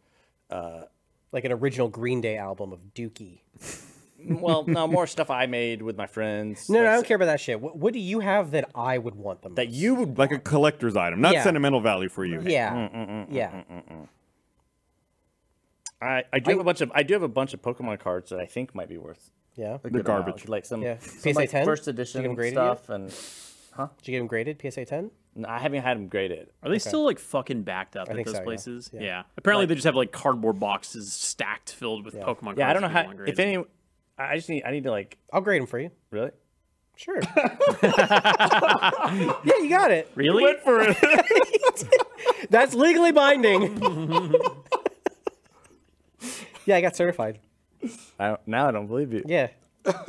Speaker 3: Like an original Green Day album of Dookie.
Speaker 4: Well, no, more stuff I made with my friends.
Speaker 3: No, no, I
Speaker 4: that's-
Speaker 3: don't care about that shit. What, what do you have that I would want them?
Speaker 4: That you would
Speaker 2: Like a collector's item, not
Speaker 3: Yeah.
Speaker 2: sentimental value for you.
Speaker 3: yeah,
Speaker 5: Mm,
Speaker 3: yeah.
Speaker 4: I, I do have a bunch of I do have a bunch of Pokemon cards that I think might be worth
Speaker 3: Yeah. Did
Speaker 4: the
Speaker 2: garbage.
Speaker 4: like some,
Speaker 3: Yeah.
Speaker 4: some
Speaker 3: PSA
Speaker 4: like
Speaker 3: 10?
Speaker 4: first
Speaker 3: Did you get
Speaker 4: edition
Speaker 3: 'em graded yet?
Speaker 4: stuff, and
Speaker 3: you get them graded? PSA 10?
Speaker 4: no, I haven't had them graded.
Speaker 5: Are they still like fucking backed up at
Speaker 3: think
Speaker 5: those
Speaker 3: so, yeah.
Speaker 5: places? Yeah. Apparently they just have like cardboard boxes stacked filled with Pokemon.
Speaker 4: Yeah, I
Speaker 5: cards
Speaker 4: don't know
Speaker 5: that
Speaker 4: how.
Speaker 5: people want
Speaker 4: If
Speaker 5: graded.
Speaker 4: any, I just need I need to like
Speaker 3: I'll grade them for you.
Speaker 4: really.
Speaker 3: [LAUGHS] Sure. yeah, you got it.
Speaker 5: really
Speaker 4: for it.
Speaker 3: That's legally binding. yeah, I got certified.
Speaker 4: I don't, now I don't believe you.
Speaker 3: Yeah.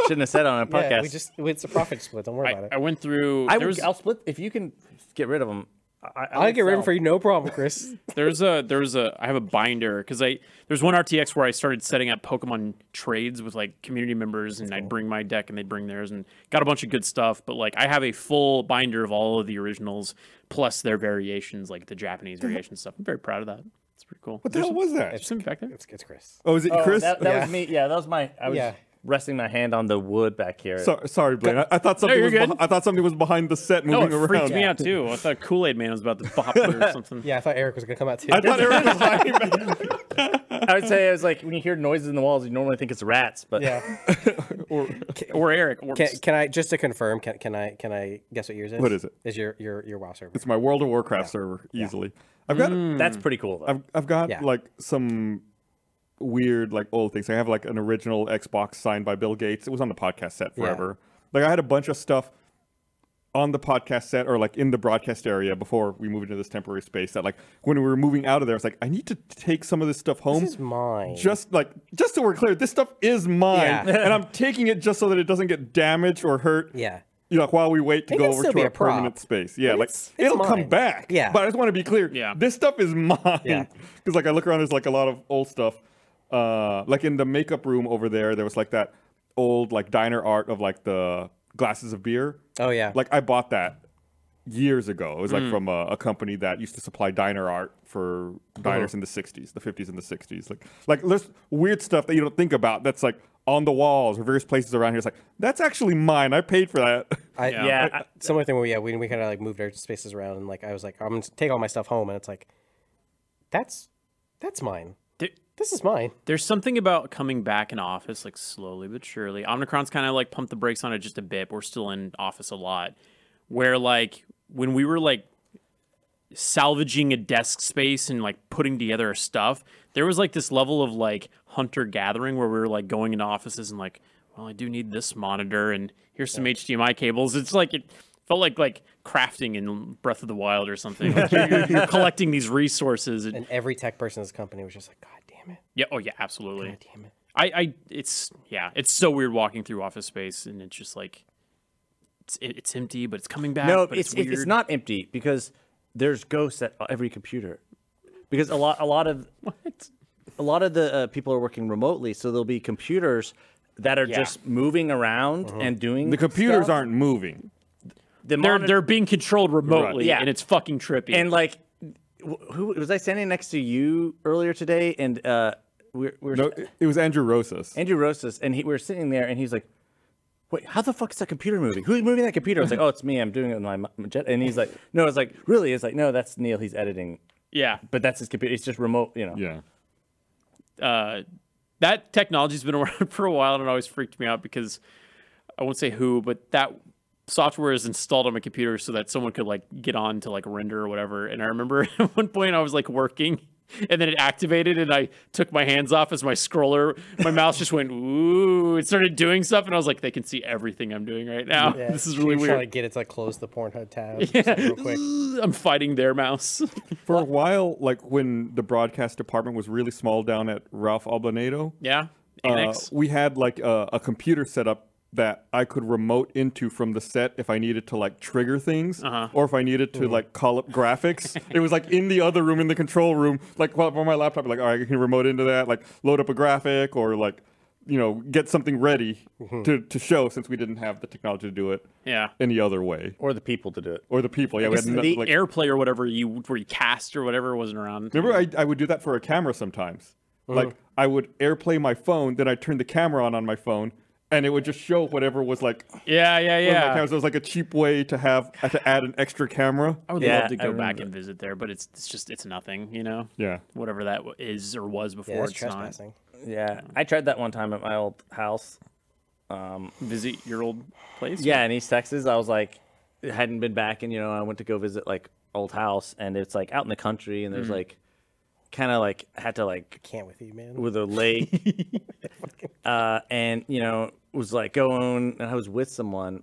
Speaker 4: Shouldn't have said it on a podcast.
Speaker 3: Yeah, we just it's a profit split. Don't worry
Speaker 5: I,
Speaker 3: about it.
Speaker 5: [LAUGHS] I went through.
Speaker 4: I would,
Speaker 5: there was
Speaker 4: I'll split if you can get rid of them. I, I
Speaker 3: I'll
Speaker 4: would
Speaker 3: get rid of
Speaker 4: sell
Speaker 3: them for you, no problem, Chris.
Speaker 5: there's a there's a I have a binder because I there's one RTX where I started setting up Pokemon trades with like community members and I'd bring my deck and they'd bring theirs and got a bunch of good stuff. But like I have a full binder of all of the originals plus their variations, like the Japanese variation stuff. I'm very proud of that. It's pretty cool.
Speaker 2: What the hell was that?
Speaker 5: Something back there.
Speaker 3: It's, it's Chris.
Speaker 2: Oh, is it
Speaker 4: Oh,
Speaker 2: Chris?
Speaker 4: that, that was me. Yeah, that was my. I was
Speaker 3: Yeah.
Speaker 4: resting my hand on the wood back here.
Speaker 2: So, sorry, Blaine. I, I thought something
Speaker 5: you're
Speaker 2: was beh-
Speaker 5: good.
Speaker 2: I thought something was behind the set [LAUGHS]
Speaker 5: No,
Speaker 2: moving
Speaker 5: Oh, it
Speaker 2: around.
Speaker 5: freaked me out too. I thought Kool Aid Man was about to
Speaker 2: [LAUGHS]
Speaker 5: pop or something.
Speaker 3: Yeah, I thought Eric was gonna come out too.
Speaker 2: I
Speaker 5: [LAUGHS]
Speaker 2: thought Eric was behind me.
Speaker 4: I would say it was like when you hear noises in the walls, you normally think it's rats,
Speaker 2: [LAUGHS]
Speaker 4: but
Speaker 3: yeah.
Speaker 5: Or Eric. Or
Speaker 3: Can, can I just to confirm? Can, can I can I guess what yours is?
Speaker 2: What is it?
Speaker 3: Is your your your WoW server?
Speaker 2: It's [LAUGHS] my World of Warcraft server easily. I've got
Speaker 5: Mm-hmm.
Speaker 4: that's pretty cool though.
Speaker 2: I've, I've got
Speaker 3: Yeah.
Speaker 2: like some weird like old things. I have like an original Xbox signed by Bill Gates. It was on the podcast set forever. Like I had a bunch of stuff on the podcast set or like in the broadcast area before we moved into this temporary space that like when we were moving out of there, it's like I need to take some of this stuff home.
Speaker 3: This is mine.
Speaker 2: Just like just so we're clear, this stuff is mine.
Speaker 3: Yeah.
Speaker 2: [LAUGHS] and I'm taking it just so that it doesn't get damaged or hurt.
Speaker 3: Yeah.
Speaker 2: You know, like while we wait to
Speaker 3: It
Speaker 2: go
Speaker 3: can
Speaker 2: over
Speaker 3: still
Speaker 2: to
Speaker 3: be
Speaker 2: our
Speaker 3: a prop.
Speaker 2: permanent space. Yeah, like
Speaker 3: it's- it's
Speaker 2: it'll
Speaker 3: mine.
Speaker 2: come back.
Speaker 3: Yeah.
Speaker 2: But I just want to be clear.
Speaker 5: Yeah.
Speaker 2: This stuff is mine. [LAUGHS]
Speaker 3: Yeah.
Speaker 2: Because like I look around, there's like a lot of old stuff. Uh, like in the makeup room over there, there was like that old like diner art of like the glasses of beer.
Speaker 3: Oh, yeah.
Speaker 2: Like I bought that years ago. It was like from a, a company that used to supply diner art for diners in the '60s, the '50s, and the '60s. Like like there's weird stuff that you don't think about. That's like on the walls or various places around here. It's like that's actually mine. I paid for that.
Speaker 3: I,
Speaker 5: Yeah.
Speaker 4: yeah,
Speaker 3: I-
Speaker 4: I-
Speaker 3: similar thing where yeah we, we kind of like moved our spaces around and like I was like I'm gonna take all my stuff home and it's like that's that's mine.
Speaker 5: There-
Speaker 3: This is mine.
Speaker 5: There's something about coming back in office, like slowly but surely. Omnicron's kind of like pumped the brakes on it just a bit. We're still in office a lot. Where like when we were like salvaging a desk space and like putting together our stuff, there was like this level of like hunter gathering where we were like going into offices and like, well, I do need this monitor and here's some HDMI cables. It's like it felt like like crafting in Breath of the Wild or something. Like, you're, you're- you're collecting these resources. And,
Speaker 3: And every tech person in this company was just like, God damn it,
Speaker 5: yeah, oh yeah, absolutely.
Speaker 3: damn it.
Speaker 5: I, I it's yeah, it's so weird walking through office space and it's just like it's, it- it's empty, but it's coming back.
Speaker 4: No,
Speaker 5: but
Speaker 4: it's
Speaker 5: it's,
Speaker 4: it-
Speaker 5: weird.
Speaker 4: it's not empty because there's ghosts at uh, every computer. Because a lot a lot of a lot of the uh, people are working remotely, so there'll be computers that are
Speaker 5: Yeah.
Speaker 4: just moving around and doing
Speaker 2: The computers
Speaker 4: stuff.
Speaker 2: aren't moving.
Speaker 4: the
Speaker 5: They're
Speaker 4: moni-
Speaker 5: they're being controlled remotely,
Speaker 4: Yeah.
Speaker 5: and it's fucking trippy.
Speaker 4: and like wh- who was I standing next to you earlier today and uh we're, we're
Speaker 2: No, it- it was Andrew Rosas.
Speaker 4: Andrew Rosas and he, we were sitting there and he's like Wait, how the fuck is that computer moving? Who's moving that computer? I was like, oh, it's me. I'm doing it with my m- jet. And he's like, no, it's like, really? It's like, no, that's Neil. He's editing
Speaker 5: yeah,
Speaker 4: but that's his computer. It's just remote, you know.
Speaker 2: yeah.
Speaker 5: uh, that technology's been [LAUGHS] around for a while and it always freaked me out because I won't say who, but that software is installed on my computer so that someone could like get on to like render or whatever. And I remember [LAUGHS] at one point I was like working and then it activated and I took my hands off as my scroller, my mouse just went ooh, it started doing stuff and I was like, they can see everything I'm doing right now.
Speaker 3: Yeah,
Speaker 5: [LAUGHS] This is
Speaker 3: you
Speaker 5: really
Speaker 3: try
Speaker 5: weird.
Speaker 3: to get it to like, close the Pornhub tab. Yeah. Real quick.
Speaker 5: I'm fighting their mouse. [LAUGHS]
Speaker 2: For a while, like when the broadcast department was really small down at Ralph Albinado,
Speaker 5: yeah.
Speaker 2: uh,
Speaker 5: Annex.
Speaker 2: we had like a, a computer set up that I could remote into from the set if I needed to like trigger things
Speaker 4: Uh-huh.
Speaker 2: or if I needed to like call up graphics.
Speaker 4: [LAUGHS]
Speaker 2: it was like in the other room in the control room, like while- on my laptop, like all right, I can remote into that, like load up a graphic or like you know get something ready to, to show since we didn't have the technology to do it
Speaker 5: yeah.
Speaker 2: any other way
Speaker 4: Or the people to do it.
Speaker 2: or the people. Yeah, we had
Speaker 4: guess
Speaker 2: no-
Speaker 4: the
Speaker 2: like,
Speaker 5: Airplay or whatever you where you cast or whatever wasn't around.
Speaker 2: Remember, I, I would do that for a camera sometimes. Like, I would AirPlay my phone, then I'd turn the camera on on my phone, and it would just show whatever was like. one of
Speaker 5: Yeah, yeah,
Speaker 2: my
Speaker 5: yeah.
Speaker 2: cameras. It was like a cheap way to have to add an extra camera.
Speaker 5: I would
Speaker 4: Yeah,
Speaker 5: love to
Speaker 4: I
Speaker 5: go back
Speaker 4: remember.
Speaker 5: and visit there, but it's it's just it's nothing, you know.
Speaker 2: Yeah.
Speaker 5: Whatever that w- is or was before,
Speaker 3: Yeah, that's
Speaker 5: it's not.
Speaker 3: trespassing.
Speaker 4: Yeah. I tried that one time at my old house.
Speaker 5: Visit your old place.
Speaker 4: Yeah, in East Texas. I was like, it hadn't been back, and you know, I went to go visit like old house, and it's like out in the country, and there's like, kind of like had to like
Speaker 3: Can't with you, man.
Speaker 4: with a [LAUGHS] lake, uh, and you know, was like going, and I was with someone,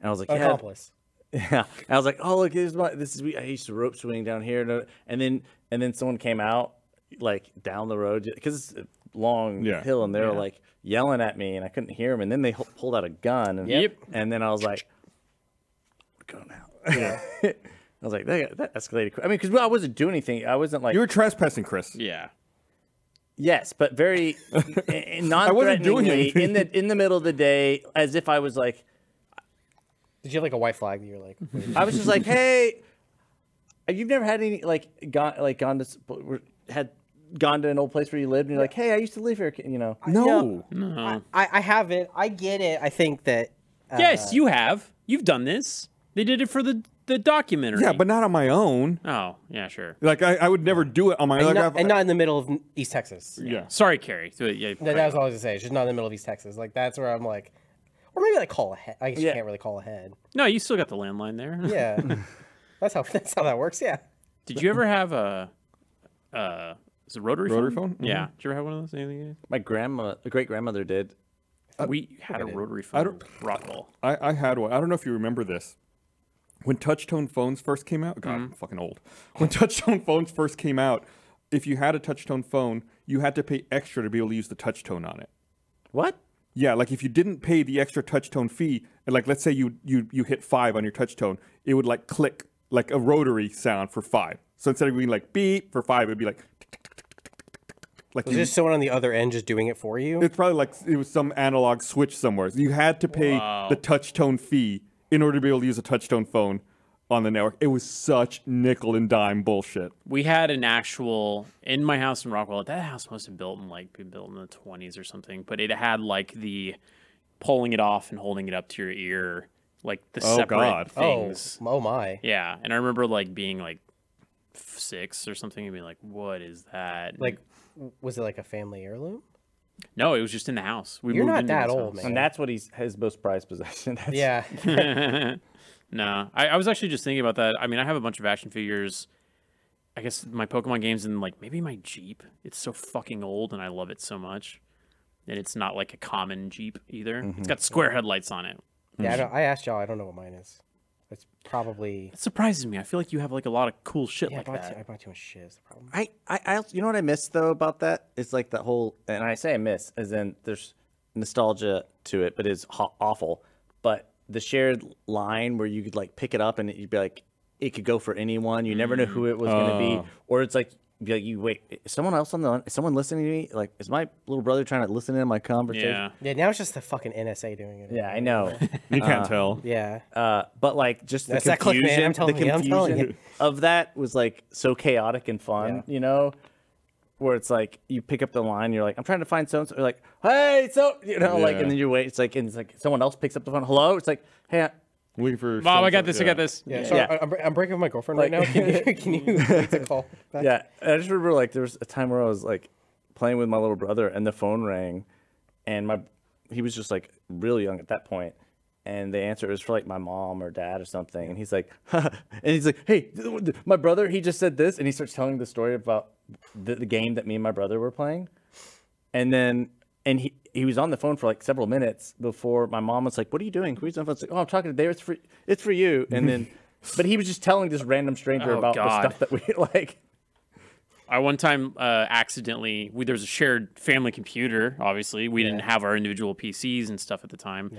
Speaker 4: and I was like, yeah,
Speaker 3: Accomplice.
Speaker 4: Yeah, And I was like, oh look, this is my this is I used to rope swing down here, and- uh, and then and then someone came out like down the road because it's a long
Speaker 2: Yeah.
Speaker 4: hill, and they were like yelling at me, and I couldn't hear them, and then they hu- pulled out a gun, and,
Speaker 5: Yep.
Speaker 4: and then I was like, go now. [LAUGHS] I was like, that, that escalated. quick. I mean, because I wasn't doing anything. I wasn't like
Speaker 2: You were trespassing, Chris.
Speaker 5: Yeah.
Speaker 4: yes, but
Speaker 2: [LAUGHS]
Speaker 4: very non
Speaker 2: doing
Speaker 4: threateningly in
Speaker 2: anything.
Speaker 4: the in the middle of the day, as if I was like
Speaker 3: Did you have like a white flag that you're like? waving?
Speaker 4: I was just like, hey, you've never had any like gone like gone to s- had gone to an old place where you lived, and you're like, hey, I used to live here, you know.
Speaker 2: No.
Speaker 3: I, I have it. I get it. I think that.
Speaker 5: yes, you have. You've done this. They did it for the the documentary.
Speaker 2: Yeah, but not on my own.
Speaker 5: oh yeah, sure.
Speaker 2: Like, I, I would never do it on my own.
Speaker 3: And
Speaker 2: Like,
Speaker 3: not,
Speaker 2: I've-
Speaker 3: and not in the middle of n- East Texas.
Speaker 2: yeah.
Speaker 5: Sorry, Carrie. So, yeah,
Speaker 3: That, that was all I was gonna say. It's just not in the middle of East Texas. Like that's where I'm like, or maybe like call ahead. I guess
Speaker 4: Yeah.
Speaker 3: you can't really call ahead.
Speaker 5: no, you still got the landline there.
Speaker 3: Yeah, that's how [LAUGHS] that's how that works. Yeah.
Speaker 5: [LAUGHS] Did you ever have a uh is it a rotary
Speaker 2: Rotary
Speaker 5: phone? Mm-hmm.
Speaker 2: phone?
Speaker 5: Yeah. Did you ever have one of those? Anything?
Speaker 4: My grandma, great grandmother did.
Speaker 3: Uh,
Speaker 5: we had a rotary phone. I
Speaker 2: don't-
Speaker 5: Rockwell.
Speaker 2: I, I had one. I don't know if you remember this. When touchtone phones first came out, God, I'm fucking old. When touchtone phones first came out, if you had a touchtone phone, you had to pay extra to be able to use the touchtone on it.
Speaker 4: What?
Speaker 2: Yeah, like if you didn't pay the extra touchtone fee, and like let's say you you you hit five on your touchtone, it would like click like a rotary sound for five. So instead of being like beep for five, it'd be like tick, tick, tick, tick, tick, tick, tick, tick, tick, like
Speaker 3: Was
Speaker 2: you-
Speaker 3: there someone on the other end just doing it for you?
Speaker 2: it's probably like it was some analog switch somewhere. You had to pay the touchtone fee in order to be able to use a touchtone phone on the network. It was such nickel and dime bullshit.
Speaker 5: we had an actual in my house in Rockwell. That house must have built in like been built in the twenties or something, but it had like the pulling it off and holding it up to your ear, like the
Speaker 2: Oh,
Speaker 5: separate
Speaker 2: God.
Speaker 3: oh,
Speaker 5: things.
Speaker 3: oh my.
Speaker 5: Yeah, and I remember like being like f- six or something and being like, "What is that?" And-
Speaker 3: Like, w- was it like a family heirloom?
Speaker 5: no, it was just in the house. We
Speaker 3: You're
Speaker 5: moved
Speaker 3: not
Speaker 5: into
Speaker 3: that
Speaker 5: this
Speaker 3: old,
Speaker 5: house.
Speaker 3: Oh, man.
Speaker 4: And that's what he's his most prized possession. [LAUGHS] That's,
Speaker 5: [LAUGHS]
Speaker 3: Yeah.
Speaker 5: No, I, I was actually just thinking about that. I mean, I have a bunch of action figures. I guess my Pokemon games and like maybe my Jeep. It's so fucking old and I love it so much. And it's not like a common Jeep either. It's got square headlights on it.
Speaker 3: yeah. I, don't, I asked y'all. I don't know what mine is. That's probably.
Speaker 5: It surprises me. I feel like you have like a lot of cool shit
Speaker 3: Yeah,
Speaker 5: like
Speaker 3: I, bought
Speaker 5: that.
Speaker 3: too, I bought too much shit. Is the problem.
Speaker 4: I, I, I, you know what I miss though about that? It's like that whole, and I say I miss, as in there's nostalgia to it, but it's ho- awful. But the shared line where you could like pick it up and you'd be like, it could go for anyone. You never know who it was going to be, or it's like, be like you wait, is someone else on the, is someone listening to me? Like, is my little brother trying to listen in my conversation?
Speaker 5: Yeah.
Speaker 3: Yeah, now it's just the fucking NSA doing it.
Speaker 4: Yeah, I know.
Speaker 2: You can't tell.
Speaker 3: Yeah.
Speaker 4: Uh, but like just the
Speaker 3: That's that clickbait,
Speaker 4: confusion,
Speaker 3: I'm telling
Speaker 4: the
Speaker 3: you, I'm
Speaker 4: confusion
Speaker 3: telling you.
Speaker 4: of that was like so chaotic and fun, you know, where it's like you pick up the line, you're like, I'm trying to find so and so, like, hey, so you know, like,
Speaker 2: Yeah.
Speaker 4: and then you wait, it's like, and it's like someone else picks up the phone, hello, it's like, hey, I,
Speaker 2: Looking for.
Speaker 5: Mom, I got
Speaker 2: so-and-so.
Speaker 5: this. I
Speaker 2: Yeah.
Speaker 5: got this.
Speaker 3: Yeah, sorry,
Speaker 4: Yeah.
Speaker 3: I- I'm, bre- I'm breaking with my girlfriend right now.
Speaker 4: Like-
Speaker 3: Can [LAUGHS] you, can you make the
Speaker 5: [LAUGHS]
Speaker 3: call? back?
Speaker 4: yeah, And I just remember like there was a time where I was like playing with my little brother, and the phone rang, and my he was just like really young at that point, and the answer was for like my mom or dad or something, and he's like, [LAUGHS] and he's like, hey, th- th- my brother, he just said this, and he starts telling the story about the, the game that me and my brother were playing, and then and he he was on the phone for like several minutes before my mom was like, "What are you doing?" Who's on the phone? It's like, "Oh, I'm talking to David. It's for it's for you." And then, but he was just telling this random stranger
Speaker 5: [LAUGHS] Oh,
Speaker 4: about the
Speaker 5: God.
Speaker 4: stuff that we [LAUGHS] like.
Speaker 5: I one time uh, accidentally we there was a shared family computer. Obviously, we didn't have our individual PCs and stuff at the time.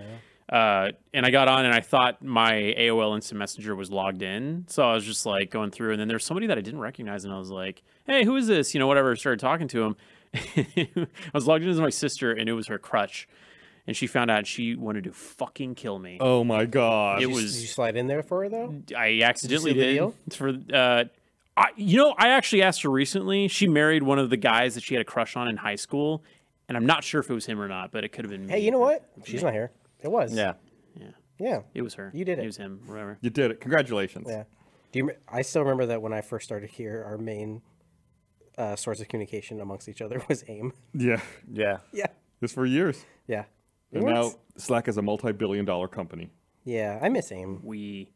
Speaker 5: Uh, and I got on and I thought my AOL Instant Messenger was logged in, so I was just like going through, and then there was somebody that I didn't recognize, and I was like, "Hey, who is this?" You know, whatever. Started talking to him. [LAUGHS] I was logged in as my sister, and it was her crutch, and she found out she wanted to fucking kill me.
Speaker 2: Oh my god.
Speaker 5: it
Speaker 3: Did you
Speaker 5: was Mm,
Speaker 3: slide in there for her though?
Speaker 5: I accidentally
Speaker 3: the
Speaker 5: did
Speaker 3: video?
Speaker 5: It's for uh, I you know I actually asked her recently. She married one of the guys that she had a crush on in high school, and I'm not sure if it was him or not, but it could have been.
Speaker 3: Hey,
Speaker 5: me.
Speaker 3: you know what? She's not here. It was. Yeah.
Speaker 5: It was her.
Speaker 3: You did it.
Speaker 5: It was him. Whatever.
Speaker 2: you did it. Congratulations.
Speaker 3: Yeah. Do you? rem- I still remember that when I first started here, our main uh, source of communication amongst each other [LAUGHS] was AIM.
Speaker 2: Yeah.
Speaker 4: Yeah.
Speaker 3: Yeah.
Speaker 2: This for years.
Speaker 3: Yeah. It
Speaker 2: And now
Speaker 3: works.
Speaker 2: Slack is a multi-billion dollar company.
Speaker 3: Yeah, I miss AIM.
Speaker 5: We.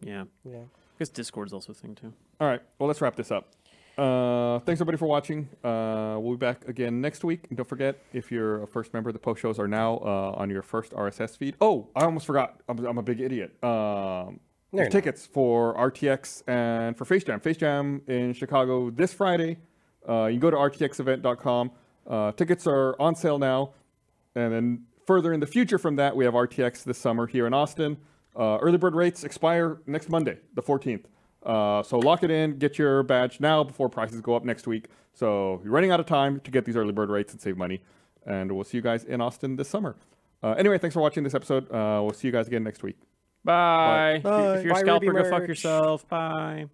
Speaker 5: Yeah. I
Speaker 3: Yeah.
Speaker 5: guess Discord's also a thing too.
Speaker 2: All right. Well, let's wrap this up. Uh, thanks everybody for watching. Uh, we'll be back again next week. And don't forget, if you're a first member, the post shows are now uh, on your first RSS feed. Oh, I almost forgot. I'm, I'm a big idiot. Um, there's
Speaker 3: not.
Speaker 2: tickets for RTX and for Face Jam. Face Jam in Chicago this Friday. Uh, you can go to rtxevent.com. Uh, tickets are on sale now. And then further in the future from that, we have RTX this summer here in Austin. Uh, early bird rates expire next Monday, the 14th. Uh, so lock it in, get your badge now before prices go up next week. So you're running out of time to get these early bird rates and save money. And we'll see you guys in Austin this summer. Uh, anyway, thanks for watching this episode. Uh, we'll see you guys again next week.
Speaker 5: Bye. If you're- If you're a
Speaker 3: Bye,
Speaker 5: scalper,
Speaker 3: Ruby
Speaker 5: go fuck
Speaker 3: merch.
Speaker 5: yourself. Bye.